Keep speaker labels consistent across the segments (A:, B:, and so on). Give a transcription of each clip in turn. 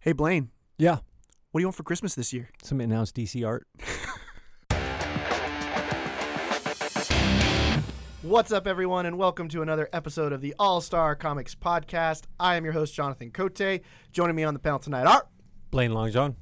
A: Hey, Blaine,
B: Yeah,
A: what do you want for Christmas this year?
B: some in-house DC art.
A: What's up, everyone, and welcome to another episode of the All Star Comics Podcast. I am your host, Jonathan Cote. Joining me on the panel tonight are.
B: Blaine Long John.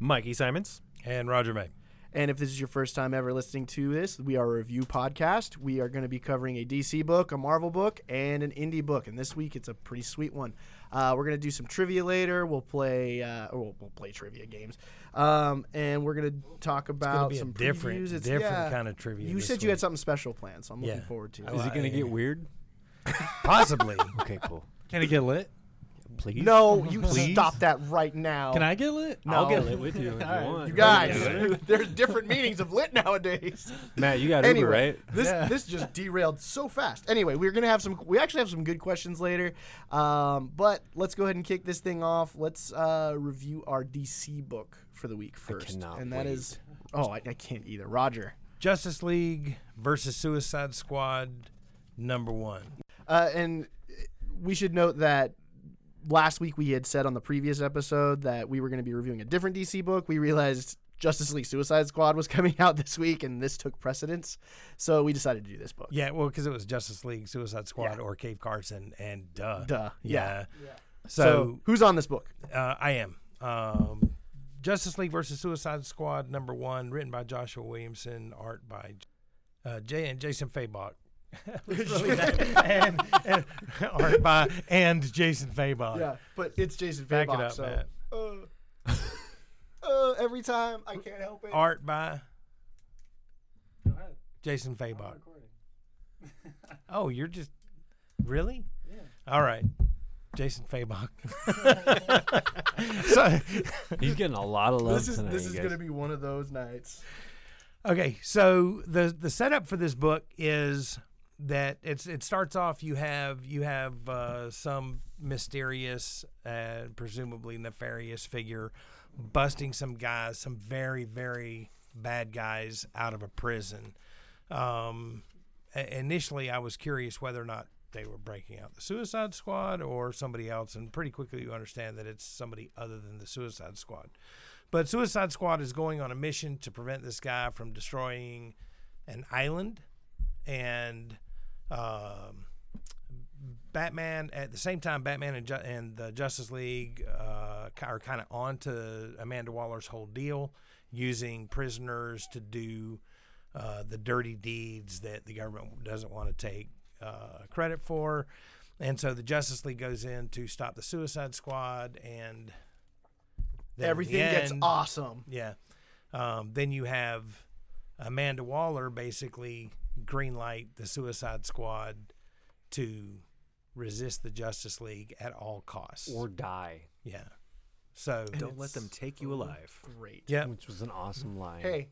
C: Mikey Simons. And Roger May.
A: And if this is your first time ever listening to this, we are a review podcast. We are going to be covering a DC book, a Marvel book, and an indie book. And this week, it's a pretty sweet one. Uh, we're going to do some trivia later. We'll play, uh, or we'll, we'll play trivia games. Um, and we're going to talk about
C: be a
A: some
C: different-
A: previews.
C: different kind of trivia
A: You
C: this
A: said you had
C: week.
A: something special planned, so I'm
C: Yeah.
A: looking forward to
C: I
A: it.
B: Is it
C: Uh,
B: going to
C: yeah.
B: get weird?
C: Possibly.
B: Okay, cool.
D: Can I get lit?
B: Please.
A: No, you stop that right now.
D: Can I get lit?
B: I'll get
A: No.
B: lit with you if you
D: right.
B: want.
A: You guys, there's different meanings of lit nowadays.
B: Matt, you got Uber,
A: anyway,
B: right?
A: this this just derailed so fast. Anyway, we're gonna have some. We actually have some good questions later, um, but let's go ahead and kick this thing off. Let's uh, review our DC book for the week first,
B: cannot
A: and that
B: wait.
A: is. Oh, I, I can't either. Roger.
C: Justice League versus Suicide Squad, number one.
A: Uh, and we should note that last week we had said on the previous episode that we were going to be reviewing a different DC book. We realized Justice League Suicide Squad was coming out this week, and this took precedence. So we decided to do this book.
C: Yeah, well, because it was Justice League, Suicide Squad, or Cave Carson, and duh.
A: Duh, yeah. So
C: So,
A: who's on this book?
C: uh, I am. Um, Justice League versus Suicide Squad, number one, written by Joshua Williamson, art by uh, Jay and Jason Fabok. and, and art by and Jason Fabok.
A: but it's Jason
C: Back it up, Matt.
A: Uh, every time I can't help it.
C: Art by Jason Fabok. oh, you're just really? Yeah. All right, Jason Fabok. so,
B: He's getting a lot of love
A: This is
B: tonight.
A: this
B: you
A: is
B: guys.
A: gonna be one of those nights.
C: okay, so the the setup for this book is that it's it starts off you have you have uh, some mysterious, uh, presumably nefarious figure busting some guys, some very very bad guys out of a prison. um, i- initially I was curious whether or not they were breaking out the Suicide Squad or somebody else, and pretty quickly you understand that it's somebody other than the Suicide Squad. But Suicide Squad is going on a mission to prevent this guy from destroying an island, and um, Batman at the same time Batman and, Ju- and the Justice League uh, ki- are kind of onto Amanda Waller's whole deal, using prisoners to do uh, the dirty deeds that the government doesn't want to take uh, credit for. And so the Justice League goes in to stop the Suicide Squad, and then at the
A: Everything gets
C: end-
A: awesome.
C: yeah. Um, then you have Amanda Waller basically greenlight the Suicide Squad to resist the Justice League at all costs.
B: or die,
C: yeah. So
D: Don't let them take you alive.
A: Oh, Great.
C: yeah,
B: which was an awesome line.
A: Hey,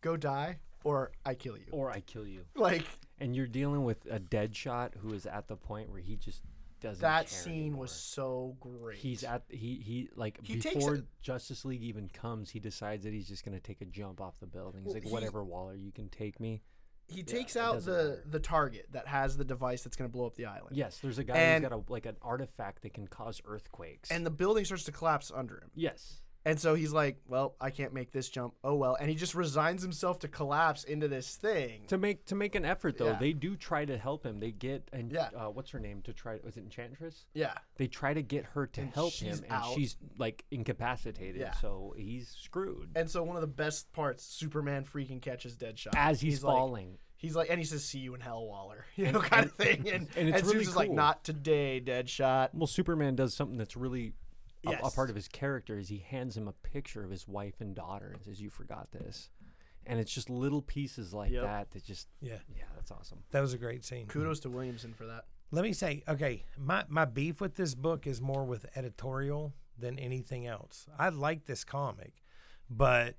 A: go die or I kill you.
B: Or I kill you.
A: Like
B: And you're dealing with a dead shot who is at the point where he just doesn't.
A: that
B: care
A: scene
B: anymore.
A: was so great.
B: He's at he he like
A: He takes
B: before
A: it-
B: Justice League even comes, he decides that he's just gonna take a jump off the building. He's
A: Well,
B: like,
A: he-
B: whatever, Waller, you can take me.
A: he takes
B: it
A: out
B: doesn't
A: the
B: matter.
A: the target that has the device that's going to blow up the island.
B: Yes, there's a guy
A: And-
B: who's got a like an artifact that can cause earthquakes.
A: And the building starts to collapse under him.
B: yes,
A: And so he's like, "Well, I can't make this jump. Oh well." And he just resigns himself to collapse into this thing.
B: to make to make an effort though,
A: Yeah.
B: they do try to help him. They get and
A: Yeah.
B: uh, what's her name to try? Was it Enchantress?
A: Yeah.
B: They try to get her to help
A: she's
B: him, and
A: out.
B: she's like incapacitated,
A: Yeah.
B: so he's screwed.
A: And so one of the best parts, Superman freaking catches Deadshot
B: As he's
A: like-
B: falling.
A: he's like, and he says, "See you in hell, Waller," you know, kind of thing. And
B: and it's
A: and Zeus
B: really
A: is like,
B: cool.
A: "Not today, Deadshot."
B: Well, Superman does something that's really a, a
A: Yes.
B: part of his character is he hands him a picture of his wife and daughter and says, "You forgot this," and it's just little pieces like
A: Yep.
B: that that just
C: yeah.
B: yeah, that's awesome.
C: That was a great scene.
A: Kudos to Williamson for that.
C: Let me say, okay, my, my beef with this book is more with editorial than anything else. I like this comic, but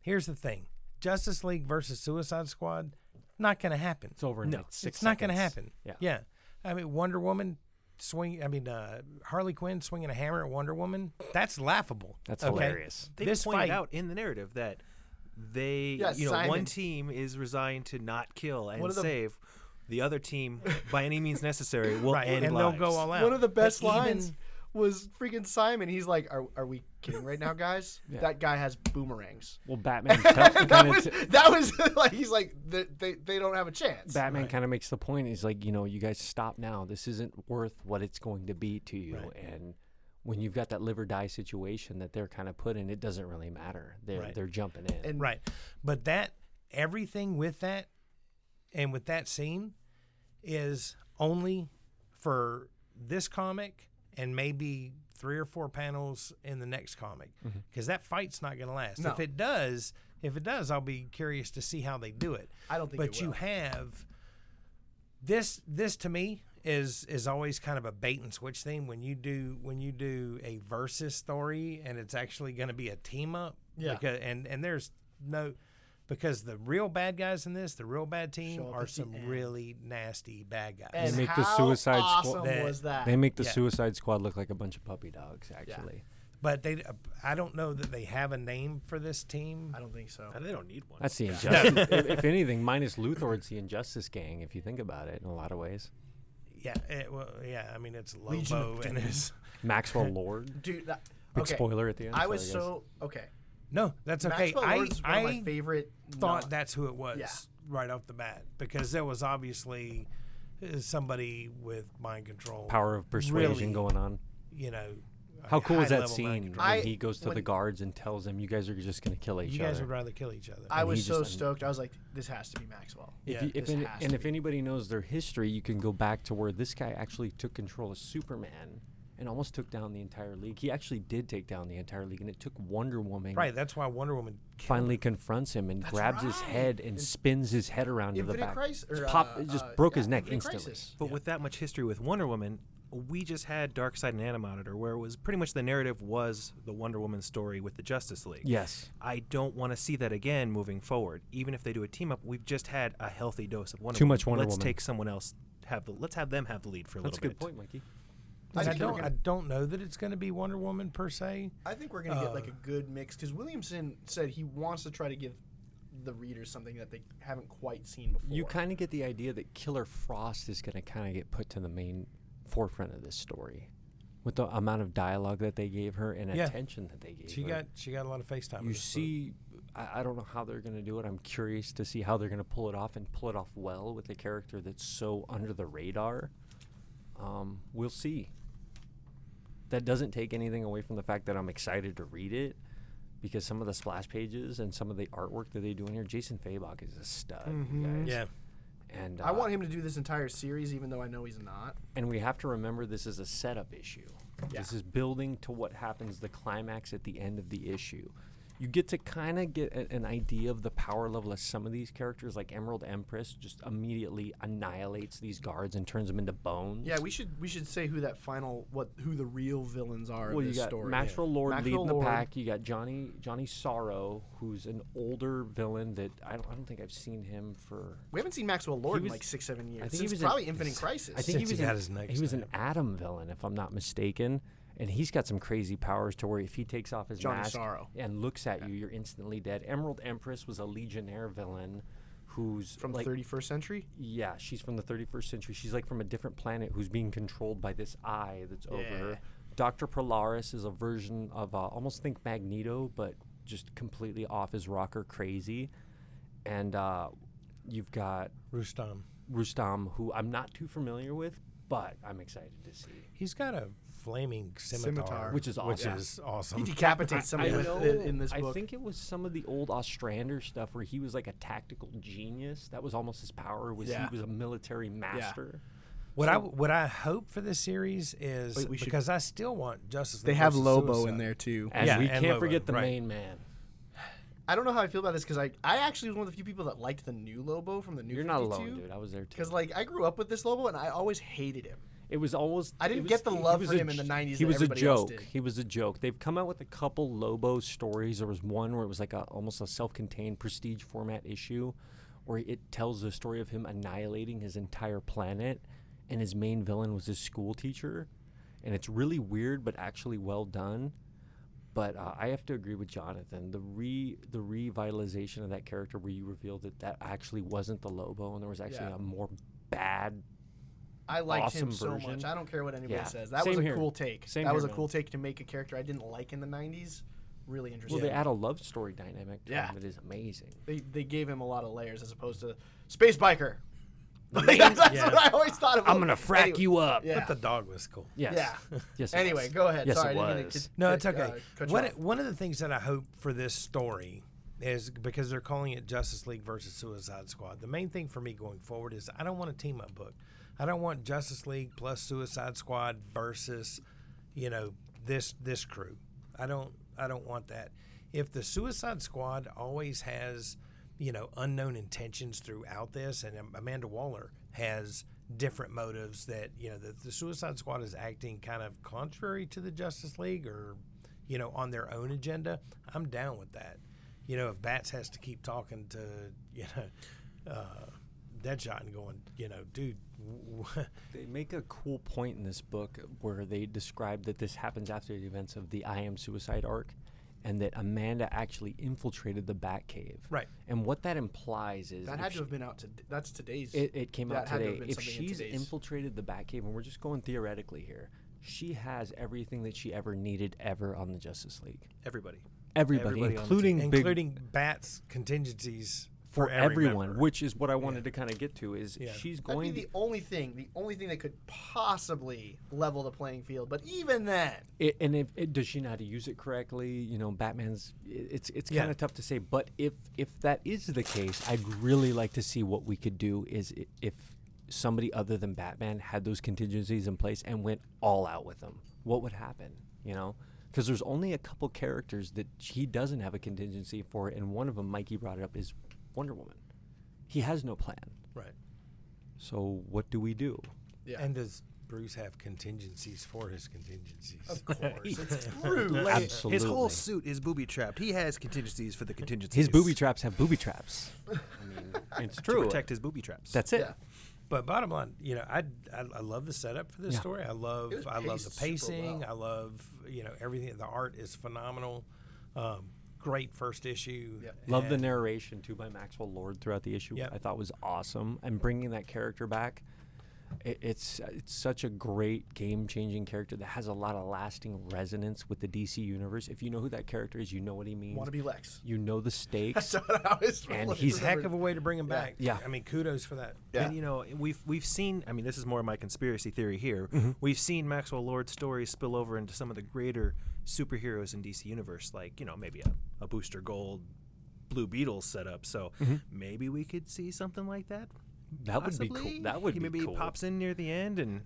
C: here's the thing Justice League versus Suicide Squad, not going to happen.
B: It's over in like six.
C: it's not going to
B: seconds.
C: happen.
B: Yeah.
C: Yeah. I mean, Wonder Woman swing. I mean, uh, Harley Quinn swinging a hammer at Wonder Woman. That's laughable.
B: That's
C: Okay.
B: hilarious.
D: They
C: this
D: pointed
C: fight,
D: out in the narrative that they,
A: Yeah,
D: you know,
A: Simon.
D: one team is resigned to not kill and
A: One of the-
D: save. The other team, by any means necessary, will
C: right,
D: end
C: and
D: lives.
C: they'll go all out.
A: One of the best
C: But even-
A: lines was freaking Simon. He's like, "Are, are we kidding right now, guys?
B: Yeah.
A: That guy has boomerangs."
B: Well, Batman kind
A: that
B: of
A: was that was like he's like they they, they don't have a chance.
B: Batman kind of makes the point. He's like, you know, you guys stop now. This isn't worth what it's going to be to you. And when you've got that live or die situation that they're kind of put in, it doesn't really matter. They're
C: Right.
B: they're jumping in.
A: And-
C: Right. But that everything with that and with that scene is only for this comic and maybe three or four panels in the next comic
B: Mm-hmm.
C: because that fight's not going to last.
A: No.
C: If it does, if it does, I'll be curious to see how they do it.
A: I don't think
C: But
A: it
C: you
A: will.
C: have this this to me is is always kind of a bait and switch thing when you do when you do a versus story and it's actually going to be a team up
A: Yeah.
C: because, and and there's no because the real bad guys in this the real bad team
A: Show up
C: are
A: at the
C: some
A: end.
C: really nasty bad guys
A: and
B: make the
A: how
B: Suicide Squad-
A: awesome
C: That-
A: was that?
B: they make the
C: yeah.
B: Suicide Squad look like a bunch of puppy dogs, actually.
C: but they i don't know that they have a name for this team
A: I don't think so.
D: They don't need one.
B: That's the injustice. if, if anything, minus Luthor, it's the Injustice Gang. If you think about it, in a lot of ways,
C: yeah it, well, yeah i mean it's
A: Legion of
C: lobo and it's
B: Maxwell Lord.
A: Dude, that,
B: Big
A: okay.
B: spoiler at the end.
A: I
B: sorry,
A: was
B: guys.
A: so okay.
C: no that's okay
A: Maxwell Lord's one
C: i
A: of
C: i
A: my favorite.
C: thought
A: non-
C: that's who it was
A: Yeah.
C: right off the bat because there was obviously uh, somebody with mind control
B: power of persuasion
C: Really?
B: going on.
C: you know
B: How cool is that
C: high-level
B: scene
C: mind control.
B: when
A: I-
B: he goes to the
A: when-
B: guards and tells them, "You guys are just going to kill each
C: you
B: other."
C: guys would rather kill each other
A: I
B: and he
A: was
B: just
A: so
B: un-
A: stoked. I was like, this has to be Maxwell.
B: If
C: Yeah,
B: you, if
A: this
B: any-
A: has
B: and
A: to
B: if anybody knows their history, you can go back to where this guy actually took control of Superman and almost took down the entire league. He actually did take down the entire league, and it took Wonder Woman.
C: right that's why wonder woman killed
B: Finally confronts him and grabs his
A: right.
B: head and spins his head around to the
A: Infinite
B: back.
A: Crisis,
B: Just
A: or,
B: pop,
A: uh,
B: it just
A: uh,
B: broke
A: yeah,
B: his neck
A: Infinite
B: instantly.
A: Crisis.
D: But with that much history with Wonder Woman, we just had Dark Side and Animonitor, where it was pretty much the narrative was the Wonder Woman story with the Justice League.
B: Yes,
D: I don't want to see that again moving forward. Even if they do a team up, we've just had a healthy dose of Wonder
B: Too
D: Woman.
B: much Wonder
D: let's
B: Woman.
D: take someone else have the let's have them have the lead for a
B: that's a
D: little
B: good
D: bit.
B: point, Mikey.
C: I,
A: think we're
C: don't i
A: gonna-
C: don't know that it's going to be wonder woman per se
A: I think we're gonna get like a good mix because Williamson said he wants to try to give the readers something that they haven't quite seen before.
B: You kind of get the idea that Killer Frost is going to kind of get put to the main forefront of this story, with the amount of dialogue that they gave her and
C: Yeah.
B: attention that they gave
C: she
B: her.
C: got she got a lot of facetime
B: you see I, I don't know how they're going to do it i'm curious to see how they're going to pull it off and pull it off well with a character that's so under the radar um, we'll see that doesn't take anything away from the fact that i'm excited to read it because some of the splash pages and some of the artwork that they do in here jason fabok is a stud you guys.
C: yeah
B: and uh,
A: I want him to do this entire series, even though I know he's not.
B: and we have to remember this is a setup issue. This is building to what happens the climax at the end of the issue. You get to kind of get a- an idea of the power level of some of these characters, like Emerald Empress, just immediately annihilates these guards and turns them into bones.
A: Yeah, we should we should say who that final what who the real villains are
B: Well,
A: of
B: you
A: this
B: got
A: story.
B: Maxwell Lord
A: Maxwell
B: leading
A: Lord.
B: the pack. You got Johnny Johnny Sorrow, who's an older villain that I don't, I don't think I've seen him for.
A: We haven't seen Maxwell Lord in
B: was-
A: like six seven years.
B: I think
A: Since
B: he was in-
A: probably Infinite Crisis.
B: I think he
C: Since
B: was
C: he
B: an,
C: got his neck
B: he was an Atom villain, if I'm not mistaken. And he's got some crazy powers to where if he takes off his
A: Johnny
B: mask
A: Sorrow.
B: and looks at you, you're instantly dead. Emerald Empress was a Legionnaire villain, who's
A: from
B: like,
A: thirty first century.
B: yeah, she's from the 31st century. She's like from a different planet who's being controlled by this eye that's over her. Dr. Polaris is a version of uh, almost think Magneto, but just completely off his rocker crazy. And uh, you've got
C: rustam
B: Rustam, who I'm not too familiar with, but I'm excited to see.
C: he's got a flaming scimitar,
A: Scimitar.
B: Which is
C: which
B: awesome.
C: is
A: He
C: awesome
A: decapitates somebody with it in this
B: I
A: book.
B: think it was some of the old Ostrander stuff where he was like a tactical genius. That was almost his power. Was
A: Yeah.
B: he was a military master?
C: What I what I hope for this series is
A: Wait, we should-
C: because I still want Justice.
A: they
C: League
A: have
C: versus
A: Lobo
C: Suicide.
A: in there too.
B: And
C: Yeah,
B: we
C: and
B: can't
C: Lobo,
B: forget the
C: right.
B: main man.
A: I don't know how I feel about this because I I actually was one of the few people that liked the new Lobo from the new.
B: You're not alone, dude. I was there too.
A: Because like I grew up with this Lobo and I always hated him.
B: It was almost.
A: I
B: it
A: didn't
B: was-
A: get the
B: he
A: love
B: was
A: for
B: a
A: him in the
B: j-
A: 90s
B: He
A: that
B: was a
A: everybody else
B: joke.
A: did.
B: He was a joke. They've come out with a couple Lobo stories. There was one where it was like a, almost a self-contained prestige format issue, where it tells the story of him annihilating his entire planet, and his main villain was his school teacher, and it's really weird but actually well done. But uh, I have to agree with Jonathan. The re the revitalization of that character, where you revealed that that actually wasn't the Lobo, and there was actually
A: Yeah.
B: a more bad
A: I liked him
B: awesome
A: so
B: version.
A: much. I don't care what anybody
B: Yeah.
A: says. That was
B: Same
A: a
B: here.
A: cool take.
B: Same
A: that was
B: here,
A: a
B: man.
A: cool take to make a character I didn't like in the '90s. Really
B: Well,
A: interesting.
B: they add a love story dynamic to
A: Yeah.
B: him that is amazing.
A: they they gave him a lot of layers as opposed to space biker. Like, that's
C: Yeah.
A: what I always thought about.
B: I'm gonna frack
A: Anyway,
B: you up.
A: Yeah.
C: But the dog was cool.
B: Yes.
A: Yeah.
B: Yes. it
A: Anyway,
B: was.
A: go ahead.
B: Yes,
A: Sorry,
B: it
A: I didn't mean to
B: was.
A: get-
C: No,
A: uh,
C: it's okay.
A: cut you
C: One
A: off.
C: one of the things that I hope for this story is because they're calling it Justice League versus Suicide Squad. The main thing for me going forward is I don't want a team up book. I don't want Justice League plus Suicide Squad versus, you know, this this crew. I don't I don't want that. If the Suicide Squad always has, you know, unknown intentions throughout this, and um, Amanda Waller has different motives that you know that the Suicide Squad is acting kind of contrary to the Justice League or you know, on their own agenda, I'm down with that. You know, if Bats has to keep talking to, you know, uh, Deadshot and going, you know, dude, w- w-
B: They make a cool point in this book where they describe that this happens after the events of the I Am Suicide arc and that Amanda actually infiltrated the Batcave.
C: Right.
B: And what that implies is
A: That
B: if
A: had
B: she-
A: to have been out to. That's today's.
B: it, it came
A: that
B: out
A: had to have
B: today.
A: been
B: If
A: something in
B: she's
A: today's-
B: infiltrated the Batcave, and we're just going theoretically here, she has everything that she ever needed ever on the Justice League.
D: Everybody.
B: Everybody,
D: Everybody on the
B: including Big-
C: including Bats contingencies for,
B: for everyone,
C: member.
B: which is what I wanted to kind of get to. Is
C: Yeah.
B: she's
A: That'd be
B: going?
A: the only thing. The only thing that could possibly level the playing field. But even then,
B: It, and if it, does she know how to use it correctly? You know, Batman's. i- It's it's
C: Yeah.
B: kind of tough to say. But if if that is the case, I'd really like to see what we could do. Is i- if somebody other than Batman had those contingencies in place and went all out with them, what would happen? You know, because there's only a couple characters that he doesn't have a contingency for, and one of them, Mikey brought it up, is Wonder Woman. He has no plan.
C: Right.
B: So what do we do?
A: yeah.
C: And does Bruce have contingencies for his contingencies?
A: of course, it's true.
B: Absolutely.
D: His whole suit is booby trapped. He has contingencies for the contingencies.
B: His booby traps have booby traps. I mean, it's
D: to
B: true.
D: protect his booby traps.
B: That's it.
A: Yeah.
C: But bottom line, you know, I, I, I love the setup for this
B: Yeah.
C: story. I love
A: was
C: I love
A: paced
C: the
A: super
C: pacing.
A: well.
C: I love you know everything. The art is phenomenal. Um, great first issue.
A: Yep.
B: Love the
C: And-
B: narration too by Maxwell Lord throughout the issue.
C: Yep.
B: I thought was awesome, and bringing that character back. It, it's it's such a great game changing character that has a lot of lasting resonance with the DC universe. If you know who that character is, you know what he means.
A: Want to be Lex?
B: you know the stakes.
A: So I always
B: And
A: really
B: he's
C: It's a heck
A: remembered-
C: of a way to bring him back.
B: Yeah.
C: I mean, kudos for that.
A: Yeah.
D: And you know, we've we've seen. I mean, this is more my conspiracy theory here.
B: Mm-hmm.
D: We've seen Maxwell Lord stories spill over into some of the greater superheroes in DC universe, like you know maybe a, a Booster Gold, Blue Beetle setup. So maybe we could see something like that.
B: Mm-hmm. that would be cool.
D: possibly?
B: That would
D: he
B: be
D: maybe
B: cool.
D: pops in near the end and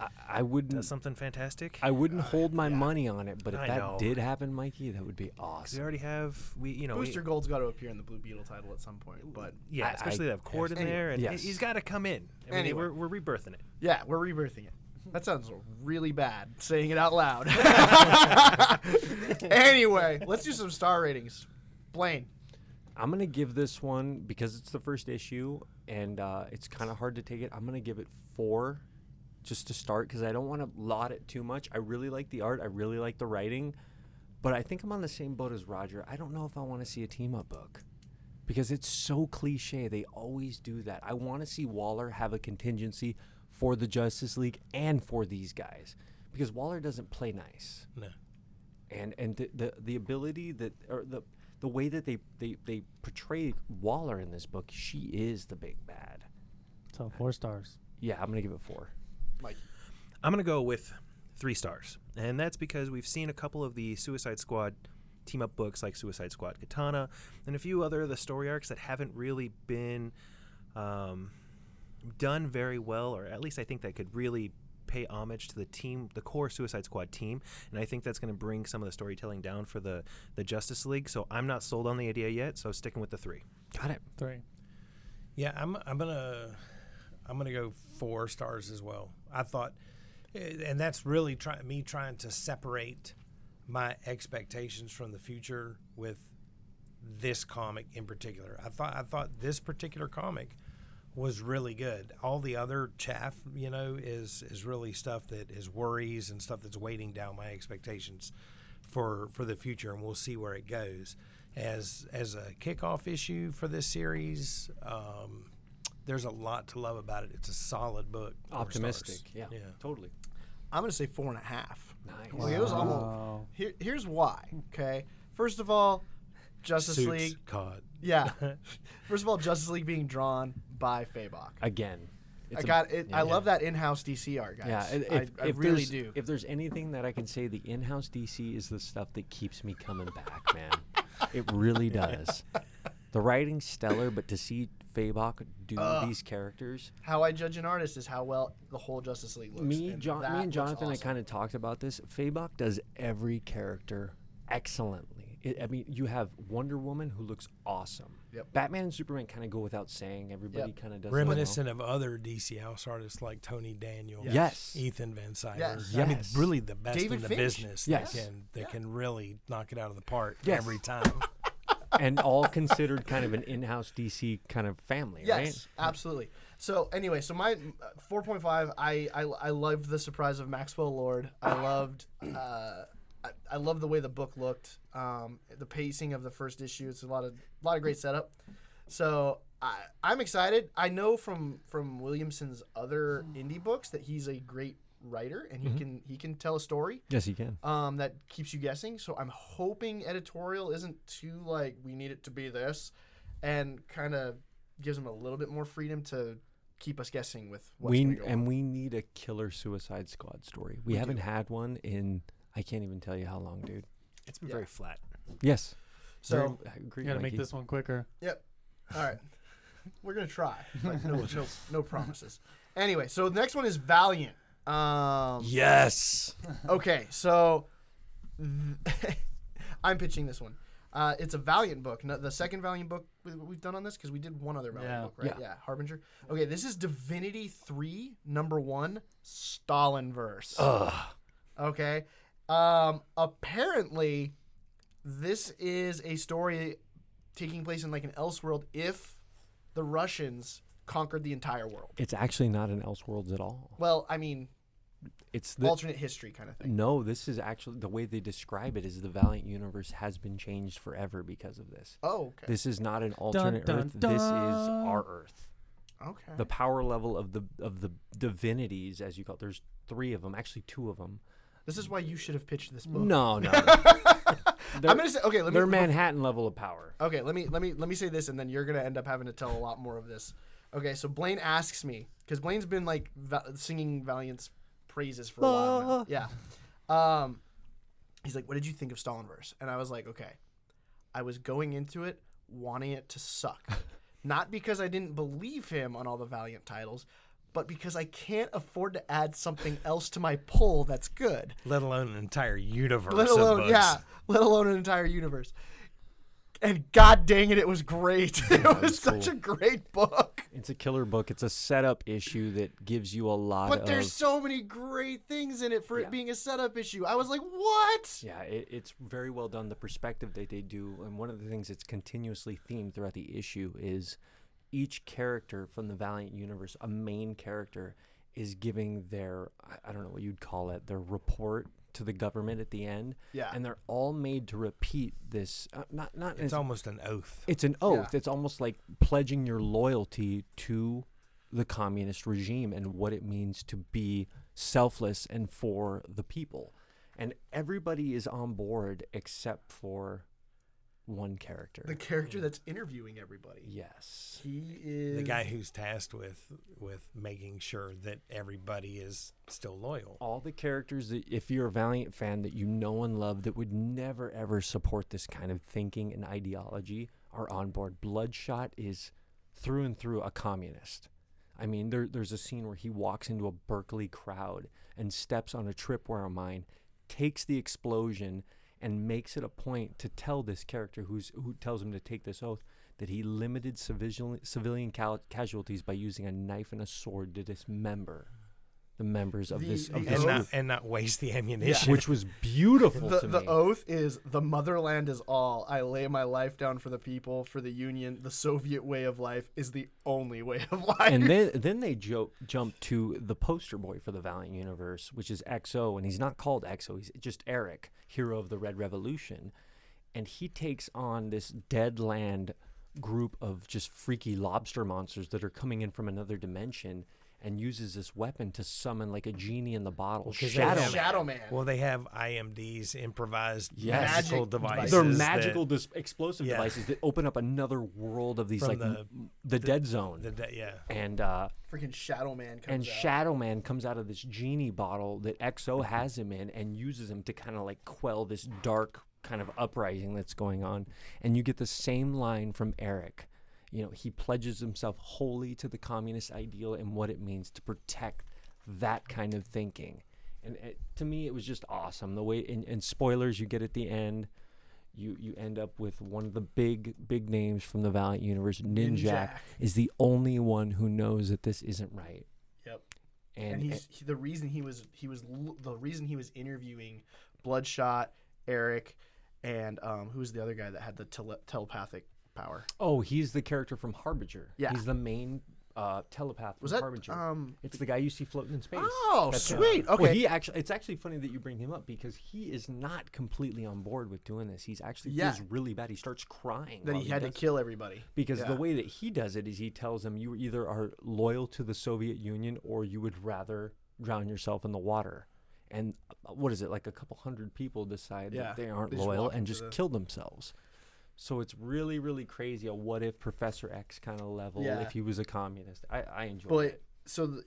B: I, I wouldn't.
D: does something fantastic.
B: I wouldn't hold my money on it, but if
D: I
B: that
D: know.
B: did happen, Mikey, that would be
D: we
B: awesome.
D: already have we you know we-
A: Booster Gold's got to appear in the Blue Beetle title at some point, but
D: yeah,
B: I-
D: especially
B: I-
D: they have Cord in
A: Anyway,
D: there, and
B: yes.
D: he's got to come in. I mean,
A: Anyway.
D: we're we're rebirthing it.
A: yeah, we're rebirthing it. That sounds really bad saying it out loud. anyway, let's do some star ratings. Blaine,
B: I'm gonna give this one because it's the first issue and uh, it's kind of hard to take it. I'm gonna give it four, just to start because I don't want to laud it too much. I really like the art. I really like the writing, but I think I'm on the same boat as Roger. I don't know if I want to see a team up book because it's so cliche. They always do that. I want to see Waller have a contingency for the Justice League and for these guys because Waller doesn't play nice
C: No.
B: and and the the, the ability that or the the way that they, they they portray Waller in this book, she is the big bad.
E: So four stars.
B: Yeah, I'm gonna give it four.
A: Mike,
D: I'm going to go with three stars. And that's because we've seen a couple of the Suicide Squad team up books like Suicide Squad Katana and a few other of the story arcs that haven't really been um, done very well, or at least I think that could really pay homage to the team, the core Suicide Squad team. And I think that's going to bring some of the storytelling down for the, the Justice League. So I'm not sold on the idea yet, so sticking with the three.
B: Got it.
E: Three.
C: Yeah, I'm I'm gonna I'm gonna go four stars as well. I thought, eh, and that's really try, me trying to separate my expectations from the future with this comic in particular. I thought I thought this particular comic was really good. All the other chaff, you know, is is really stuff that is worries and stuff that's weighting down my expectations for for the future, and we'll see where it goes. As as a kickoff issue for this series, um, there's a lot to love about it. It's a solid book. Four
B: Optimistic.
C: stars.
B: Yeah,
C: Yeah.
B: Totally.
A: I'm gonna say four and a half.
B: Nice.
A: Like, it was
E: Wow.
A: almost. Here, here's why. Okay. First of all, Justice
C: Suits,
A: League.
C: COD.
A: Yeah. First of all, Justice League being drawn by Fabok.
B: Again.
A: I
B: It's a-
A: got it. I
B: yeah.
A: love that in-house DC art, guys.
B: Yeah, and if,
A: I, I
B: if
A: really
B: there's-
A: do.
B: If there's anything that I can say, the in-house DC is the stuff that keeps me coming back, man. It really does. The writing's stellar, but to see Fabok do these characters,
A: how I judge an artist is how well the whole Justice League looks.
B: me, John,
A: that
B: me and
A: looks
B: Jonathan, I
A: awesome.
B: kind of talked about this. Fabok does every character excellently. I I mean, you have Wonder Woman who looks awesome.
A: Yep.
B: Batman and Superman kind of go without saying. Everybody
A: Yep.
B: kind of does it well.
C: Reminiscent of other DC house artists like Tony Daniel.
B: Yes.
C: Ethan Van Sider.
A: Yes.
C: I mean,
B: Yes.
C: really the best
A: David
C: in the
A: Finch.
C: business.
B: Yes.
C: That can, that can really knock it out of the park
B: Yes.
C: every time.
B: and all considered kind of an in-house DC kind of family, right?
A: Yes, absolutely. So anyway, so my uh, 4.5, I, I I loved the surprise of Maxwell Lord. I loved uh, I, I loved the way the book looked. Um, the pacing of the first issue. It's a lot of a lot of great setup. So I I'm excited. I know from from Williamson's other indie books that he's a great writer and he can he can tell a story
B: Yes, you can.
A: um, that keeps you guessing. So I'm hoping editorial isn't too like we need it to be this, and kind of gives them a little bit more freedom to keep us guessing with what's
B: we
A: going
B: n-
A: to go
B: and
A: on.
B: we need a killer Suicide Squad story. We, haven't had one in I can't even tell you how long, dude.
D: It's been
A: Yeah.
D: very flat.
B: Yes. Very-
A: So
B: I agree,
E: You gotta
B: Mikey.
E: make this one quicker.
A: yep, all right, we're gonna try, but no no no promises. Anyway, so the next one is Valiant. Um,
B: Yes.
A: okay, so I'm pitching this one. Uh, it's a Valiant book, no, the second Valiant book we- we've done on this because we did one other Valiant
E: Yeah.
A: book, right?
B: Yeah.
A: Yeah. Harbinger. Okay, this is Divinity Three, number one, Stalinverse. Ugh. Okay. Um, apparently, this is a story taking place in like an Elseworld if the Russians conquered the entire world.
B: It's actually not an Elseworlds at all.
A: Well, I mean,
B: It's the Mm.
A: alternate history kind of thing.
B: no. This is actually the way they describe it is the Valiant universe has been changed forever because of this.
A: Oh, okay.
B: This is not an alternate
E: dun,
B: Earth. This is
E: dun.
B: our Earth.
A: okay.
B: the power level of the of the divinities, as you call. There's three of them, actually two of them.
A: This is why you should have pitched this book.
B: No, no. They're-
A: I'm gonna say okay. Let me
B: they're Manhattan level of power.
A: okay. Let me let me let me say this, and then you're gonna end up having to tell a lot more of this. Okay, so Blaine asks me because Blaine's been like va- singing Valiant's praises for a while now. Yeah. Um, he's like, "What did you think of Stalinverse?" And I was like, "Okay, I was going into it wanting it to suck, not because I didn't believe him on all the Valiant titles." But because I can't afford to add something else to my pull that's good.
C: Let alone an entire universe.
A: let
C: of
A: alone
C: books.
A: yeah, let alone an entire universe. And god dang it, it was great. it was such a great book.
B: It's a killer book. It's a setup issue that gives you a lot
A: But
B: of.
A: there's so many great things in it for
B: Yeah.
A: it being a setup issue. I was like, what?
B: yeah, it, it's very well done. The perspective that they do, and one of the things that's continuously themed throughout the issue is each character from the Valiant universe, a main character, is giving their I- I don't know what you'd call it, their report to the government at the end.
A: Yeah.
B: and they're all made to repeat this. Uh, not not
C: It's
B: as-
C: almost an oath.
B: It's an oath. It's almost like pledging your loyalty to the communist regime and what it means to be selfless and for the people. And everybody is on board except for one character.
A: The character that's interviewing everybody.
B: yes.
A: He is
C: the guy who's tasked with with making sure that everybody is still loyal.
B: All the characters that, if you're a Valiant fan that you know and love, that would never ever support this kind of thinking and ideology are on board. Bloodshot is through and through a communist. I mean, there, there's a scene where he walks into a Berkeley crowd and steps on a tripwire mine, takes the explosion, and makes it a point to tell this character who's, who tells him to take this oath that he limited civilian, civilian cal- casualties by using a knife and a sword to dismember the members of
A: The-
B: this of
A: the
B: this
C: And not
A: oath.
C: and not waste the
B: group,
C: ammunition.
B: which was beautiful
A: the,
B: to
A: the
B: me.
A: oath is the motherland is all. I lay my life down for the people, for the union. The Soviet way of life is the only way of life.
B: and then then they jo- jump to the poster boy for the Valiant Universe, which is XO, and he's not called XO. He's just Eric, hero of the Red Revolution, and he takes on this dead land group of just freaky lobster monsters that are coming in from another dimension and uses this weapon to summon like a genie in the bottle.
C: they
B: Shadow
C: have-
B: Man.
A: Shadow Man.
C: Well, they have IMDs, improvised
B: Yes.
C: magical
A: Magic devices.
C: devices.
B: They're
C: that-
B: magical dis- explosive
C: Yeah.
B: devices that open up another world of these
C: From
B: like
C: the-
B: m- the, dead zone.
C: that- that- yeah.
B: and uh,
A: Freaking Shadow Man comes
B: and
A: out. Mm-hmm.
B: Shadow Man comes out of this genie bottle that XO has him in and uses him to kind of like quell this dark kind of uprising that's going on. And you get the same line from Eric. You know, he pledges himself wholly to the communist ideal and what it means to protect that kind of thinking. And it, to me, it was just awesome. The way, and, and spoilers you get at the end, you, you end up with one of the big, big names from the Valiant universe, Ninjak,
A: Ninjak.
B: is the only one who knows that this isn't right
A: Yep.
B: and,
A: and he's he, the reason he was he was l- the reason he was interviewing Bloodshot, Eric, and um, who was the other guy that had the tele- telepathic power?
B: oh, he's the character from Harbinger.
A: Yeah.
B: he's the main uh, telepath from
A: Was that,
B: Harbinger.
A: um,
B: it's the guy you see floating in space.
A: Oh,
B: That's him.
A: sweet. Okay.
B: Well, he actually, it's actually funny that you bring him up because he is not completely on board with doing this. He's actually
A: Yeah.
B: feels really bad. He starts crying
A: that
B: while
A: he had to
B: does it.
A: kill everybody.
B: Because
A: Yeah.
B: the way that he does it is he tells them you either are loyal to the Soviet Union or you would rather drown yourself in the water. And uh, what is it, like a couple hundred people decide
A: Yeah,
B: that they aren't
A: they just
B: loyal
A: walk
B: and
A: into
B: just
A: the-
B: kill themselves. So it's really, really crazy a what if Professor X kind of level
A: Yeah.
B: if he was a communist. I, I enjoy
A: But
B: it.
A: so th-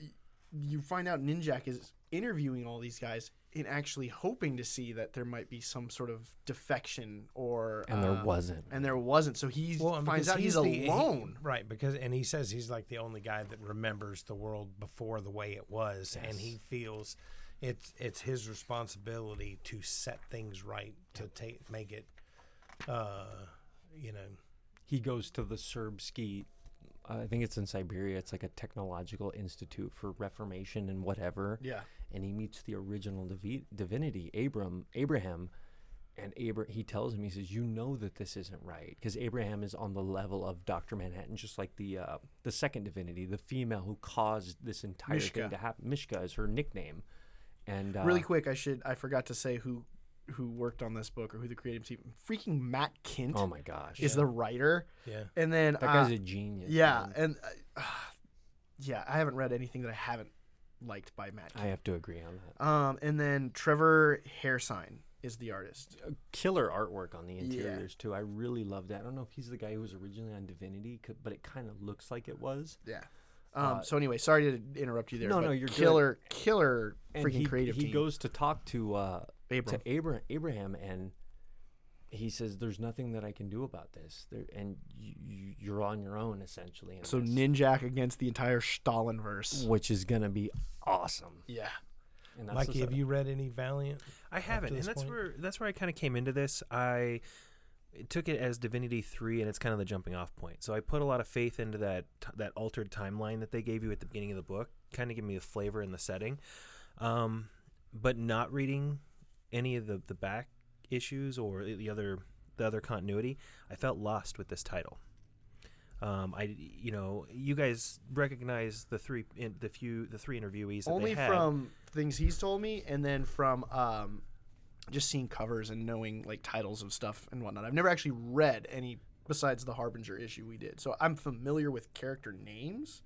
A: you find out Ninjak is interviewing all these guys and actually hoping to see that there might be some sort of defection or
B: And there
A: uh,
B: wasn't.
A: and there wasn't. So he
C: Well, and
A: finds
C: because
A: out he's,
C: the- he-
A: alone.
C: right? Because and he says he's like the only guy that remembers the world before the way it was, and he feels it's it's his responsibility to set things right to take make it, uh, you know,
B: he goes to the Serbsky. I think it's in Siberia. It's like a technological institute for reformation and whatever.
A: Yeah.
B: And he meets the original divi- divinity, Abram, Abraham, and Abra- he tells him, he says, "You know that this isn't right because Abraham is on the level of Doctor Manhattan, just like the uh, the second divinity, the female who caused this entire
A: Mishka.
B: thing to happen. Mishka is her nickname." And uh,
A: really quick, I should I forgot to say who who worked on this book or who the creative team. Freaking Matt Kint
B: oh my gosh,
A: is the writer,
C: yeah.
A: and then
B: that guy's
A: uh,
B: a genius.
A: yeah,
B: man.
A: and uh, yeah, I haven't read anything that I haven't liked by Matt.
B: I have to agree on that.
A: Um, and then Trevor Hairsign is the artist.
B: Uh, killer artwork on the
A: Yeah.
B: interiors too. I really love that. I don't know if he's the guy who was originally on Divinity, c- but it kind of looks like it was.
A: Yeah. Um, so anyway, sorry to interrupt you there.
B: uh, no,
A: but
B: no, you're good.
A: killer, killer,
B: And
A: freaking
B: he,
A: creative
B: he
A: team.
B: goes to talk to uh,
A: Abram.
B: to Abra- Abraham, and he says, "There's nothing that I can do about this, there, and you, you, you're on your own essentially." in
A: so
B: this,"
A: Ninjak against the entire Stalinverse.
B: which is gonna be awesome.
A: Yeah.
B: And that's the
C: Mikey, have
B: setup.
C: you read any Valiant?
D: I haven't, and
C: this
D: that's
C: point?
D: where that's where I kind of came into this. I took it as Divinity Three, and it's kind of the jumping off point. So I put a lot of faith into that t- that altered timeline that they gave you at the beginning of the book, kind of give me the flavor and the setting. Um, but not reading any of the the back issues or the the other the other continuity, I felt lost with this title. Um, I you know you guys recognize the three in, the few the three interviewees that
A: Only
D: they had.
A: from things he's told me, and then from um, just seeing covers and knowing like titles of stuff and whatnot. I've never actually read any besides the Harbinger issue we did, so I'm familiar with character names,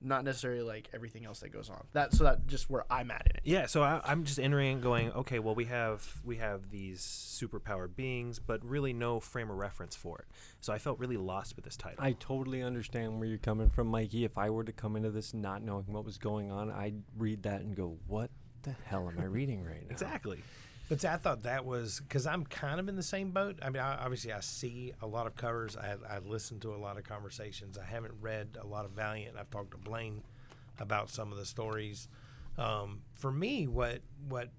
A: not necessarily like everything else that goes on. That so that just where I'm at in it.
D: Yeah, so I, I'm just entering and going. Okay, well we have we have these superpower beings, but really no frame of reference for it. So I felt really lost with this title.
B: I totally understand where you're coming from, Mikey. If I were to come into this not knowing what was going on, I'd read that and go, "What the hell am I reading right now?"
D: exactly.
C: But see, I thought that was because I'm kind of in the same boat. I mean, I, obviously, I see a lot of covers. I, I listen to a lot of conversations. I haven't read a lot of Valiant. I've talked to Blaine about some of the stories. Um, for me, what what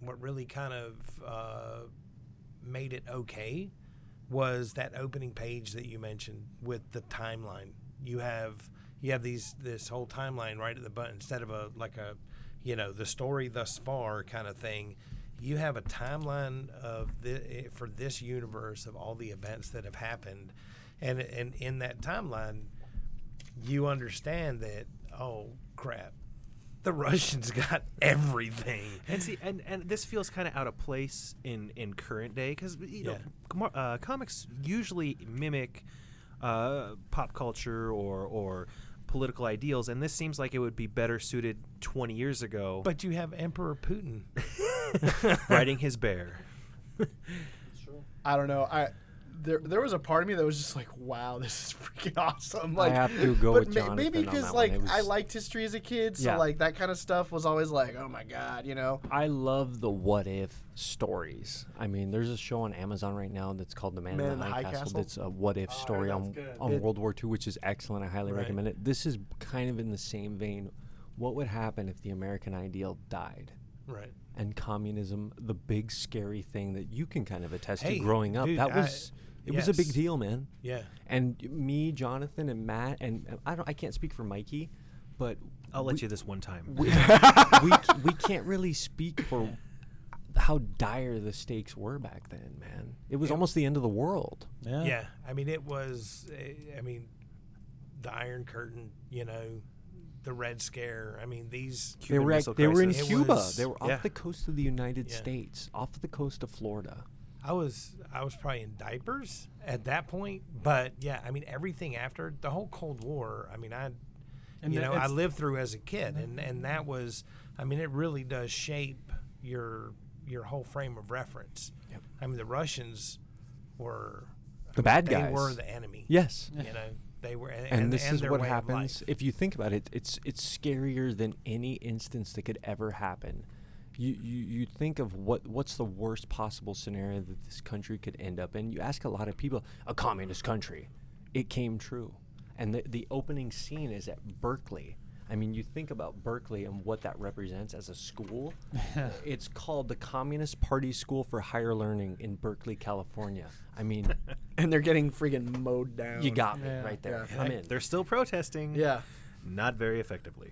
C: what really kind of uh, made it okay was that opening page that you mentioned with the timeline. You have you have these this whole timeline right at the button instead of a like a you know the story thus far kind of thing. You have a timeline of the, for this universe of all the events that have happened, and and in that timeline, you understand that oh crap, the Russians got everything.
D: And see, and, and this feels kind of out of place in in current day because you know
C: Yeah.
D: com- uh, comics usually mimic uh, pop culture or or political ideals. And this seems like it would be better suited 20 years ago,
C: But you have Emperor Putin.
D: riding his bear.
A: I don't know. I there there was a part of me that was just like, wow, this is freaking awesome. Like,
B: have to go
A: but
B: with
A: ma- maybe
B: Jonathan on that one.
A: like
B: It was-
A: I liked history as a kid, so
B: Yeah.
A: like that kind of stuff was always like, oh my god, you know.
B: I love the what if stories. I mean, there's a show on Amazon right now that's called The Man, in the High Castle. Oh, That's a what if story on, on World War II, which is excellent. I highly recommend it. This is kind of in the same vein. What would happen if the American ideal died?
C: Right.
B: And communism, the big scary thing that you can kind of attest
C: Hey,
B: to growing up,
C: dude,
B: that
C: I-
B: was it was a big
C: yes.
B: deal, man.
C: Yeah.
B: And me, Jonathan, and Matt, and and I don't, I can't speak for Mikey, but
D: I'll let you this one time.
B: we, we, c- we can't really speak for how dire the stakes were back then, man. It was almost the end of the world.
E: Yeah.
C: Yeah. I mean, it was, eh, I mean, the Iron Curtain, you know, the Red Scare. I mean, these.
B: They
D: Cuban
B: were,
D: Missile
B: act- they were in
D: Crisis.
C: It
B: Cuba.
C: was-
B: they were off
D: yeah.
B: the coast of the United
C: Yeah.
B: States, off the coast of Florida.
C: I was I was probably in diapers at that point, but yeah, I mean everything after the whole Cold War. I mean I,
E: And
C: you
E: the-
C: know, I
E: it's-
C: lived through as a kid, and and that was, I mean, it really does shape your your whole frame of reference.
B: Yep.
C: I mean, the Russians were
B: The bad
C: they
B: guys.
C: were the enemy.
B: yes.
C: you know they were, and,
B: And, this
C: and
B: is
C: their
B: what
C: way of
B: happens.
C: life.
B: If you think about it, it's it's scarier than any instance that could ever happen. You, you you think of what what's the worst possible scenario that this country could end up in. You ask a lot of people, a communist country, it came true, and the the opening scene is at Berkeley. I mean, you think about Berkeley and what that represents as a school. it's called the Communist Party School for Higher Learning in Berkeley, California. I mean,
A: And they're getting freaking mowed down.
B: you
C: Oh,
B: got me
E: Yeah.
B: right there. I'm in.
D: They're still protesting.
A: yeah.
D: Not very effectively.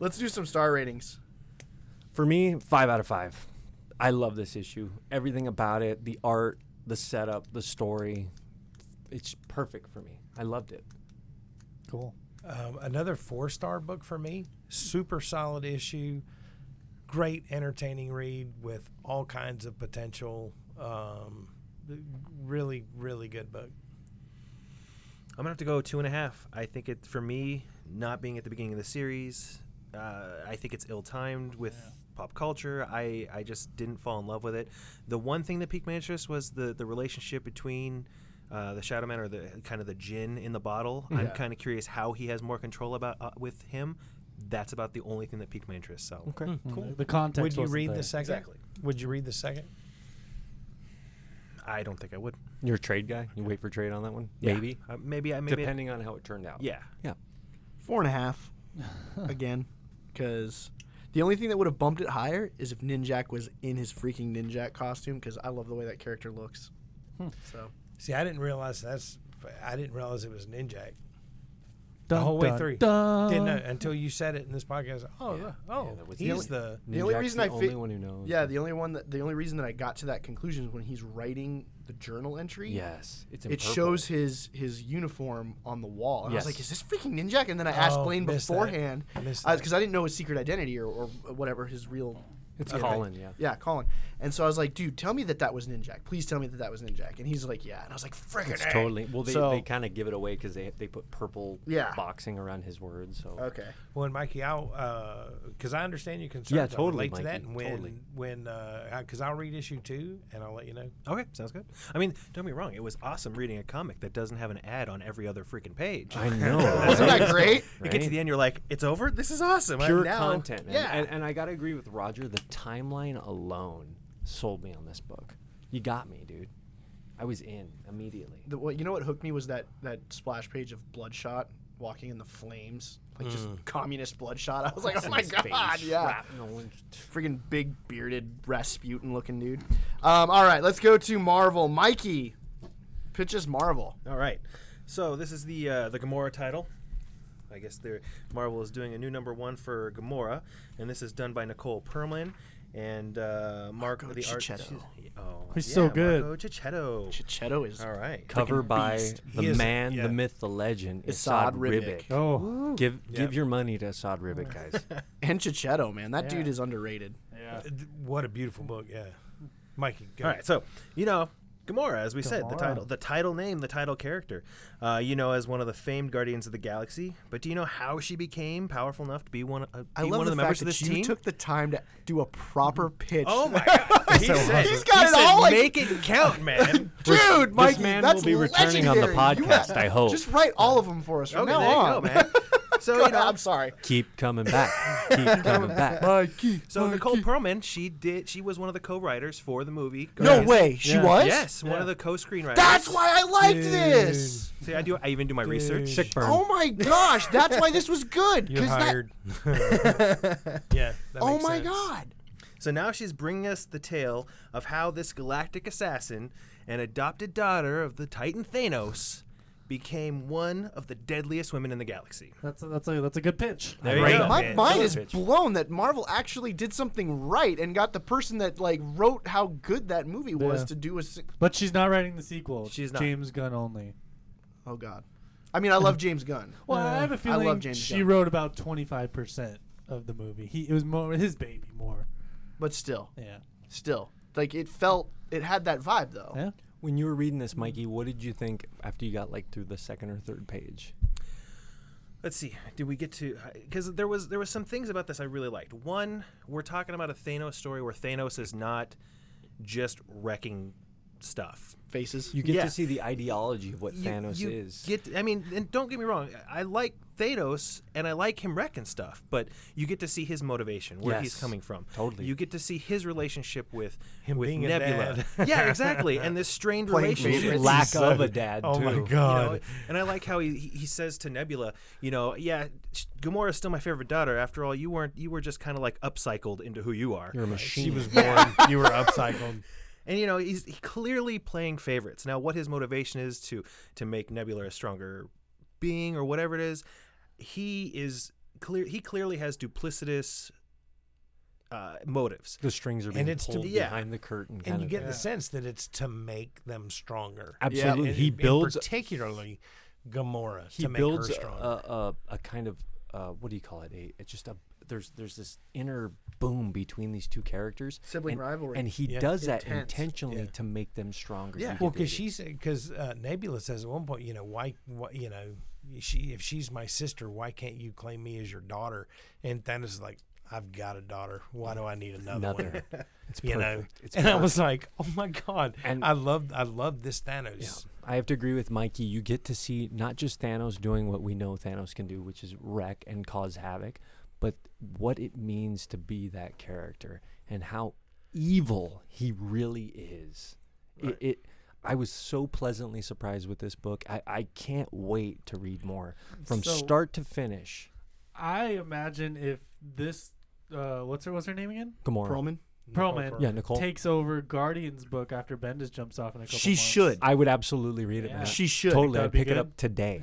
A: Let's do some star ratings.
B: For me, five out of five. I love this issue. Everything about it, the art, the setup, the story. It's perfect for me. I loved it.
E: Cool.
C: Um, another four star book for me. Super solid issue. Great, entertaining read with all kinds of potential. Um, really, really good book.
D: I'm gonna have to go two and a half. I think it for me, not being at the beginning of the series, uh, I think it's ill-timed with pop culture. I, I just didn't fall in love with it. The one thing that piqued my interest was the the relationship between uh, the Shadow Man or the kind of the gin in the bottle. I'm kind of curious how he has more control about uh, with him. That's about the only thing that piqued my interest. So
B: Okay.
E: The- The context.
C: Would you
E: wasn't
C: read
E: there.
C: the second?
D: Exactly.
C: Would you read the second?
D: I don't think I would.
B: You're a trade guy. You wait for trade on that one?
D: Yeah.
B: Maybe.
D: Uh, maybe I maybe. I-
B: Depending on how it turned out.
D: yeah.
B: Yeah.
A: Four and a half. again. Because the only thing that would have bumped it higher is if Ninjak was in his freaking Ninjak costume, because I love the way that character looks. So
C: See, I didn't realize that's. I didn't realize it was Ninjak the
E: Dun,
C: whole way
E: dun,
C: through.
E: dun.
C: Oh, Didn't know until you said it in this podcast. Oh, oh,
B: that was the
C: he's
B: only-
C: the.
A: The only
B: Ninjak's
A: reason
B: the
A: I fi-
B: only one who knows.
A: yeah, the only one that the only reason that I got to that conclusion is when he's writing the journal entry.
B: Yes. It's in
A: It
B: purple.
A: shows his his uniform on the wall, and I was
B: Yes.
A: like, "Is this freaking Ninjak?" And then I asked
C: Oh,
A: Blaine
C: missed that.
A: beforehand because
C: Missed
A: I,
C: that.
A: 'cause I didn't know his secret identity or, or whatever his real
B: It's
A: Yeah.
B: Colin. Yeah.
A: Yeah, Colin. And so I was like, dude, tell me that that was Ninjak. Please tell me that that was Ninjak. And he's like, yeah. And I was like, frickin'
B: It's
A: A.
B: totally. Well, they,
A: So-
B: they kind of give it away because they they put purple
A: Yeah.
B: boxing around his words. So
A: Okay.
C: Well, and Mikey, I'll because I understand your concerns.
B: Yeah,
C: I
B: totally,
C: relate to that.
B: Mikey,
C: And when
B: totally.
C: when because I'll read issue two and I'll let you know.
D: Okay, sounds good. I mean, don't be wrong. It was awesome reading a comic that doesn't have an ad on every other freaking page.
B: I know.
A: Isn't
B: right?
A: that great?
D: You get to
B: Right?
D: the end, you're like, it's over. This is awesome. I-
B: pure
D: now-
B: content. And,
A: yeah.
B: and, and I gotta agree with Roger. The timeline alone sold me on this book. You got me, dude. I was in immediately.
A: The, what, you know what hooked me was that, that splash page of Bloodshot walking in the flames, like just communist Bloodshot. I was like, oh my
B: His face
A: God, yeah.
B: wrapped in orange.
A: Freaking big bearded Rasputin looking dude. Um, all right, let's go to Marvel. Mikey, pitch us Marvel.
D: All right. So this is the uh, the Gamora title. I guess they're, Marvel is doing a new number one for Gamora, and this is done by Nicole Perlman and uh, Marco
A: Marco
D: the art-
A: Cicchetto.
D: Oh,
E: He's
D: yeah,
E: so good.
D: Marco Cicchetto.
A: Chichetto is.
D: All right.
B: Cover by
A: beast.
B: the
C: He is-
B: man,
C: yeah.
B: the myth, the legend,
A: Assad
B: Assad
A: Ribic.
B: Ribic.
E: Oh.
B: Give give your money to Assad Ribic, guys.
A: And Chichetto, man. That dude is underrated.
E: Yeah.
C: What a beautiful book, yeah. Mikey, go.
D: All right. So you know, Gamora, as we said, the
E: Gamora.
D: title, the title name, the title character. Uh, you know, as one of the famed Guardians of the Galaxy. But do you know how she became powerful enough to be one? Uh,
A: I
D: be
A: love
D: one
A: the,
D: of the
A: fact
D: members of
A: that
D: this
A: you
D: team.
A: took the time to do a proper pitch.
D: oh my god! he said,
A: He's got
D: he
A: it
D: said,
A: all, like-
D: Make it count, man.
A: dude, Mikey,
B: man
A: that's
B: will be returning on the
A: legendary. You
B: podcast,
A: ha-
B: I hope.
A: Just write all of them for us from
D: okay,
A: now
D: there
A: on.
D: you go, man. So you know,
A: I'm sorry.
B: Keep coming back. Keep coming back.
A: Mikey.
D: So Nicole Perlman, she did. She was one of the co-writers for the movie.
A: No
D: Guardians-
A: way, she
E: Yeah.
A: was.
D: Yes, one of the co-screenwriters.
A: That's why I liked this.
D: See, I do. I even do my research.
B: Sick burn.
A: Oh my gosh, that's why this was good.
C: You're
A: 'cause that-
C: hired. yeah. That
A: oh
C: makes
A: my
C: sense.
A: god.
D: So now she's bringing us the tale of how this galactic assassin, an adopted daughter of the Titan Thanos, became one of the deadliest women in the galaxy.
E: That's a, that's a that's a good pitch.
B: There
D: you go.
A: My
D: man.
A: mind
B: Killer
A: is
B: pitch.
A: blown that Marvel actually did something right and got the person that like wrote how good that movie was
E: Yeah.
A: to do a. se-
E: But she's not writing the sequel.
D: She's not.
E: James Gunn only.
A: Oh god, I mean I love James Gunn.
E: Well, I have a
A: I love
E: feeling
A: James
E: she
A: Gunn.
E: wrote about twenty five percent of the movie. He it was more his baby more.
A: But still,
E: Yeah.
A: still, like it felt it had that vibe though.
E: Yeah.
B: When you were reading this, Mikey, what did you think after you got like through the second or third page?
D: Let's see. Did we get to? Because there was there was some things about this I really liked. One, we're talking about a Thanos story where Thanos is not just wrecking stuff.
A: Faces.
B: You get
D: Yeah.
B: to see the ideology of what
D: you-
B: Thanos
D: you
B: is.
D: Get, I mean, and don't get me wrong. I like Thanos and I like him wrecking stuff, but you get to see his motivation, where he's
B: Yes,
D: coming from.
B: totally.
D: You get to see his relationship with
C: Him
D: with
C: being a
D: Nebula.
C: dad.
D: yeah, exactly. And this strained
A: Playing
D: relationship.
A: favorites.
B: Lack
C: So-
B: of a dad,
C: Oh
B: too.
C: my
D: You
C: god.
D: know, and I like how he, he he says to Nebula, you know, yeah, sh- Gamora's still my favorite daughter. After all, you weren't you were just kind of like upcycled into who you are.
B: You're a machine.
C: She was born. you were upcycled.
D: And you know, he's he clearly playing favorites. Now, what his motivation is to to make Nebula a stronger being or whatever it is, he is clear. He clearly has duplicitous uh, motives.
B: the strings are being
C: And it's to
B: pulled
D: be- yeah.
B: behind the curtain. Kind
C: And you
B: of
C: get
B: thing.
C: the sense that it's to make them stronger.
B: absolutely.
C: And-
B: he
C: and
B: builds.
C: particularly Gamora
B: He
C: to make
B: builds
C: her
B: a,
C: stronger.
B: a, a a kind of uh, what do you call it? A it's just a there's there's this inner boom between these two characters.
A: Sibling
B: and,
A: rivalry.
B: And he
C: Yeah.
B: does that
A: Intense.
B: intentionally
C: Yeah.
B: to make them stronger.
D: Yeah.
B: You
C: Well,
B: can
C: because
B: read it.
C: she said, because uh, Nebula says at one point, you know, why, why, you know, she if she's my sister, why can't you claim me as your daughter? And Thanos is like, I've got a daughter. Why do I need another,
B: another.
C: one?
B: It's
C: you know,
B: perfect. It's
C: and I
B: perfect.
C: was like, oh my god,
B: And-
C: I love, I love this Thanos.
B: I have to agree with Mikey. You get to see not just Thanos doing what we know Thanos can do, which is wreck and cause havoc, but what it means to be that character and how evil he really is. It, it I was so pleasantly surprised with this book. I, I can't wait to read more from
E: So-
B: start to finish.
E: I imagine if this uh, what's her what's her name again?
B: Gamora.
A: Perlman.
E: Perlman.
B: Yeah, Nicole.
E: Takes over Guardian's book after Bendis jumps off in a couple
A: She
E: months.
A: should.
B: I would absolutely read it,
E: Yeah.
B: man.
A: She should.
B: totally. I'd
E: That'd be
B: pick it
E: good.
B: up today.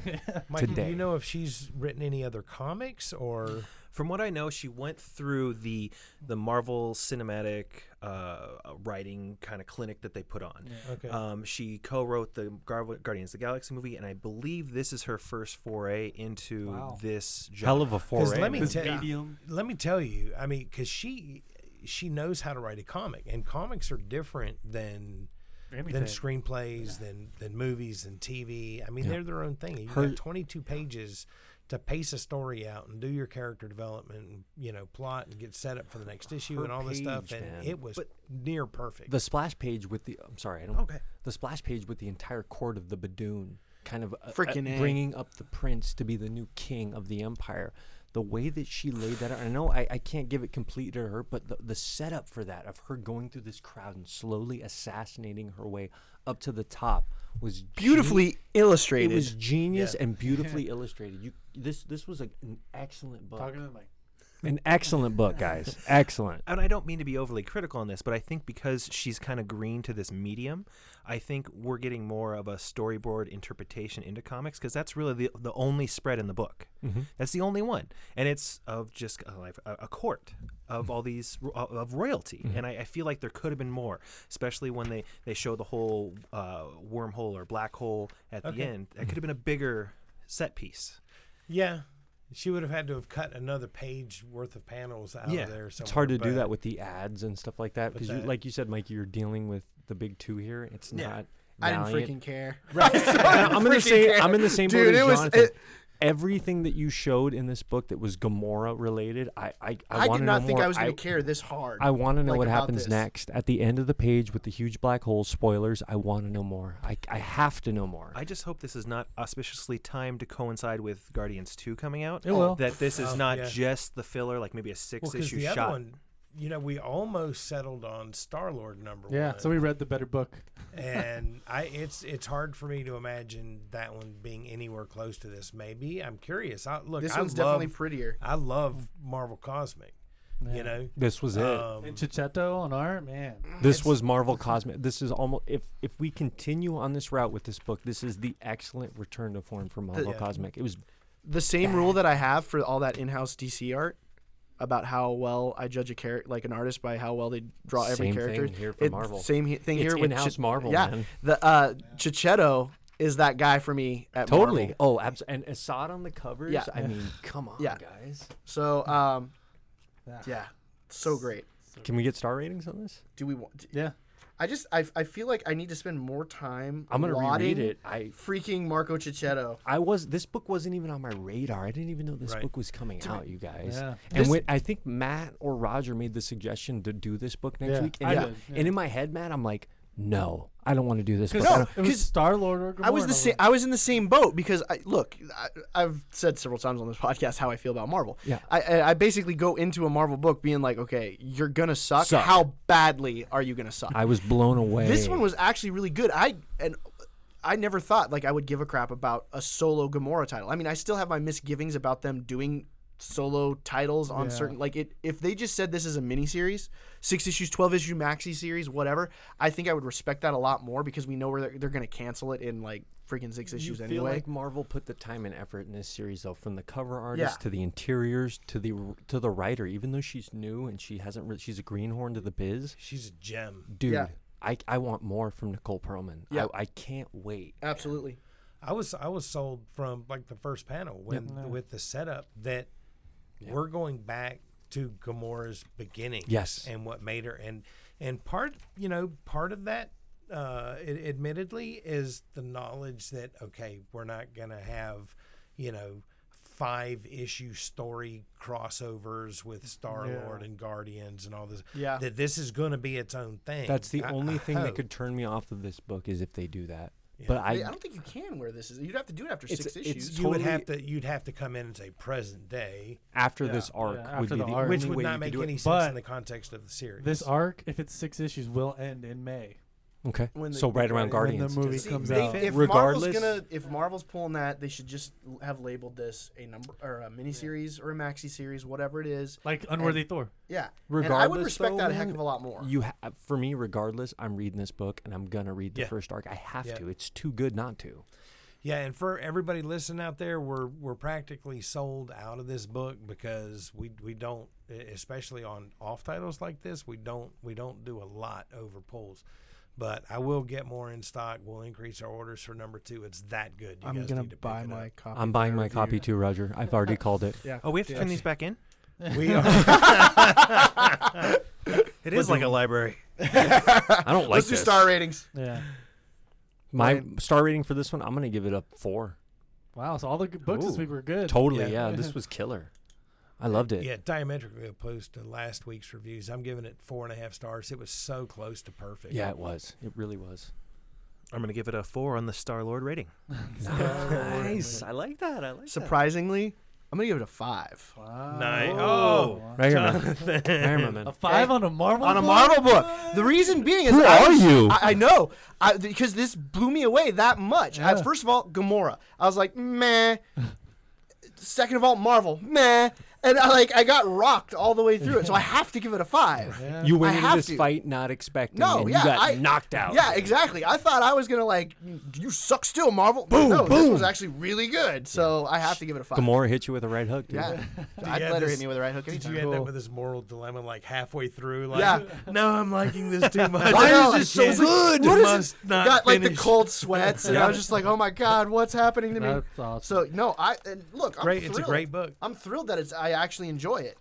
C: Mike, do
B: Today.
C: you know if she's written any other comics or?
D: From what I know, she went through the the Marvel cinematic uh, writing kind of clinic that they put on.
C: Okay.
B: Uh,
D: Um, she co-wrote the Gar- Guardians of the Galaxy movie, and I believe this is her first foray into
E: Wow.
D: this genre.
B: Hell of a foray.
C: let me
B: man.
E: This
C: Yeah.
E: medium.
C: let me tell you i mean because she she knows how to write a comic and comics are different than
E: Anything.
C: than screenplays than than movies and tv i mean
B: Yeah.
C: they're their own thing you've
B: Her-
C: got 22 pages to pace a story out and do your character development and you know plot and get set up for the next issue
B: Her
C: and all this stuff
B: page,
C: and
B: man.
C: it was
D: But-
C: near perfect
B: the splash page with the I'm sorry, I don't.
D: Okay.
B: The splash page with the entire court of the Badoon, kind of uh, uh,
A: Frickin' A.
B: bringing up the prince to be the new king of the empire. The way that she laid that out, I know I, I can't give it complete to her, but the, the setup for that of her going through this crowd and slowly assassinating her way up to the top was geni-
A: Beautifully illustrated.
B: It was genius and beautifully illustrated. You this this was a, an excellent book,
E: Talking to the mic.
B: an excellent book, guys, excellent.
D: and I don't mean to be overly critical on this, but I think because she's kind of green to this medium, I think we're getting more of a storyboard interpretation into comics because that's really the, the only spread in the book. That's the only one, and it's of just a, like a, a court of all these ro- of- of royalty, and I, I feel like there could have been more, especially when they they show the whole uh, wormhole or black hole at the end. That could have been a bigger set piece.
C: yeah she would have had to have cut another page worth of panels out
D: Yeah.
C: of there
B: It's hard to
C: somewhere,
B: do
C: but-
B: that with the ads and stuff like that because,
C: that-
B: like you said, Mike, you're dealing with the big two here. It's
D: Yeah.
B: not.
A: I didn't
B: Valiant.
A: freaking care.
B: I- I'm in the
A: freaking
B: same.
A: care.
B: I'm in the same boat
A: Dude,
B: as
A: it was-
B: Jonathan.
A: it-
B: Everything that you showed in this book that was Gamora related, I I,
A: I,
B: I,
A: did
B: wanna
A: not
B: know
A: think
B: more.
A: I was going to care this hard.
B: I want to know
A: like,
B: what
A: about
B: happens
A: this.
B: next at the end of the page with the huge black hole. Spoilers. I want to know more. I, I have to know more.
D: I just hope this is not auspiciously timed to coincide with Guardians 2 coming out.
B: It will.
D: That this is
C: Oh,
D: not
C: yeah.
D: just the filler, like maybe a six
C: Well, because
D: issue
C: the other
D: shot.
C: one, you know, we almost settled on Star Lord number
E: Yeah,
C: one.
E: so we read the better book.
C: and I it's it's hard for me to imagine that one being anywhere close to this. Maybe I'm curious. I look.
A: this
C: I
A: one's
C: love,
A: definitely prettier.
C: I love Marvel Cosmic.
E: Yeah.
C: You know,
B: this was it.
A: Uh,
C: um,
E: And Chichetto on art, man.
B: this was Marvel Cosmic. This is almost if if we continue on this route with this book, this is the excellent return to form for Marvel
C: yeah.
B: Cosmic. It was
A: The same rule that I have for all that in-house DC art about how well I judge a character, like an artist, by how well they draw every
B: Same
A: character.
B: thing here for Marvel.
A: Same he- thing
B: It's
A: here with
B: in-house Marvel,
A: Yeah,
B: man.
A: the uh, Chichetto is that guy for me at
B: totally.
A: Marvel.
B: Oh, abs- and Assad on the covers.
A: Yeah.
B: I mean, come on,
A: Yeah.
B: guys.
A: So um,
E: Yeah.
A: yeah, so great.
B: Can we get star ratings on this?
A: Do we want?
E: Yeah.
A: I just I, I feel like I need to spend more time.
B: I'm gonna
A: lauding
B: reread it. I
A: Freaking Marco Chichetto.
B: I was this book wasn't even on my radar. I didn't even know this
C: Right.
B: book was coming out, you guys.
E: Yeah.
B: And
A: This-
B: when, I think Matt or Roger made the suggestion to do this book next
E: Yeah,
B: week, and,
E: I
B: in-
E: did, yeah.
B: and in my head, Matt, I'm like, no, I don't want to do this. Book.
E: Because
B: I
E: no,
B: don't-
E: it was Star Lord or Gamora.
A: I was
E: and
A: the same. I was in the same boat because I look. I, I've said several times on this podcast how I feel about Marvel.
B: Yeah.
A: I- I, I basically go into a Marvel book being like, okay, you're gonna suck.
B: Suck.
A: How badly are you gonna suck?
B: I was blown away.
A: This one was actually really good. I and I never thought like I would give a crap about a solo Gamora title. I mean, I still have my misgivings about them doing solo titles on
E: Yeah.
A: certain like it if they just said this is a mini series, 6 issues, 12 issue maxi series, whatever, I think I would respect that a lot more because we know where they're, they're going to cancel it in like freaking 6
B: You
A: issues
B: feel
A: anyway.
B: like Marvel put the time and effort in this series, though, from the cover artist
A: Yeah.
B: to the interiors to the r- to the writer. Even though she's new and she hasn't, re- she's a greenhorn to the biz,
C: she's a gem.
B: dude.
A: Yeah.
B: I, I want more from Nicole Perlman.
A: Yeah.
B: I, I can't wait.
A: Absolutely.
C: I was I was sold from like the first panel when with the setup that we're going back to Gamora's beginning.
B: Yes.
C: and what made her and and part you know part of that uh, it, admittedly is the knowledge that okay we're not gonna have you know five issue story crossovers with Star Lord and Guardians and all this.
A: Yeah.
C: that this is gonna be its own thing.
B: That's the
C: I-
B: only
C: I
B: thing that
C: hope.
B: could turn me off of this book is if they do that. But
A: I,
B: I,
A: I don't think you can wear this. is- You'd have to do it after
B: It's-
A: 6
B: it's
A: issues.
C: you would have to you'd have to come in and say present day,
B: after this arc
E: yeah,
B: would
E: after
B: be
E: the
B: the
E: arc.
B: only
E: Which
C: which would
B: way
C: not
B: you
C: make
B: could do
C: any
B: it.
C: sense
E: But
C: in the context of the series.
E: This arc, if it's six issues, will end in May.
B: Okay,
A: When the-
B: so right around
E: When the
B: Guardians.
E: movie
A: See,
E: comes
A: they-
E: out.
A: If
B: Regardless-
A: Marvel's gonna, if Marvel's pulling that, they should just l- have labeled this a number or a miniseries or a maxi series, whatever it is.
E: like Unworthy Thor.
A: Yeah, and
B: Regardless,
A: I would respect
B: though,
A: that a heck
B: man,
A: of a lot more.
B: You ha- for me, regardless, I'm reading this book and I'm gonna read the
C: Yeah.
B: first arc. I have
C: Yeah.
B: to. It's too good not to.
C: Yeah, and for everybody listening out there, we're we're practically sold out of this book because we we don't, e, especially on off titles like this, we don't we don't do a lot over polls. But I will get more in stock. We'll increase our orders for number two. It's that good. You guys need to pick it up.
A: copy.
B: I'm buying my copy too, Roger. I've already called it.
A: Yeah.
D: Oh, we have to turn these back in?
C: We are.
D: It is like a library.
B: I don't like
A: Let's do
B: this.
A: star ratings.
E: Yeah.
B: My
A: Ryan.
B: star rating for this one, I'm gonna give it a four.
E: Wow. So all the good books this
B: Ooh.
E: week were good.
B: Totally,
C: Yeah.
B: yeah. this was killer. I loved it.
C: yeah, diametrically opposed to last week's reviews. I'm giving it four and a half stars. It was so close to perfect.
B: Yeah, it was. It really was.
D: I'm going to give it a four on the Star Lord rating.
B: Nice. I like that. I like
A: Surprisingly, I'm gonna give it a five
E: Wow.
C: Nice. Oh,
B: that. Right here, man. Right here, my
E: A
B: man.
E: five on a Marvel.
A: on a
E: book?
A: Marvel book. The reason being is
B: Who
A: I
B: are
A: was-
B: you?
A: I, I know I, because this blew me away that much. I- first of all, Gamora. I was like, meh. Second of all, Marvel, meh. And I like I got rocked all the way through it, so I have to give it a five.
E: Yeah.
B: You
A: I
B: went into
A: have
B: this
A: to.
B: fight not expecting,
A: No,
B: and
A: yeah,
B: you got
A: I-
B: knocked out.
A: Yeah, exactly. I thought I was gonna like you suck still, Marvel. Boom, no, This was actually really good, so I have to give it a five.
B: Gamora hit you with a right hook, dude.
A: Yeah, I'd
C: Yeah,
A: let her hit
C: this-
A: me with a right hook.
C: Did
A: anytime.
C: you end up with this moral dilemma like halfway through? Like,
A: Yeah.
C: no, I'm liking this too much.
A: Why is this so
C: good?
A: What is
C: must
A: it?
C: not
A: Got like the
C: finish.
A: cold sweats, and I was just like, "Oh my god, what's happening to me?"
E: That's awesome.
A: So no, I and look,
C: Great,
A: I'm
C: it's a
A: thrilled.
C: great book.
A: I'm thrilled that it's I actually enjoy it.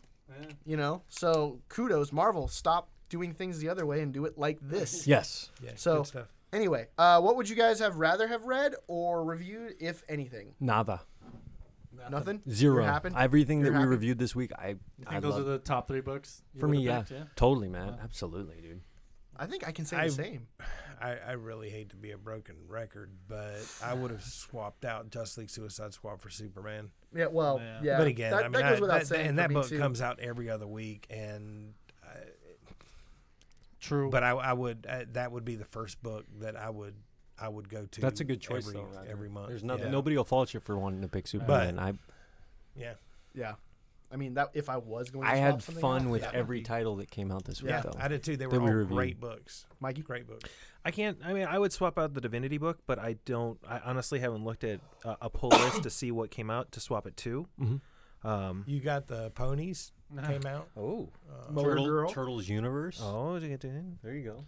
A: You know, so kudos, Marvel. Stop doing things the other way and do it like this.
B: Yes.
C: Yeah,
A: So-
C: good stuff.
A: Anyway, uh, what would you guys have rather have read or reviewed, if anything?
B: Nada.
A: Nothing.
B: Zero.
A: You're happy?
B: Everything
A: You're
B: that
A: happy?
B: we reviewed this week, I,
E: You
B: I
E: think those
B: love.
E: are the top three books? you
B: for me,
E: would've
B: yeah,
E: picked,
B: totally, man,
E: Yeah.
B: absolutely, dude.
A: I think I can say
C: I-
A: the same.
C: I, I really hate to be a broken record, but I would have swapped out Just League Suicide Squad for Superman.
A: Yeah. Well.
E: Yeah.
A: Yeah.
C: but again,
A: that,
C: I mean,
A: that
C: I-
A: goes without
C: that-
A: saying.
C: and
A: for
C: that
A: me
C: book
A: too.
C: comes out every other week, and I,
E: True.
C: but I, I would uh, that would be the first book that I would I would go to.
B: That's a good choice
C: every,
B: though. Roger.
C: every month.
B: There's nothing.
C: Yeah.
B: Nobody will fault you for wanting to pick Superman. I
C: Yeah.
A: Yeah. I mean that if I was going. to
B: I
A: swap
B: had
A: something
B: fun
A: out,
B: with
A: that would
B: every
A: be-
B: title that came out this week,
A: Yeah,
B: though.
C: I did too. They were
B: That we
C: all
B: reviewed.
C: great books.
A: Mikey.
C: Great books.
D: I can't. I mean, I would swap out the Divinity book, but I don't. I honestly haven't looked at uh, a pull list to see what came out to swap it to.
B: Mhm.
A: Mm-hmm.
D: Um,
C: You got the ponies came out.
D: oh,
C: Uh,
A: Motor
B: Turtle-
A: Girl.
B: Turtles Universe.
D: oh, did you get to- there you go.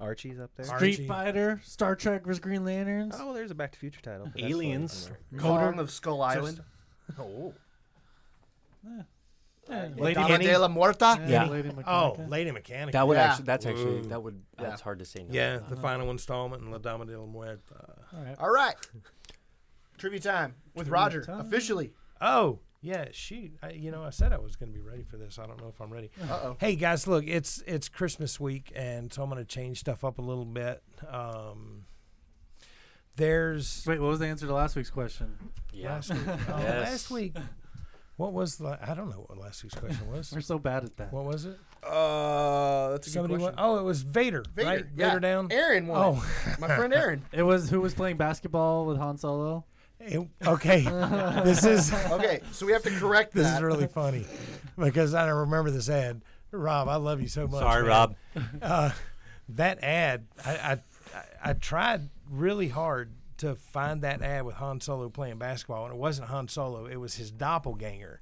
D: Archie's up there.
C: Ar-
E: Street
C: RNG.
E: Fighter, Star Trek versus Green Lanterns.
D: oh, there's a Back to Future title. but that's fine.
B: Aliens.
A: Kong of Skull Island.
D: Oh,
C: Eh.
E: Lady,
A: Eh. Dama
C: Annie.
A: de la Muerta.
B: Yeah.
E: Lady
C: Oh,
E: Mechanica.
C: Lady Mechanica.
B: That would
A: Yeah.
B: actually. That's actually.
C: Whoa.
B: That would.
A: Yeah.
B: That's hard to say. No.
C: yeah,
B: to.
C: the final installment in La Dama de la Muerta.
E: All right.
A: All right. Trivia time with
E: Trivia
A: Roger
E: time.
A: officially.
C: Oh, yeah, shoot. I, you know, I said I was going to be ready for this. I don't know if I'm ready.
A: Uh oh.
C: Hey guys, look, it's it's Christmas week, and so I'm going to change stuff up a little bit. Um, there's
E: Wait, what was the answer to last week's question?
B: Yeah.
C: last week. oh,
B: Yes.
C: Last week, what was the? I don't know what last week's question was.
E: We're so bad at that.
C: What was it?
A: Uh, that's a
C: Somebody
A: good
C: went,
A: question.
C: oh, it was Vader.
A: Vader,
C: right?
A: yeah.
C: Vader down.
A: Aaron won.
C: Oh,
A: My friend Aaron.
E: It was who was playing basketball with Han Solo.
C: It- okay. this is
A: Okay, so we have to correct
C: this
A: that.
C: is really funny because I don't remember this ad. Rob, I love you so much.
B: Sorry,
C: man.
B: Rob.
C: Uh, that ad, I, I I- I tried really hard to find that ad with Han Solo playing basketball, and it wasn't Han Solo. It was his doppelganger,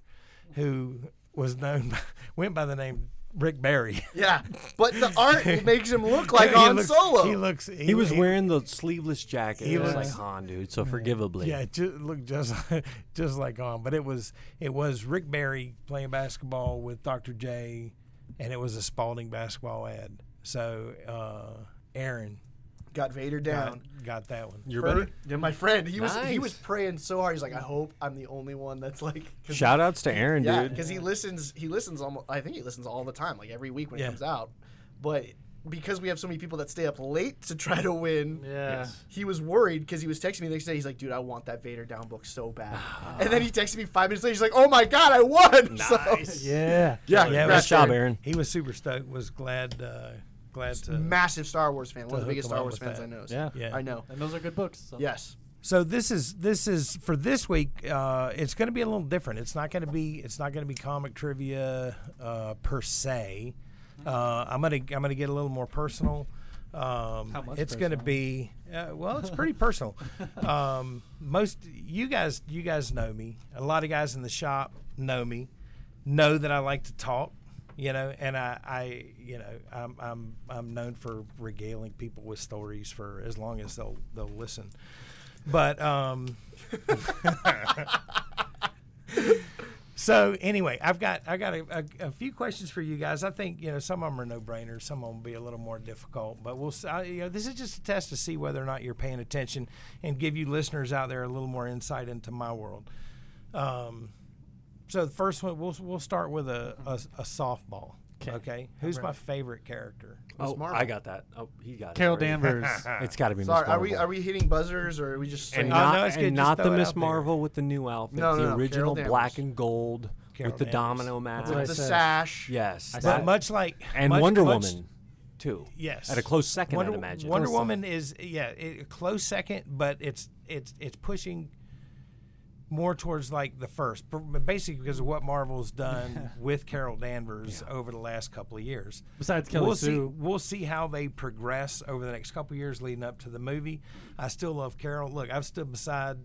C: who was known by, went by the name Rick Barry.
A: yeah, but the art makes him look like
C: He
A: Han
C: looks-
A: Solo.
C: He looks. He,
B: He was
C: he-
B: wearing the sleeveless jacket.
C: He
B: It was like
C: looks-
B: Han, dude. So forgivably.
C: Yeah, it ju- looked just just like on, but it was it was Rick Barry playing basketball with Dr. J, and it was a Spalding basketball ad. So uh, Aaron
A: Got Vader
C: got,
A: down.
C: got that one.
B: Your
A: Fred-
B: buddy.
A: yeah, my friend, he was he
B: Nice.
A: was praying so hard. He's like, I hope I'm the only one that's like. Cause,
B: Shout outs to Aaron,
A: yeah,
B: dude.
A: because he listens. He listens almost. I think he listens all the time, like every week when it
C: Yeah.
A: comes out. But because we have so many people that stay up late to try to win,
E: Yeah.
A: he was worried because he was texting me the next day. He's like, "Dude, I want that Vader down book so bad." and then he texted me five minutes later. He's like, "Oh my god, I won!" Nice.
E: Yeah.
A: yeah,
C: Yeah,
A: congrats,
B: Nice job,
A: Aaron.
B: Aaron.
C: He was super stoked. Was glad uh, glad to.
A: massive Star Wars fan, one of
C: to
A: the biggest
C: hook 'em
A: Star
C: up
A: Wars
C: with
A: fans
C: that.
A: I know.
E: Yeah.
C: Yeah.
A: I know.
E: And those are good books. So.
A: Yes.
C: So this is this is for this week. Uh, it's going to be a little different. It's not going to be it's not going to be comic trivia uh, per se. Uh, I'm gonna I'm gonna get a little more personal. Um,
E: How much
C: it's going to
E: personal?
C: be uh, well, it's pretty personal. Um, most you guys you guys know me. A lot of guys in the shop know me, know that I like to talk. You know, and I, I you know, I'm, I'm I'm known for regaling people with stories for as long as they'll they'll listen. But um, so anyway, I've got I got a, a, a few questions for you guys. I think you know some of them are no brainers, some of them will be a little more difficult. But we'll s- I, you know this is just a test to see whether or not you're paying attention and give you listeners out there a little more insight into my world. Um, so the first one we'll we'll start with a a, a softball.
E: 'Kay.
C: Okay, who's my favorite character?
B: Oh,
A: Marvel.
B: I got that. Oh, he got
E: Carol
B: it. already.
E: Danvers.
B: It's got to be.
A: Sorry,
B: Miss
A: are we
B: Marvel.
A: are we hitting buzzers or are we just saying
B: and
C: Oh,
B: not,
C: no, it's good.
B: and
C: Just
B: not
C: throw
B: the
C: it out
B: Miss
C: there.
B: Marvel with the new outfit,
A: No, no, no,
B: the
A: Carol
B: original
A: Danvers.
B: black and gold
C: Carol
B: with the
C: Danvers.
B: domino
E: what I
A: with
B: mask.
A: the
E: said.
A: sash?
B: Yes,
E: I
C: But
E: said-
B: that-
C: much like
B: and
C: much-
B: Wonder
C: much-
B: Woman, too.
C: Yes.
B: at a close second,
C: Wonder,
B: I'd imagine.
C: Wonder
B: Close
C: Woman is yeah, it, a close second, but it's it's it's pushing more towards like the first, b- but basically because of what Marvel's done with Carol Danvers over the last couple of years.
E: Besides Kelly
C: we'll see
E: Sue.
C: we'll see how they progress over the next couple of years leading up to the movie. I still love Carol. Look, I've stood beside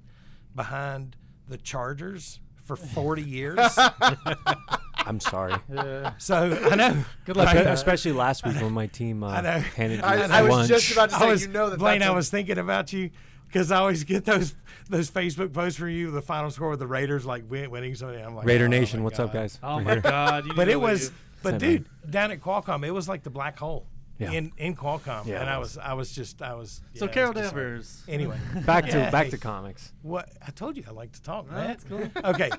C: behind the Chargers for 40 years.
B: second. I'm sorry,
E: Yeah.
C: so, I know.
E: Good luck. with
B: Espe-
E: that.
B: especially last week when my team uh,
C: know.
B: handed you
A: I,
B: lunch.
A: I was just about to say,
C: I was,
A: you know that
C: Blaine,
A: that's
C: I
A: a-
C: was thinking about you because I always get those those Facebook posts from you, the final score of the Raiders, like win- winning something. I'm like
B: Raider
C: oh,
B: Nation,
C: my
B: what's up,
C: God.
B: guys?
E: Oh
B: We're
E: my
B: here.
E: God! you need
C: But
E: to
C: it was
E: leave.
B: Semi.
C: But dude, down at Qualcomm, it was like the black hole
B: Yeah.
C: in in Qualcomm,
B: Yeah,
C: and
B: it
C: I
B: was.
C: was I was just I was.
E: So
C: yeah, I
E: Carol
C: was just like-
E: Danvers.
C: Anyway,
B: Back to back
C: Yay.
B: to comics.
C: what I told you, I like to talk,
E: Oh,
C: man.
E: that's cool.
C: okay.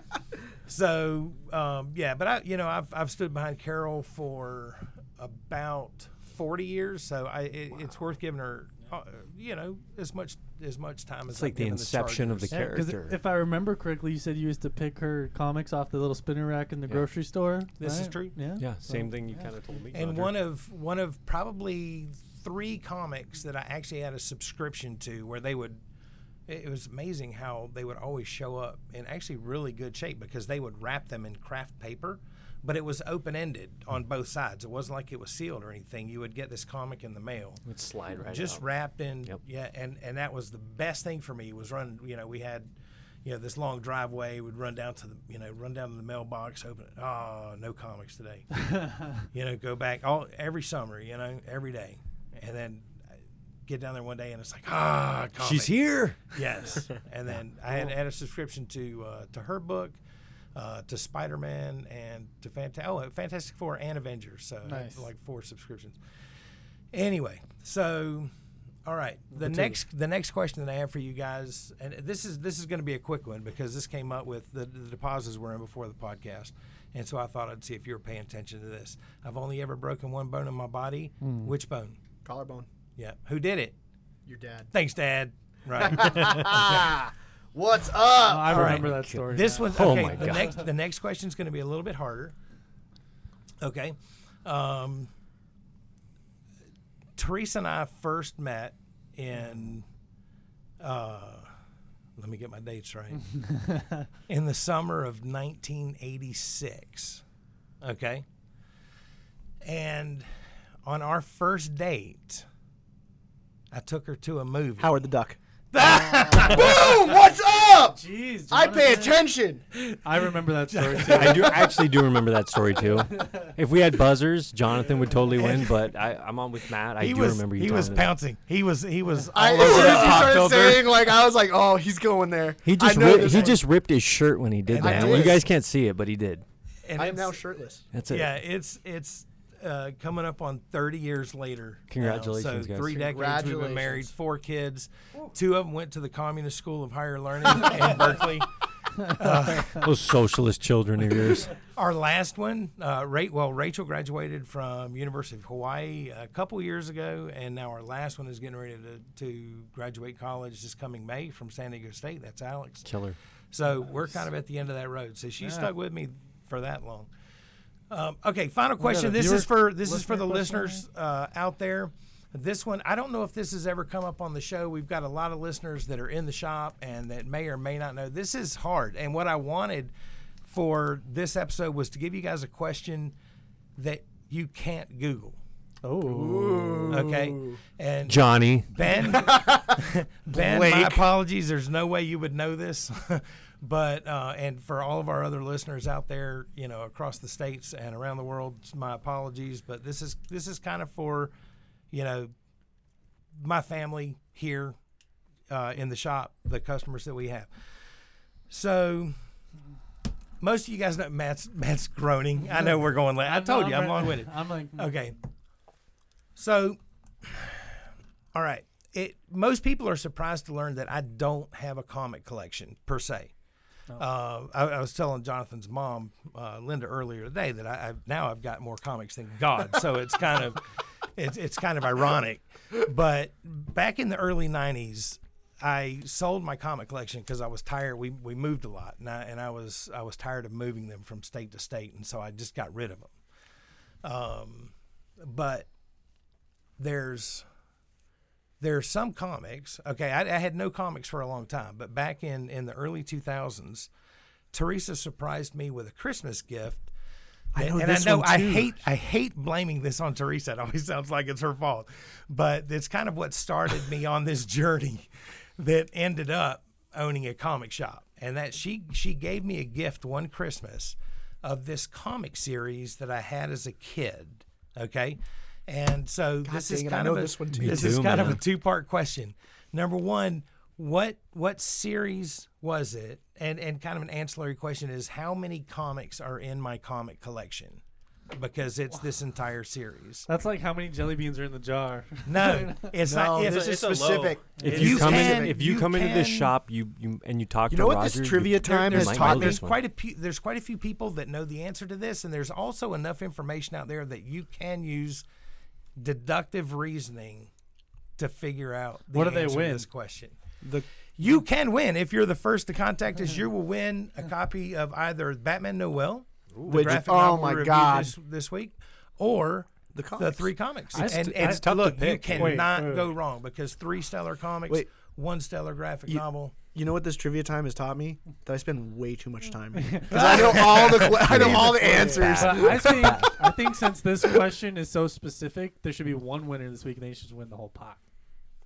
C: So um, yeah, but I you know I've I've stood behind Carol for about forty years, so I it, it's worth giving her uh, you know as much as much time as
B: It's like
C: I've
B: the
C: given
B: inception of the
E: Yeah, 'cause
B: character.
E: if I remember correctly, you said you used to pick her comics off the little spinner rack in the grocery store.
C: This is
E: right?
C: true.
E: Yeah.
B: yeah, same
E: So-
B: thing you
E: yeah.
B: kind of told me.
C: and
B: Roger.
C: one of one of probably three comics that I actually had a subscription to where they would it it was amazing how they would always show up in actually really good shape because they would wrap them in craft paper but it was open ended on both sides it wasn't like it was sealed or anything you would get this comic in the mail
B: Would slide right
C: just
B: out.
C: wrapped in
B: Yep.
C: yeah and and that was the best thing for me was run you know we had you know this long driveway would run down to the you know run down to the mailbox open it oh no comics today you know go back all every summer you know every day and then I get down there one day and it's like ah comic.
B: She's here.
C: yes and then I had, had a subscription to uh, to her book uh, to Spider Man and to Fanta- oh, Fantastic Four and Avengers so I had,
E: Nice.
C: like four subscriptions Anyway, so all right, the
E: Number two.
C: next the next question that I have for you guys, and this is this is going to be a quick one because this came up with the, the deposits were in before the podcast, and so I thought I'd see if you were paying attention to this. I've only ever broken one bone in my body.
E: Hmm.
C: Which bone?
A: Collarbone.
C: Yeah, who did it?
A: Your dad.
C: Thanks, Dad. Right.
A: What's
E: Oh,
A: up?
E: I
C: All right.
E: remember that story.
C: This
E: now.
C: one's
B: Oh
C: okay.
B: my
C: the
B: God.
C: next the next question is going to be a little bit harder. Okay, um, Teresa and I first met in. Uh, let me get my dates right. in the summer of 1986. Okay. And on our first date, I took her to a movie.
A: Howard the Duck. Boom! What's up?
E: Jeez,
A: I pay
E: Jonathan.
A: attention.
E: I remember that story too.
B: I do I actually do remember that story too. If we had buzzers, Jonathan would totally win. But I, I'm on with Matt. I
C: he
B: do
C: was
B: remember you.
C: he
B: telling
C: was
B: me that.
C: pouncing. He was he was all
A: I, as
C: over
A: soon
C: that
A: as he
C: pop
A: started
C: filter.
A: saying, like, I was like, oh, he's going there.
B: He just
A: I know
B: ri-
A: this
B: he
A: one.
B: just ripped his shirt when he did
C: And I
B: that.
A: did.
B: You guys can't see it, but he did.
C: And
A: I am
C: it's-
A: now shirtless.
B: That's it.
C: Yeah, it's it's uh, coming up on 30 years later. now.
B: Congratulations,
C: so
B: guys.
C: Three decades we've been married,
A: Congratulations.
C: four kids. Two of them went to the Communist School of Higher Learning in Berkeley.
B: Those socialist children of yours.
C: Our last one, uh, Ra- well, Rachel graduated from University of Hawaii a couple years ago, and now our last one is getting ready to, to graduate college this coming May from San Diego State. That's Alex.
B: Killer.
C: So we're kind of at the end of that road. So she stuck with me for that long. Um, okay, final question.
E: that a
C: This is
E: viewer-
C: for this is for the
E: listener
C: listeners uh, out there. This one, I don't know if this has ever come up on the show. We've got a lot of listeners that are in the shop and that may or may not know. This is hard. And what I wanted for this episode was to give you guys a question that you can't Google.
E: Oh,
C: Okay, and
B: Johnny.
C: Ben, Ben, my
A: Blake.
C: apologies. There's no way you would know this, but uh, and for all of our other listeners out there, you know, across the states and around the world, my apologies. But this is this is kind of for, you know, my family here uh, in the shop, the customers that we have. So. Most of you guys know Matt's Matt's groaning. I know we're going late. I told you I'm long winded.
E: I'm like,
C: Mm-hmm. Okay. So, all right. It most people are surprised to learn that I don't have a comic collection per se. Uh, I, I was telling Jonathan's mom, uh, Linda, earlier today that I, I've, now I've got more comics than God, so it's kind of it's it's kind of ironic. But back in the early '90s, I sold my comic collection because I was tired. We, we moved a lot, and I, and I was I was tired of moving them from state to state, and so I just got rid of them but there's there's some comics. Okay, I, I had no comics for a long time, but back in in the early 2000s, Teresa surprised me with a Christmas gift. I
A: know
C: and
A: this
C: I know
A: one,
C: I
A: too.
C: hate I hate blaming this on Teresa. It always sounds like it's her fault, but it's kind of what started me on this journey that ended up owning a comic shop. And that she she gave me a gift one Christmas of this comic series that I had as a kid. Okay, and so this is
A: dang it, I
C: kind
A: know
C: of a,
A: this one too.
C: This
B: Me
C: is
B: too,
C: kind of
B: man.
C: a two part question. Number one, what what series was it? And and kind of an ancillary question is how many comics are in my comic collection? because it's this entire series.
E: That's like how many jelly beans are in the jar.
C: No, it's
A: No,
C: not. It's,
A: this
D: a-
A: is
D: it's a low.
A: specific.
B: If
D: It's
B: you,
C: you
B: come
C: can-
B: in, if you,
C: you
B: come into this
C: can-
B: shop, you, you and you talk
A: You
B: to
A: know what
B: Roger,
A: this trivia time
B: there
A: has
B: might
A: taught
B: know
A: me?
B: this
C: there's
B: one.
C: quite a few. There's quite a few people that know the answer to this, and there's also enough information out there that you can use deductive reasoning to figure out the
E: What do they
C: answer
E: win?
C: to this question.
A: The-
C: you can win if you're the first to contact us. You will win a copy of either Batman Noel, the
A: Which-
C: graphic
A: oh
C: novel
A: my
C: we reviewed
A: God.
C: this, this week, or
A: The
C: the
A: comics.
C: three comics.
B: It's
C: and
B: t-
C: and
B: it's tough to
C: look, you
B: pick.
E: Wait,
C: cannot
E: wait,
C: go
E: wait.
C: wrong because three stellar comics,
A: Wait.
C: one stellar graphic
A: You-
C: novel.
A: You know what this trivia time has taught me? That I spend way too much time because I know all the que- I know all the answers.
E: But I think I think since this question is so specific, there should be one winner this week, and they should just win the whole pot.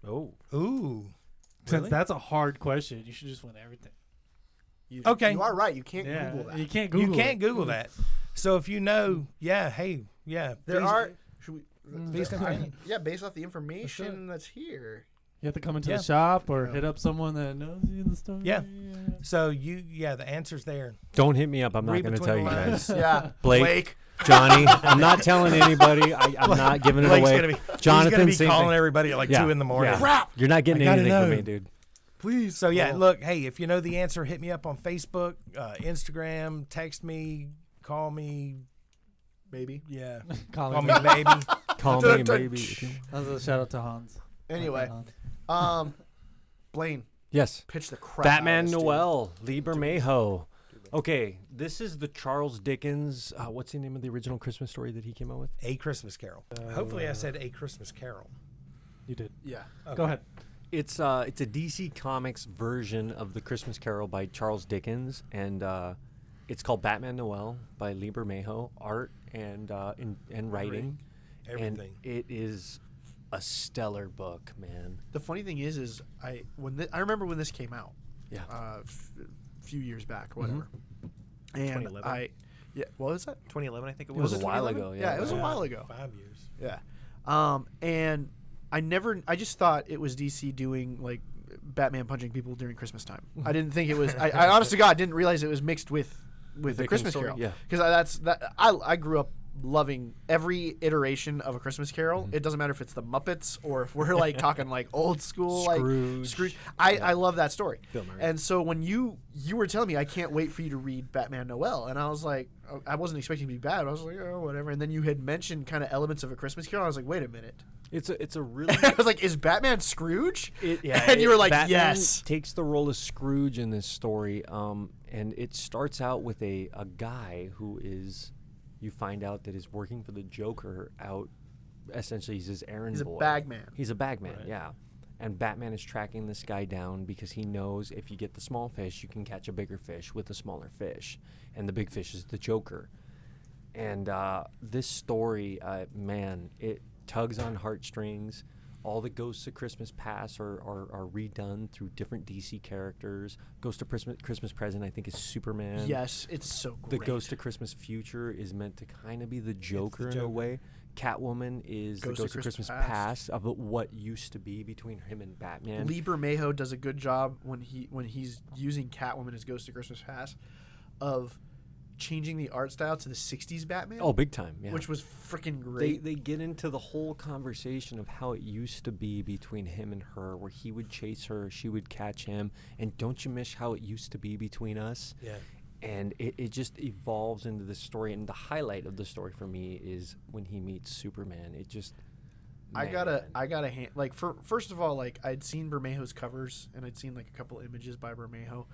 D: Oh,
C: Ooh.
E: Since
D: Really?
E: that's a hard question, you should just win everything.
A: You-
C: Okay.
A: you are right. You can't
E: yeah,
A: Google that.
E: you can't Google.
C: you
E: it.
C: can't Google that. So if you know, yeah, hey, yeah,
A: There
C: please-
A: are. Should we,
C: please
A: I-
C: continue.
A: yeah, based off the information that's here.
E: You have to come into
C: Yeah.
E: the shop or
A: Yeah.
E: hit up someone that knows you in the store.
C: Yeah. So you, yeah, the answer's there.
B: Don't hit me up. I'm not
C: Read
B: going to
C: between
B: tell
C: the
B: you
C: lines.
B: guys.
A: Yeah,
B: Blake,
A: Blake.
B: Johnny, I'm not telling anybody. I, I'm not giving it
C: Blake's
B: away.
C: gonna be,
B: Jonathan,
C: he's gonna be
B: same
C: calling
B: thing.
C: everybody at like
B: Yeah,
C: two in the morning.
B: yeah.
A: Crap.
B: You're not
C: I
B: getting
C: gotta
B: anything from
C: know.
B: me, dude.
A: Please.
C: So yeah,
A: Oh.
C: look, hey, if you know the answer, hit me up on Facebook, uh, Instagram, text me, call me,
A: maybe.
C: yeah, call
E: Calling
C: me
E: me.
C: baby.
B: Call me, maybe.
E: That was a shout out to Hans.
A: Anyway,
E: Hans.
A: um, Blaine,
B: Yes.
A: pitch the crap. out of
B: Batman
A: this, dude.
B: Noel, Lieber Mayho. Okay, this is the Charles Dickens. Uh, what's the name of the original Christmas story that he came out with?
C: A Christmas Carol. Hopefully,
B: Uh,
C: I said a Christmas Carol.
E: You did.
A: Yeah.
E: Go ahead.
B: It's uh, it's a DC Comics version of the Christmas Carol by Charles Dickens, and uh, it's called Batman Noel by Lieber Mayho. Art and uh, in, and writing,
C: Everything.
B: and it is a stellar book, man.
A: The funny thing is, is I when thi- I remember when this came out,
B: Yeah.
A: uh, f- few years back, or whatever.
B: Mm-hmm.
A: And
D: 2011?
A: I, yeah, what was that?
D: 2011, I think it
B: was
D: was.
B: a while
A: 2011?
B: ago, yeah.
A: it was a
C: Yeah,
A: while ago.
C: Five years.
A: Yeah. Um, and I never, I just thought it was DC doing like Batman punching people during Christmas time. I didn't think it was. I, I honest to God didn't realize it was mixed with with the
B: Dickens
A: Christmas
B: story,
A: Carol.
B: yeah.
A: Because that's that. I I grew up loving every iteration of a Christmas Carol. It doesn't matter if it's the Muppets or if we're like talking like old school like
B: Scrooge.
A: Scrooge. I, I love that story.
D: Bill Murray.
A: And so when you you were telling me I can't wait for you to read Batman Noel, and I was like, "Oh, I wasn't expecting it to be bad. I was like, oh whatever. And then you had mentioned kind of elements of a Christmas Carol. I was like, wait a minute.
B: It's a it's a really
A: I was like, is Batman Scrooge?
B: It- yeah,
A: and you
B: it-
A: were like,
B: Batman
A: yes.
B: Takes the role of Scrooge in this story, um, and it starts out with a a guy who is, you find out that is working for the Joker out. Essentially, he's his errand
A: He's a
B: boy.
A: bagman.
B: He's a bagman, yeah. And Batman is tracking this guy down because he knows if you get the small fish, you can catch a bigger fish with a smaller fish, and the big fish is the Joker. And uh, this story, uh, man, it tugs on heartstrings. All the Ghosts of Christmas Past are, are, are redone through different DC characters. Ghost of Christmas, Christmas Present, I think, is Superman.
A: Yes, it's so
B: The
A: great.
B: Ghost of Christmas Future is meant to kind of be the Joker, in a
C: Joker.
B: way. Catwoman is the Ghost of Christmas, Past, of what used to be between him and Batman.
A: Lieber Mayho does a good job when he when he's using Catwoman as Ghost of Christmas Past of changing the art style to the '60s Batman,
B: oh, big time. Yeah.
A: which was freaking
B: they,
A: great.
B: they get into the whole conversation of how it used to be between him and her, where he would chase her, she would catch him, and don't you miss how it used to be between us?
C: Yeah.
B: And it, it just evolves into this story. And the highlight of the story for me is when he meets Superman. It just.
A: I gotta,
B: man.
A: I gotta hand like for first of all, like I'd seen Bermejo's covers and I'd seen like a couple images by Bermejo,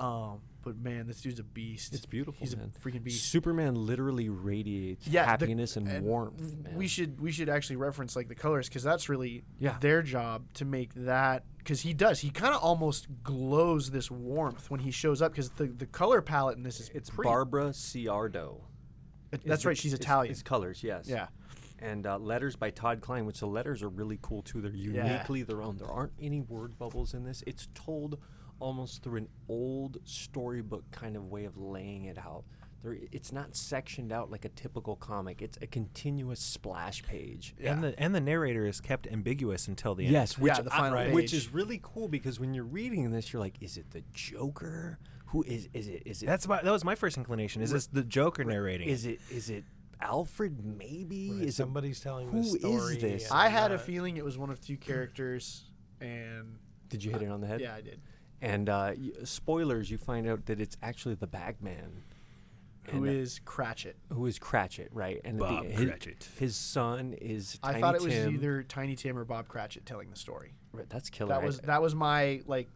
A: um, but man, this dude's a beast.
B: It's beautiful,
A: He's
B: man.
A: a freaking beast.
B: Superman literally radiates
A: Yeah, the-
B: happiness and,
A: and
B: warmth.
A: w-
B: Man.
A: We should we should actually reference like the colors because that's really
B: Yeah.
A: their job to make that because he does he kind of almost glows this warmth when he shows up because the, the color palette in this is
B: It's
A: pretty,
B: Barbara Ciardo.
A: it-
B: is
A: that's
B: the-
A: right she's
B: it's-
A: Italian
B: It's colors, yes.
A: yeah
B: and uh, letters by Todd Klein, which the letters are really cool too. They're
A: Yeah.
B: uniquely their own. There aren't any word bubbles in this. It's told almost through an old storybook kind of way of laying it out. There, it's not sectioned out like a typical comic. It's a continuous splash page.
D: And the and the narrator is kept ambiguous until the end.
B: Yes, which,
A: the
B: I-
A: final
B: which
A: page.
B: is really cool because when you're reading this, you're like, is it the Joker? Who is is it? Is it
D: That's my that was my first inclination. Is this the Joker narrating?
B: Is it is it Alfred maybe
C: Right,
B: is a
C: somebody's telling
B: who
C: this
B: is
C: story.
B: this?
C: and
A: I
C: I'm
A: had a
C: not-
A: feeling it was one of two characters, and
B: Did you hit it on the head?
A: yeah, I did.
B: And uh, y- spoilers, you find out that it's actually the Bagman,
A: Who
B: And, uh,
A: is Cratchit?
B: who is Cratchit, right? And at
D: Bob
B: the, his,
D: Cratchit.
B: His son is. Tiny
A: I thought it was
B: Tim.
A: either Tiny Tim or Bob Cratchit telling the story.
B: Right, that's killer.
A: That
B: I-
A: was that was my like,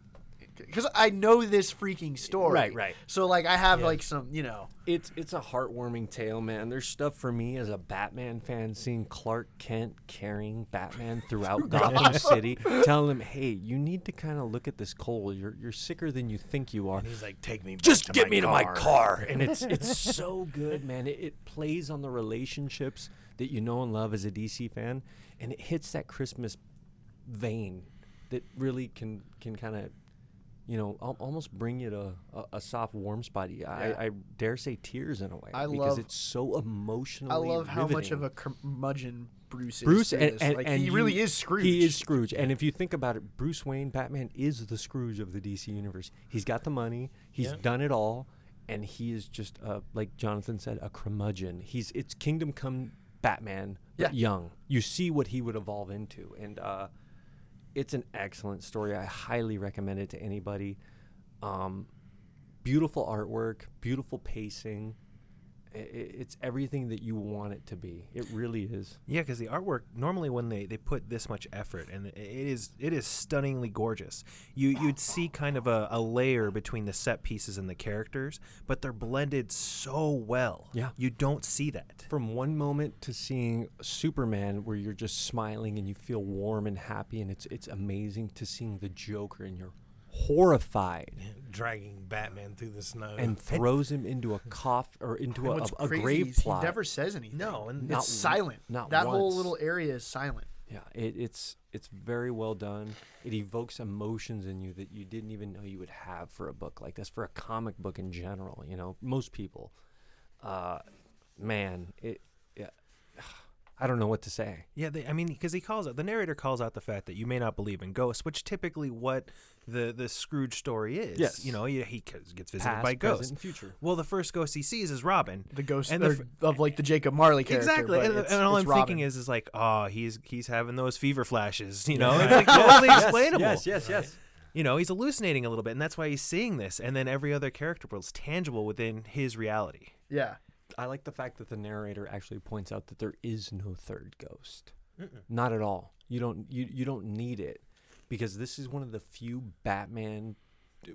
A: because I know this freaking story.
B: Right, right.
A: So like I have like some you know.
B: It's it's a heartwarming tale, man. There's stuff for me as a Batman fan seeing Clark Kent carrying Batman throughout Gotham City, telling him, "Hey, you need to kind of look at this cold. You're you're sicker than you think you are.
C: He's like, take me. Back
B: Just
C: to
B: get
C: my
B: me to
C: car.
B: my car." And it's it's so good, man. It, it plays on the relationships that you know and love as a DC fan, and it hits that Christmas vein that really can can kind of you know al- almost bring you to a, a soft warm spot I, I, I dare say tears in a way
A: I
B: because
A: love-
B: it's so emotionally
A: I love how much of a
B: riveting.
A: curmudgeon Bruce is.
B: Bruce
A: through
B: and,
A: this.
B: and,
A: like,
B: and
A: he really
B: you-
A: is Scrooge.
B: He is Scrooge, and if you think about it, Bruce Wayne, Batman is the Scrooge of the DC universe. He's got the money, he's done it all, and he is just uh, like Jonathan said, a curmudgeon. He's it's Kingdom Come Batman, but
A: Yeah.
B: young. You see what he would evolve into, and uh, it's an excellent story. I highly recommend it to anybody. Um, beautiful artwork, beautiful pacing. I- i it's everything that you want it to be. It really is.
D: Yeah, because the artwork normally when they, they put this much effort and it is it is stunningly gorgeous. You you'd see kind of a, a layer between the set pieces and the characters, but they're blended so well.
B: Yeah.
D: you don't see that.
B: from one moment to seeing Superman where you're just smiling and you feel warm and happy and it's it's amazing to seeing the Joker and you're horrified
C: Dragging Batman through the snow.
B: and throws him into a cough or into
A: And
B: a,
A: what's
B: a
A: crazy
B: grave
A: is
B: plot.
A: He never says anything.
D: No, and
A: it's
B: Not-
A: silent.
B: not
A: that whole
B: once.
A: little area is silent.
B: yeah, it, it's it's very well done. It evokes emotions in you that you didn't even know you would have for a book like this, for a comic book in general. You know, most people, uh, man, it. Yeah, I don't know what to say.
D: Yeah, they, I mean, because he calls out the narrator calls out the fact that you may not believe in ghosts, which typically what the the Scrooge story is.
B: Yes.
D: you know, he, he gets visited
B: Past,
D: by
B: present,
D: ghosts.
B: and future.
D: Well, the first ghost he sees is Robin.
A: The ghost
D: and the
A: or-
D: fir-
A: of like the Jacob Marley character.
D: Exactly,
A: but
D: and,
A: it's-
D: and all
A: it's
D: I'm
A: Robin.
D: thinking is, is like, oh, he's he's having those fever flashes, you know, it's like totally explainable.
B: Yes, yes, yes.
D: You know, he's hallucinating a little bit, and that's why he's seeing this. And then every other character was tangible within his reality.
A: yeah.
B: I like the fact that the narrator actually points out that there is no third ghost. Not at all. You don't you, you don't need it because this is one of the few Batman uh,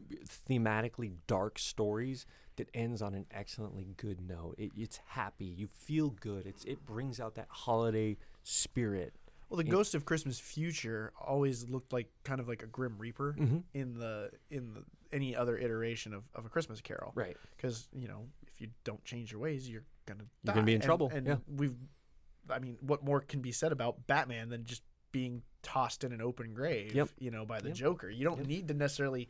B: thematically dark stories that ends on an excellently good note. It, it's happy. You feel good. It's it brings out that holiday spirit.
A: Well, the Ghost of Christmas Future always looked like kind of like a Grim Reaper in the in the, any other iteration of, of a Christmas Carol,
B: Right.
A: Because you know, if you don't change your ways, you're gonna
B: You're gonna be
A: die.
B: in
A: And-
B: trouble,
A: And
B: yeah.
A: we've, I mean, what more can be said about Batman than just being tossed in an open grave,
B: Yep.
A: you know, by the
B: Yep.
A: Joker? You don't need to necessarily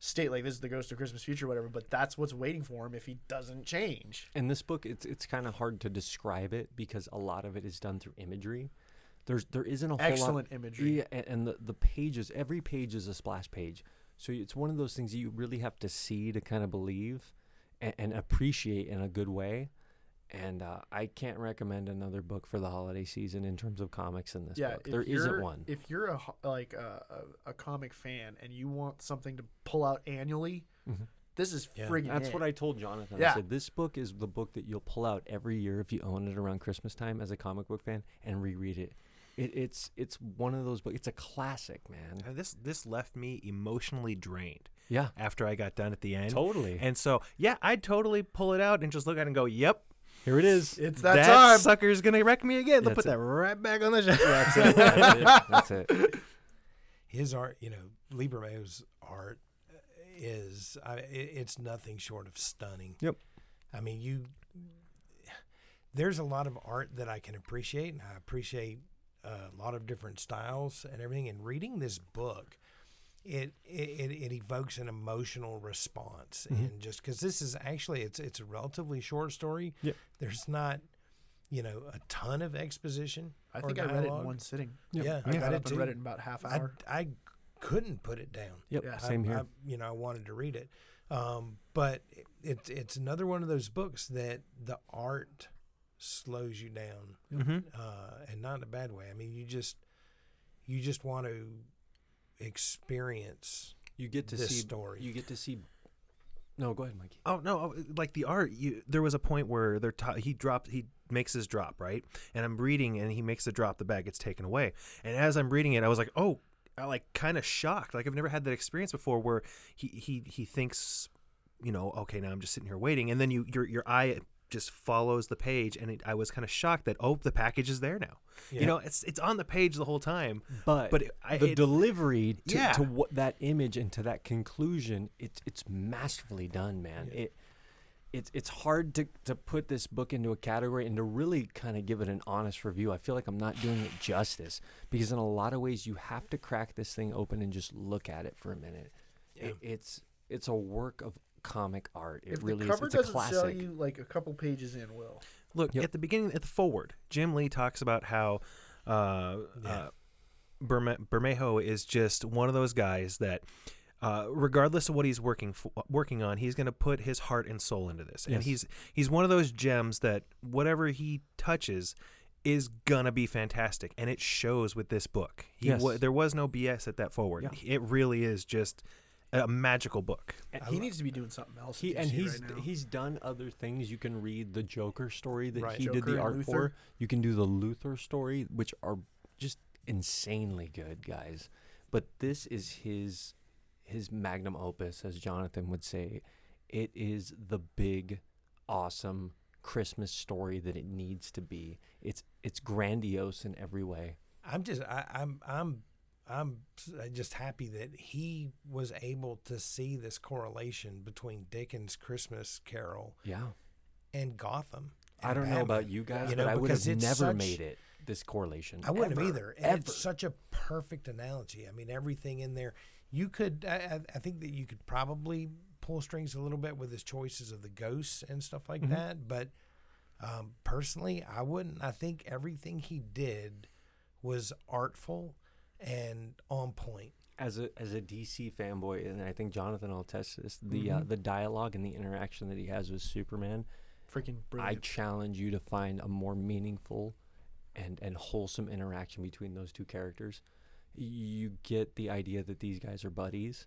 A: state like this is the Ghost of Christmas Future, whatever, but that's what's waiting for him if he doesn't change.
B: In this book, it's it's kind of hard to describe it because a lot of it is done through imagery. There's there isn't a whole lot-
A: Excellent imagery.
B: Yeah, a- and, the the pages, every page is a splash page. So it's one of those things that you really have to see to kind of believe and, and appreciate in a good way. And uh, I can't recommend another book for the holiday season in terms of comics in this book.
A: if
B: There
A: you're-
B: isn't one.
A: If you're a ho- like a, a, a comic fan and you want something to pull out annually,
B: Mm-hmm.
A: this is friggin'
B: That's
A: it.
B: what I told Jonathan.
A: Yeah.
B: I said this book is the book that you'll pull out every year if you own it around Christmas time as a comic book fan and reread it. it it's it's one of those books. It's a classic, man.
D: And this this left me emotionally drained.
B: Yeah.
D: After I got done at the end,
B: Totally.
D: And so, yeah, I'd totally pull it out and just look at it and go, "Yep,
B: Here it is.
A: It's that,
D: that
A: time.
D: sucker's gonna wreck me again." They'll
B: That's
D: put
B: it.
D: that right back on the shelf.
B: That's it. That's it.
C: his art, you know, Lieberman's art is I, i- it's nothing short of stunning.
B: Yep.
C: I mean, you there's a lot of art that I can appreciate, and I appreciate a lot of different styles and everything. And reading this book, it it, it evokes an emotional response, and just because this is actually it's it's a relatively short story.
B: Yeah.
C: There's not. You know, a ton of exposition.
A: I
C: or
A: think I read it in
C: dialogue.
A: one sitting.
C: Yeah,
A: I got
C: it
A: up and
C: too.
A: read it in about half
C: I,
A: hour.
C: I couldn't put it down.
B: Yep.
A: Yeah.
B: Same
C: I,
B: here.
C: I, you know, I wanted to read it, um, but it, it's another one of those books that the art slows you down,
D: Mm-hmm.
C: uh, and not in a bad way. I mean, you just you just want to experience
B: You get to
C: this
B: see
C: story.
B: You get to see. No, go ahead, Mikey.
D: Oh no! oh, Like the art, you, there was a point where they're ta- he dropped he makes his drop right, and I'm reading and he makes the drop. The bag gets taken away, and as I'm reading it, I was like, oh, I like kind of shocked. Like I've never had that experience before where he he he thinks, you know, okay, now I'm just sitting here waiting, and then you your your eye just follows the page, and it, I was kind of shocked that oh, the package is there now. You
C: Yeah.
D: know, it's it's on the page the whole time,
B: But
D: but it, I
B: the
D: it-
B: delivery to,
D: Yeah.
B: to what that image and to that conclusion, it's it's masterfully done, man. It it's it's hard to, to put this book into a category and to really kind of give it an honest review. I feel like I'm not doing it justice because in a lot of ways you have to crack this thing open and just look at it for a minute. It, it's it's a work of comic art. It
A: if
B: really
A: the cover
B: is. It's a
A: doesn't
B: classic.
A: sell you like a couple pages in, will
D: Look
B: Yep.
D: at the beginning at the forward. Jim Lee talks about how uh, uh, Berme- Bermejo is just one of those guys that, uh, regardless of what he's working for, working on, he's going to put his heart and soul into this. And
B: Yes.
D: he's he's one of those gems that whatever he touches is gonna be fantastic, and it shows with this book. He
B: Yes.
D: wa- there was no BS at that forward.
B: Yeah.
D: It really is just a magical book.
B: And
A: he needs to be doing something else.
B: He
A: at
B: and
A: DC
B: he's
A: right now.
B: he's done other things. You can read the Joker story that
A: Right.
B: he did
A: Joker
B: the
A: and
B: art
A: Luther.
B: for. You can do the Luther story, which are just insanely good, guys. But this is his his magnum opus, as Jonathan would say. It is the big, awesome Christmas story that it needs to be. It's it's grandiose in every way.
C: I'm just I, I'm I'm I'm s- uh, just happy that he was able to see this correlation between Dickens' Christmas Carol
B: Yeah.
C: and Gotham.
B: I
C: and
B: don't know about
C: Batman,
B: you guys,
C: you know,
B: but I would have
C: because it's
B: never
C: such-
B: made it this correlation.
C: I wouldn't
B: Ever.
C: have either. And
B: Ever.
C: It's such a perfect analogy. I mean, everything in there. You could, I, I- I think that you could probably pull strings a little bit with his choices of the ghosts and stuff
B: Mm-hmm.
C: like that. But um, personally, I wouldn't. I think everything he did was artful and on point.
B: as a as a DC fanboy, and I think Jonathan will attest to this, the
A: Mm-hmm.
B: uh, the dialogue and the interaction that he has with Superman,
A: freaking
B: I
A: brilliant.
B: challenge you to find a more meaningful and and wholesome interaction between those two characters. You get the idea that these guys are buddies,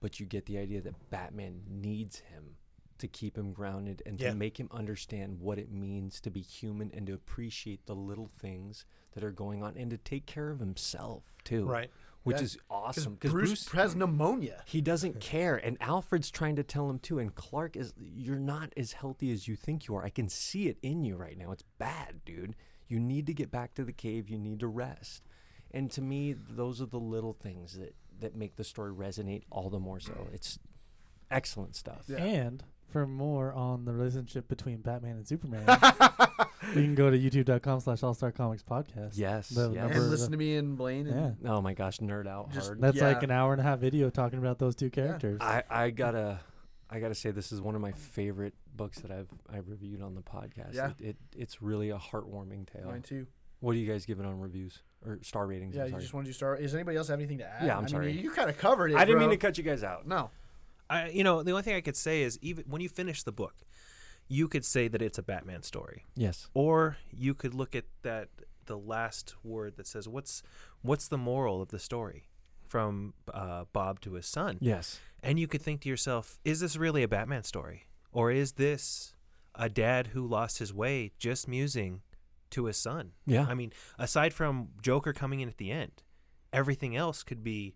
B: but you get the idea that Batman needs him to keep him grounded and
C: Yeah.
B: to make him understand what it means to be human and to appreciate the little things that are going on and to take care of himself too.
C: Right.
B: Which
A: Yeah.
B: is awesome because
A: Bruce,
B: Bruce
A: has pneumonia.
B: he doesn't care, and Alfred's trying to tell him too. And Clark is, you're not as healthy as you think you are. I can see it in you right now. It's bad, dude. You need to get back to the cave. You need to rest. And to me, those are the little things that that make the story resonate all the more so. It's excellent stuff.
A: Yeah.
E: And for more on the relationship between Batman and Superman, you can go to youtube.com slash all star comics podcast.
B: Yes.
E: The
B: yes.
E: number-
A: And listen to me and Blaine. And
E: Yeah.
B: oh my gosh, nerd out
A: Just-
B: hard.
E: That's
A: Yeah.
E: like an hour and a half video talking about those two characters.
B: I, I gotta I gotta say this is one of my favorite books that I've I've reviewed on the podcast.
A: Yeah.
B: It, it it's really a heartwarming tale.
A: Mine too.
B: What are you guys giving on reviews or star ratings?
A: Yeah,
B: I'm
A: you
B: sorry.
A: just want to do Star. Is anybody else have anything to add?
B: Yeah, I'm
A: I mean,
B: sorry.
A: you- you kind of covered it.
B: I didn't mean
A: bro.
B: to cut you guys out.
A: No,
D: I, you know, the only thing I could say is even when you finish the book, you could say that it's a Batman story.
B: Yes.
D: or you could look at that the last word that says what's what's the moral of the story from uh, Bob to his son
B: Yes.
D: and you could think to yourself is this really a Batman story or is this a dad who lost his way just musing to his son
B: Yeah.
D: I mean aside from Joker coming in at the end everything else could be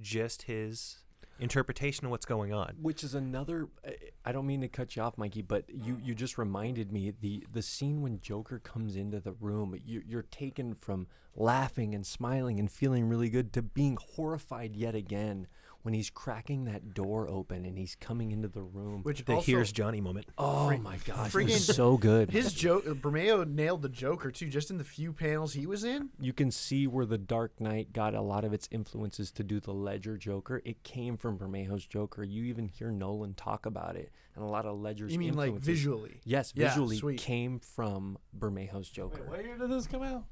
D: just his interpretation of what's going on
B: Which is another. I- I don't mean to cut you off, Mikey, but you you just reminded me the the scene when Joker comes into the room. You, you're taken from laughing and smiling and feeling really good to being horrified yet again when he's cracking that door open and he's coming into the room.
A: which
D: the
A: also,
D: here's Johnny moment
B: oh my gosh, it
A: freaking-
B: was so good.
A: his joke. uh, Bermeo nailed the Joker too. Just in the few panels he was in,
B: you can see where the Dark Knight got a lot of its influences to do the Ledger Joker. It came from Bermejo's Joker. You even hear Nolan talk about it, and a lot of Ledger's.
A: you mean like
B: influences-
A: visually?
B: Yes,
A: Yeah,
B: visually
A: sweet.
B: came from Bermejo's Joker.
E: what year did this come out?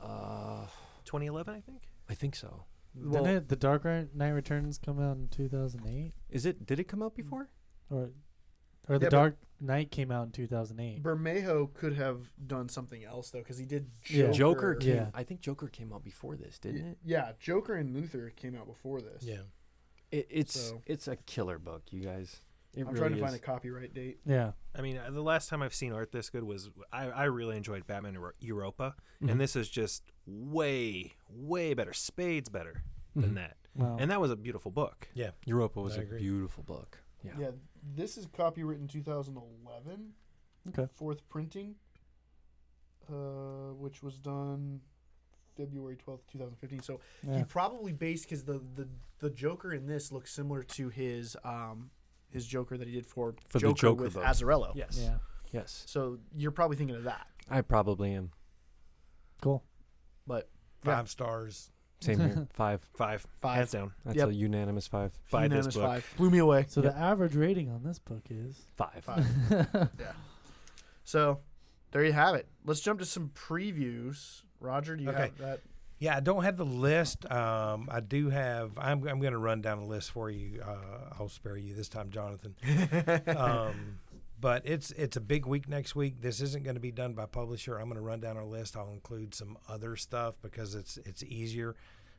B: uh,
D: 2011 I think
B: I think so.
A: Well,
E: Didn't it, The Dark Ri- Knight Returns come out in 2008?
B: Is it? Did it come out before?
E: Or or The
A: Yeah, but-
E: Dark Knight came out in 2008.
A: Bermejo could have done something else though, because he did
E: Yeah.
A: Joker.
B: Joker came.
E: Yeah.
B: I think Joker came out before this,
A: Y-
B: didn't it?
A: Yeah, Joker and Luther came out before this.
C: Yeah.
B: it it's
A: So-
B: it's a killer book, you guys. It
A: I'm
B: really
A: trying to
B: is.
A: find a copyright date.
E: Yeah.
D: I mean, uh, the last time I've seen art this good was I, I really enjoyed Batman Euro- Europa,
B: Mhm.
D: and this is just way, way better, spades better
B: Mhm.
D: than that.
E: Wow.
D: And that was a beautiful book.
B: Europa was
C: I
B: a
C: agree.
B: beautiful book. Yeah.
A: this is copywritten 2011.
E: Okay.
A: Fourth printing, uh, which was done February 12th, 2015. So
E: yeah.
A: he probably based because the, the the Joker in this looks similar to his um his Joker that he did for,
B: For the
A: Joker,
B: Joker
A: with
B: book.
A: Azarello.
D: Yes.
E: yeah.
B: Yes.
A: So you're probably thinking of that,
B: I probably am.
E: Cool.
A: but
C: Five stars.
B: Same here. Five.
D: Five.
A: Five.
D: Hands down.
B: That's
A: Yep.
B: a unanimous five.
D: Buy this
A: unanimous
D: book.
A: five blew me away.
E: So the average rating on this book is
B: Five.
A: Five. So there you have it. Let's jump to some previews. Roger, do you
C: Okay.
A: have that?
C: Yeah, I don't have the list. Um, I do have. I'm, I'm going to run down the list for you. Uh, I'll spare you this time, Jonathan. um, but it's it's a big week next week. This isn't going to be done by publisher. I'm going to run down our list. I'll include some other stuff because it's it's easier.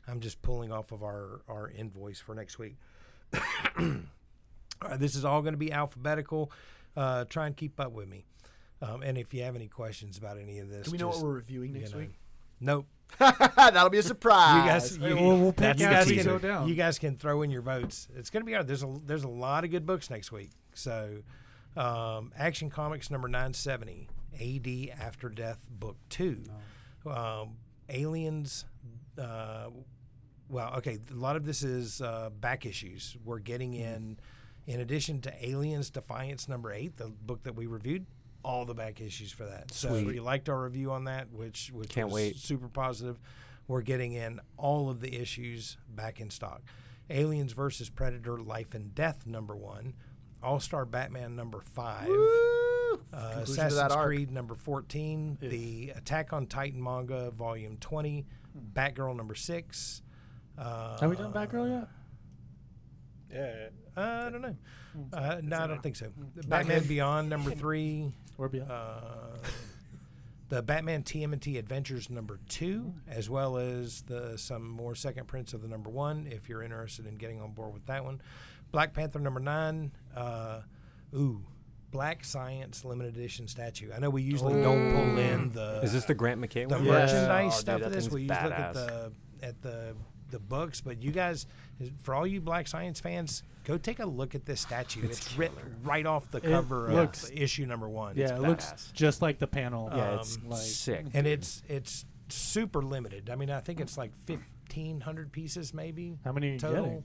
C: I'm just pulling off of our our invoice for next week. All right, this is all going to be alphabetical. Uh, try and keep up with me. Um, and if you have any questions about any of this,
A: Do we know what
C: just,
A: we're reviewing
C: you
A: next
C: know.
A: week?
C: Nope.
A: That'll be a surprise.
C: You guys,
E: Hey,
C: you-
E: well, we'll pick
C: that's
E: you
C: the
E: guys
C: teaser.
E: can go down.
C: You guys can throw in your votes. It's going to be hard. There's a there's a lot of good books next week. So, um, Action Comics number nine seventy, A.D. After Death Book Two, um, Aliens. Uh, well, okay, a lot of this is uh, back issues. We're getting in, in addition to Aliens Defiance number eight, the book that we reviewed. All the back issues for that. So if you liked our review on that, which which
B: Can't
C: was
B: wait.
C: super positive, we're getting in all of the issues back in stock. Aliens versus Predator: Life and Death number one, All Star Batman number five, uh,
A: Conclusion to that
C: Assassin's
A: arc.
C: Creed number fourteen, the Attack on Titan manga volume twenty, Batgirl number six. Uh,
E: Have we done Batgirl yet?
D: Yeah.
C: I don't know. Uh, no, I don't think so.
A: Hmm. Batman.
C: Batman Beyond number three.
E: Or beyond?
C: Uh, the Batman TMNT Adventures number two, as well as the some more second prints of the number one. If you're interested in getting on board with that one, Black Panther number nine. Uh, ooh, Black Science limited edition statue. I know we usually don't pull in the
B: Is this the Grant McKay
C: the
B: one?
A: Yeah.
C: merchandise
B: Oh,
C: stuff
B: dude,
C: of
B: that
C: this.
B: thing's
C: We usually look
B: badass.
C: at the at the the books, but you guys, for all you Black Science fans, go take a look at this statue. It's, ripped right off the cover of
E: looks-
C: issue number one.
E: yeah, it looks
B: badass.
E: just like the panel.
B: Yeah, it's
C: Um,
E: like-
B: sick.
C: and it's it's super limited. I mean, I think it's like fifteen hundred pieces, maybe
E: How many are you
C: total.
E: getting?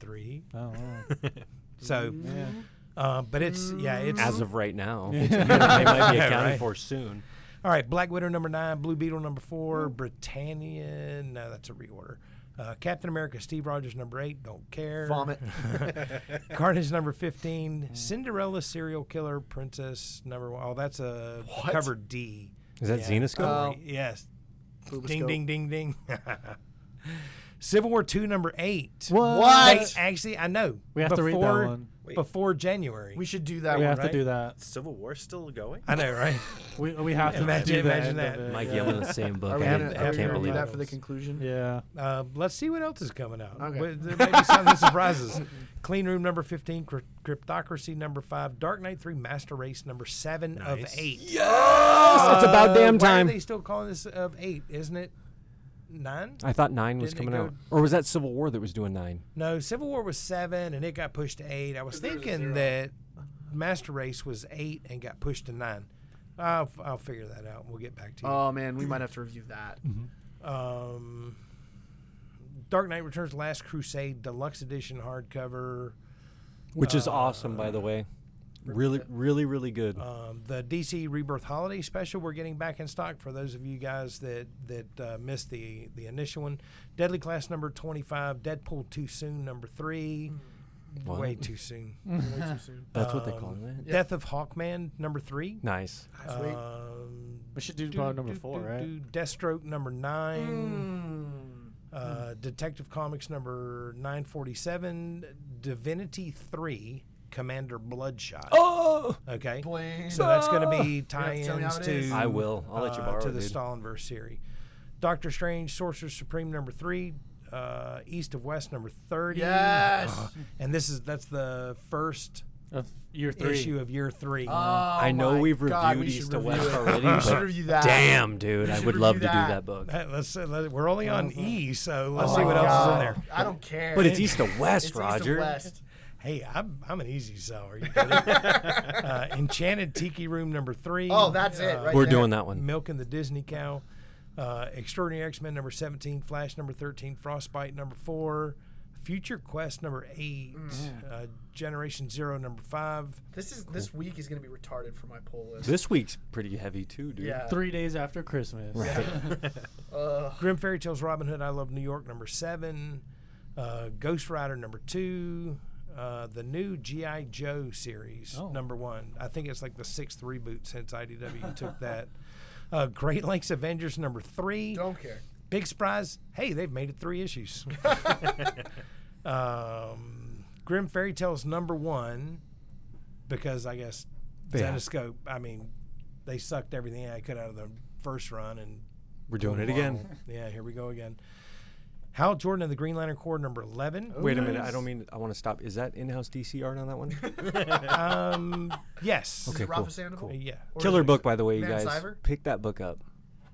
C: Three.
E: Oh, wow.
C: So,
E: yeah.
C: uh, but it's yeah, it's
B: As of right now, it's a year. they might be accounted
C: Right.
B: for soon.
C: All right, Black Widow number nine, Blue Beetle number four, Britannia. No, that's a reorder. Uh, Captain America, Steve Rogers number eight. Don't care.
A: Vomit.
C: Carnage number fifteen. Cinderella serial killer princess number one. Oh, that's a cover D.
B: Is that Xenoscope?
C: Uh,
A: Oh.
C: yes.
A: Boobascope.
C: Ding ding ding ding. Civil War two number eight.
E: What?
C: They actually, I know.
E: We have to read that
C: Before-
E: one.
D: Wait.
C: before January.
A: We should do that
E: we
A: one,
E: have
A: right?
E: to do that.
D: Civil War still going?
C: I know, right?
E: We, we have to
C: Imagine-
E: do the
C: imagine
E: end of
C: that.
E: it,
B: Mike
E: yeah.
B: yelling the same book.
A: Are we
B: I,
A: gonna,
B: can't-
A: are
B: I
A: we
B: can't
A: gonna do
B: believe
A: that
B: it.
A: for the conclusion?
E: Yeah.
C: Uh, let's see what else is coming out.
A: Okay.
C: Wait, There may be some that surprises. Clean Room number 15, Cryp- Cryptocracy number 5, Dark Knight 3, Master Race number 7 of
D: Nice.
C: 8.
B: Oh, it's about damn time.
C: Why are they still calling this of 8? Isn't it 9?
B: I thought nine was
C: Didn't they
B: coming
C: go-
B: out, or was that Civil War that was doing nine?
C: No, Civil War was 7 and it got pushed to 8. I was thinking that Master Race was 8 and got pushed to 9. I'll, f- I'll figure that out. We'll get back to you.
A: Oh man, we might have to review that.
C: Um, Dark Knight Returns Last Crusade Deluxe Edition hardcover.
B: Which is awesome, by the way. Really, really, really good.
C: Um, the DC Rebirth Holiday Special we're getting back in stock for those of you guys that that uh, missed the the initial one. Deadly Class number twenty five, Deadpool Too Soon number three,
B: What?
C: way too soon.
A: Way too soon.
B: That's what they call
C: Um,
B: it.
C: Death of Hawkman number three.
B: Nice.
A: Sweet.
C: Um,
E: We should do probably number
C: do,
E: four,
C: do,
E: right?
C: do. Deathstroke number nine.
A: Mm.
C: Uh, Detective Comics number 947, Divinity 3, Commander Bloodshot.
B: Oh,
C: Okay.
A: Please.
C: So that's going to be
A: have to tell me how
C: tie-ins
A: it is.
C: to.
B: I will. I'll let you
C: uh,
B: borrow
C: to
B: it,
C: the
B: dude.
C: Stalinverse series. Doctor Strange, Sorcerer Supreme number three, uh, East of West number thirty.
A: Yes.
C: Uh, and this is that's the first
E: Of year three.
C: issue of year three.
B: Oh, I know
A: Oh, my
B: we've
A: God,
B: reviewed
A: we should
B: East to
A: review
B: West
A: it.
B: already.
A: We should
B: but
A: review that.
B: Damn, dude,
A: We
B: I
A: should
B: would love to
A: review
B: do
A: that.
B: that book.
C: Uh, Let's uh, let, we're only on E, so let's
A: Oh
C: see
A: my
C: what else is in
A: God.
C: there.
A: I don't care.
B: But it's East to West,
A: It's
B: Roger.
A: West.
C: Hey, I'm, I'm an easy seller. You kidding? uh, Enchanted Tiki Room number three.
A: Oh, that's it.
C: Uh,
A: Right
B: We're
A: there.
B: doing that one.
C: Milk and the Disney Cow, uh, Extraordinary X Men number 17, Flash number 13, Frostbite number 4, Future Quest number 8,
A: Mm.
C: uh, Generation Zero number 5.
A: This is this week is gonna be retarded for my poll list.
B: This week's pretty heavy too, dude.
A: yeah.
E: Three days after Christmas.
A: Ugh.
C: Grim Fairy Tales Robin Hood, I Love New York number 7, uh, Ghost Rider number 2. Uh, the new GI Joe series,
E: Oh.
C: number one. I think it's like the sixth reboot since IDW took that. Uh, Great Lakes Avengers number three.
A: Don't care.
C: Big surprise. Hey, they've made it three issues. um, Grim Fairy Tales number one, because I guess
B: Yeah.
C: Zetoscope, I mean, they sucked everything I could out of the first run. And
B: We're
C: Oh,
B: doing it again.
C: yeah, here we go again. Hal Jordan and the Green Lantern Corps, number 11.
B: Wait a minute. I don't mean. I want to stop. Is that in-house DC art on that one?
C: Um, yes.
B: Okay,
A: Rafa
B: cool,
A: Sandoval?
B: cool.
C: Uh, Yeah.
A: Or
B: Killer
A: is it-
B: book, by the way, you
A: Van
B: guys.
A: Sciver?
B: Pick that book up.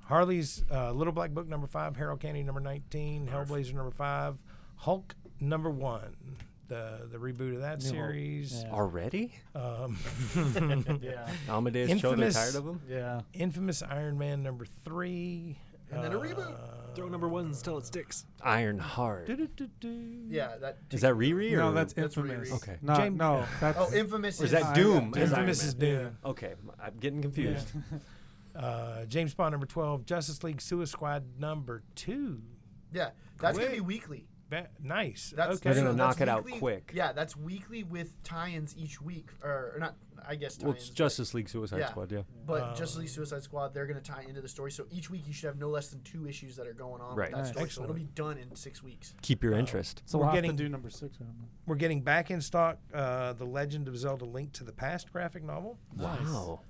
C: Harley's uh, Little Black Book, number five. Harold Candy, number 19. Hellblazer, number five. Hulk, number one. The, the reboot of that
E: New Hulk.
C: series.
E: Yeah.
B: Already?
C: Um,
E: yeah.
B: Amadeus Cho, they're
C: Infamous-
B: tired of him?
E: Yeah.
C: Infamous Iron Man number three. Uh,
A: And then a reboot.
D: Throw number ones until it sticks.
B: Iron Heart.
C: doo-doo-doo-doo.
A: Yeah, that.
B: Is that Riri? Or?
E: No, that's
A: That's
E: infamous.
A: Riri.
B: Okay.
E: No,
C: James-
E: no, that's
A: Oh, infamous.
B: Or is that Doom?
E: Yeah.
B: as Iron
C: Infamous is
B: Man?
C: Doom.
B: Okay, m- I'm getting confused.
C: Uh, James Bond number twelve. Justice League Suicide Squad number two.
A: Yeah, that's gonna be
C: Quick.
A: weekly.
C: Ba- nice.
A: That's
C: okay.
B: They're gonna
A: so
B: knock
A: that's
B: it out
A: weekly-
B: quick.
A: Yeah, that's weekly with tie-ins each week, or, or not? I guess
B: well,
A: tie-ins.
B: it's Justice League Suicide
A: Yeah.
B: Squad, yeah.
A: But Justice League Suicide Squad, they're going to tie into the story. So each week you should have no less than two issues that are going on
B: Right.
A: with that
E: Nice.
A: story. So it'll
C: Excellent.
A: be done in six weeks.
B: Keep
C: Uh,
B: your interest.
E: So
C: We're
E: we'll
C: getting-
E: have to do number six. I don't know.
C: We're getting back in stock. Uh, the Legend of Zelda: Link to the Past graphic novel.
B: Wow.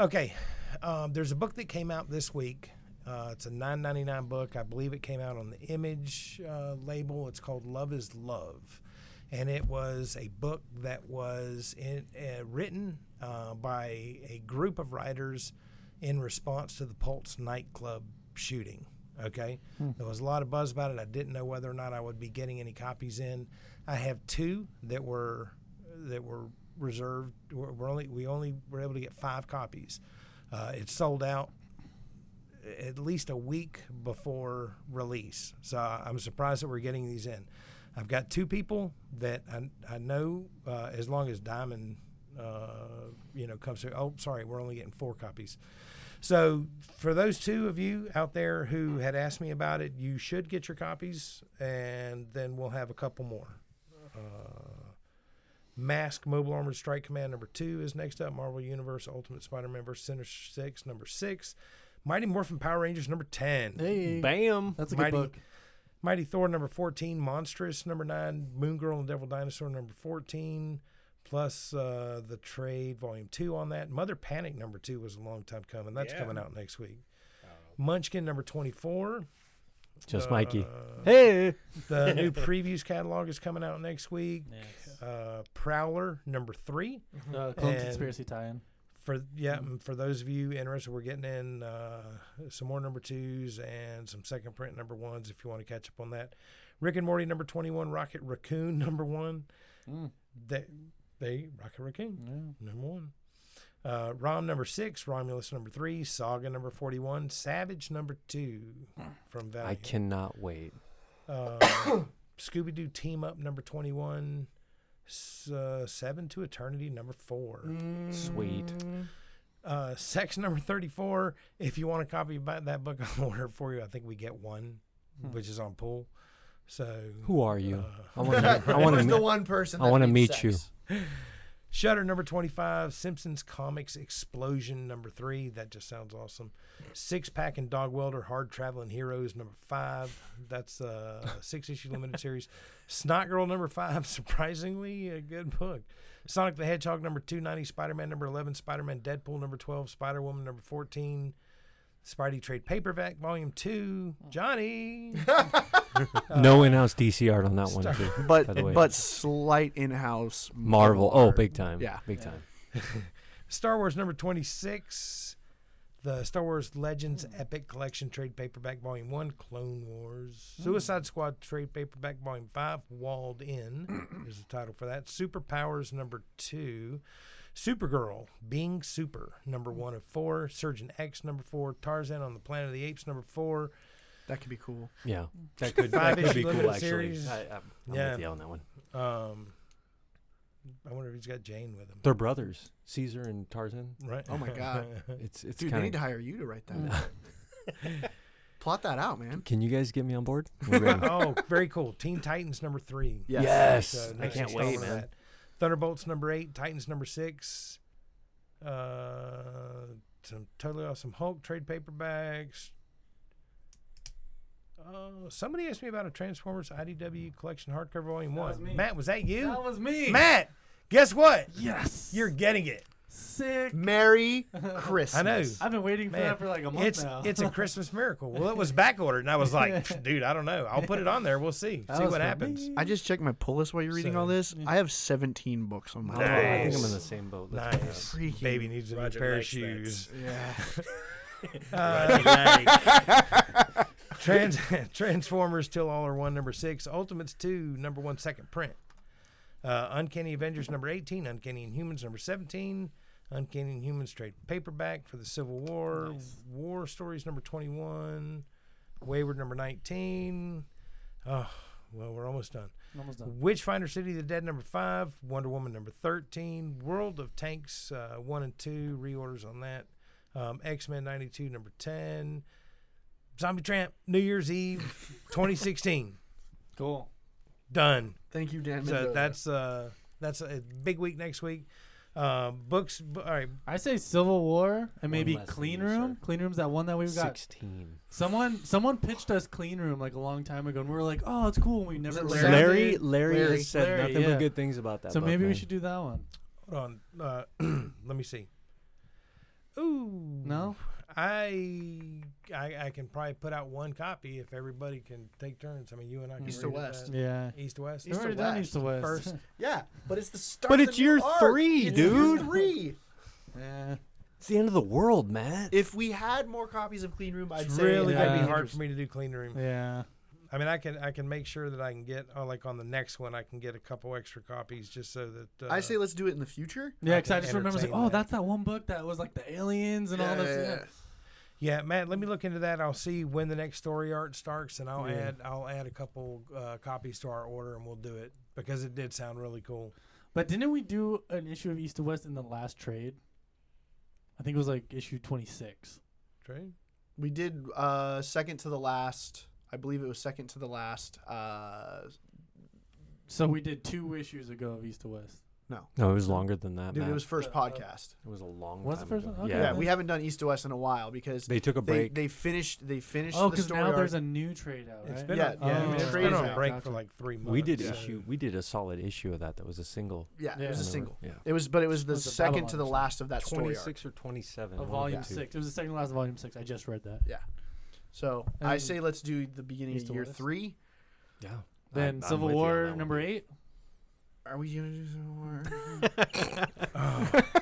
C: Okay, um, there's a book that came out this week. Uh, it's a 9.99 book. I believe it came out on the Image uh, label. It's called Love Is Love, and it was a book that was in, uh, written uh, by a group of writers in response to the Pulse nightclub shooting. Okay, there was a lot of buzz about it. I didn't know whether or not I would be getting any copies in. I have two that were that were reserved. We're we're only we only were able to get five copies. Uh, it sold out at least a week before release, so I- I'm surprised that we're getting these in. I've got two people that I, I know. Uh, as long as Diamond, uh, you know, comes through. Oh, sorry, we're only getting four copies. So for those two of you out there who had asked me about it, you should get your copies, and then we'll have a couple more. Uh, Mask Mobile Armored Strike Command number two is next up. Marvel Universe Ultimate Spider Man vs. Sinister Six number six. Mighty Morphin Power Rangers number 10.
E: Hey,
B: Bam.
E: that's a
C: Mighty-
E: good book.
C: Mighty Thor number 14. Monstrous number nine. Moon Girl and Devil Dinosaur number 14. Plus uh, the trade volume two on that. Mother Panic number two was a long time coming. That's
D: Yeah.
C: coming out next week. Munchkin number 24.
B: Just Mikey.
C: Uh,
B: Hey.
C: the new previews catalog is coming out next week.
E: Yes.
C: Uh, Prowler number three.
E: Uh, Clone
C: And-
E: conspiracy tie-in.
C: for yeah and for those of you interested we're getting in uh, some more number twos and some second print number ones if you want to catch up on that rick and morty number 21 rocket raccoon number one
E: Mm.
C: they, they rocket raccoon
E: Yeah.
C: number one uh, rom number six romulus number three saga number 41 savage number two from
B: I
C: Valiant.
B: cannot wait.
C: Uh, Scooby Doo Team Up number 21, S- uh, Seven to Eternity number four,
B: Sweet.
C: uh, Sex number 34. If you want a copy of that- that book, I'll order it for you. I think we get one, which is on pool. So,
B: Who are you?
C: uh,
B: I want to. I want
A: Who's the
B: to.
A: one person.
B: I
A: that
B: wanna
A: needs
B: meet
A: sex?
B: you.
C: Shutter number 25, Simpsons Comics Explosion number 3. That just sounds awesome. Six Pack and Dog Welder Hard Traveling Heroes number 5. That's a six issue limited series. Snot Girl number 5, surprisingly a good book. Sonic the Hedgehog number 290, Spider Man number 11, Spider Man Deadpool number 12, Spider Woman number 14. Spidey Trade Paperback Volume 2. Johnny.
B: no in-house DC art on that one, too, by
F: But
B: the way.
F: but slight in-house
B: Marvel. Oh,
F: art.
B: big time.
F: Yeah.
B: big time.
C: Star Wars number 26, the Star Wars Legends
A: Hmm.
C: Epic Collection trade paperback volume 1, Clone Wars,
A: Hmm.
C: Suicide Squad trade paperback volume 5, Walled In is the title for that, Superpowers number 2, Supergirl, Being Super number
A: Hmm.
C: 1 of 4, Surgeon X number 4, Tarzan on the Planet of the Apes number 4,
A: That could be cool.
B: Yeah, that could,
C: Five
B: that could be
C: issue
B: cool
C: limited
B: actually.
C: series.
B: I, I'm, I'm
C: Yeah.
B: with you on that one.
C: um I wonder if he's got Jane with him.
B: They're brothers, Caesar and Tarzan.
C: Right.
A: Oh my God.
B: It's it's
A: Dude, they need
B: kind
A: to
B: of.
A: hire you to write that. out. Plot that out, man.
B: Can you guys get me on board? We're in.
C: oh, very cool. Teen Titans number 3.
A: Yes.
B: yes.
E: Uh,
C: So next
D: can't
C: installment
D: wait,
C: of
D: man.
C: that. Thunderbolts number eight, Titans number six, uh, some totally awesome Hulk trade paperbacks. Uh, somebody asked me about a Transformers IDW collection hardcover volume one. Matt, was that you?
E: was me.
C: Matt, guess what?
E: Yes.
C: You're getting it.
E: sick.
A: Merry Christmas.
C: I know.
E: I've been waiting for
C: Man,
E: that for like a month
C: It's
E: now.
C: it's a Christmas miracle. Well, it was back ordered, and I was like, dude, I don't know. I'll put it on there. We'll see.
E: That
C: see
E: was
C: what
E: for
C: happens.
E: me.
F: I just checked my pull list while you're reading all
C: So-
F: this. I have 17 books on my
B: Oh, I think I'm
C: Nice.
B: in the same boat. Let's go.
C: Nice.
A: Freaking
C: Baby needs a new
D: Roger
C: pair of
D: likes that.
C: shoes.
A: Yeah.
C: Trans- Transformers Till All Are One, number six. Ultimates 2, number one, second print. Uh, Uncanny Avengers, number 18. Uncanny Inhumans, number 17. Uncanny Inhumans trade paperback for the Civil War. War Stories, number 21. Wayward, number 19. Oh, well, we're almost done.
E: I'm almost done.
C: Witchfinder City of the Dead number five, Wonder Woman number thirteen, World of Tanks uh, one and two reorders on that, um, X Men ninety two number ten, Zombie Tramp New Year's Eve twenty sixteen
E: Cool.
C: done.
A: Thank you, Dan.
C: So
A: Mendoza.
C: that's uh that's a big week next week. Uh, books, b- all right.
E: I say Civil War and maybe
B: less
E: Clean
B: than you,
E: Room. Clean Room's that one that we've got.
B: Sixteen.
E: Someone someone pitched us Clean Room like a long time ago, and we were like, oh, it's cool. and We never.
A: it
E: really
A: Larry?
E: did.
B: Larry, Larry,
A: Larry.
B: has said
E: Larry,
B: nothing
E: yeah.
B: but good things about that.
E: So
B: book,
E: maybe we
B: man.
E: should do that one.
C: Hold on, uh, let me see. Ooh,
E: No.
C: I, I I can probably put out one copy if everybody can take turns. I mean, you and I can
A: East
C: read
A: or
C: it
A: West?
C: that.
E: Yeah.
C: East to West.
E: We've
A: East
E: already
A: to
E: done
A: West.
E: East to West.
C: First.
A: yeah, but it's the start.
B: But
A: of
B: it's
A: the new
B: year
A: arc.
B: three,
A: It's year
B: dude.
A: three.
E: yeah.
B: It's the end of the world, Matt.
A: If we had more copies of Clean Room, I'd
C: It's
A: say
C: really
A: I'd
C: gonna
E: Yeah.
C: be hard for me to do clean room.
E: Yeah.
C: I mean, I can I can make sure that I can get oh, like on the next one I can get a couple extra copies just so that uh,
A: I say let's do it in the future.
E: Yeah,
C: I
E: because I,
C: can
E: just remember like,
C: entertain
E: oh,
C: that.
E: that's that one book that was like the aliens and all this. Yeah.
C: yeah, Matt. Let me look into that. I'll see when the next story art starts, and I'll
E: Yeah.
C: add I'll add a couple uh, copies to our order, and we'll do it because it did sound really cool.
E: But didn't we do an issue of East to West in the last trade? I think it was like issue 26.
C: Trey?
A: We did uh, second to the last. I believe it was second to the last. Uh,
E: So we did two issues ago of East to West.
B: No, it was longer than that.
A: dude,
B: Matt.
A: it was first
E: Uh, uh,
A: podcast.
B: It was a long.
E: Was it
B: time
E: first
B: ago.
E: one? Okay.
A: Yeah,
B: Yeah,
A: we haven't done East to West in a while because
B: they took a
A: they,
B: break.
A: they finished they finished
E: Oh,
A: the
E: because
A: story
E: now
A: arc.
E: there's a new trade out,
C: It's
E: right?
C: been
A: Yeah,
C: on, yeah, I mean,
E: yeah,
C: it's
E: yeah.
C: been
E: Trades
C: on
A: out.
C: break
E: Gotcha.
C: for like three months.
B: we did
C: so-
B: issue. We did a solid issue of that. That was a single.
A: yeah,
E: Yeah.
A: it was a
E: Remember.
A: single.
B: Yeah.
A: It was, but it was the
E: Was it
A: second
E: Babylon
A: to the
E: or
A: last of that story arc.
B: Twenty-six or twenty-seven.
E: Of
B: one of the
E: volume
B: two.
E: six. It was the second last of volume six. I just read that.
A: So I
E: And
A: say let's do the beginning
E: East
A: of
E: to
A: year
E: West.
A: three.
B: Yeah.
E: Then
B: I'm- I'm
E: Civil
B: with you on that
E: War
B: one.
E: number eight.
A: Are we gonna do some more?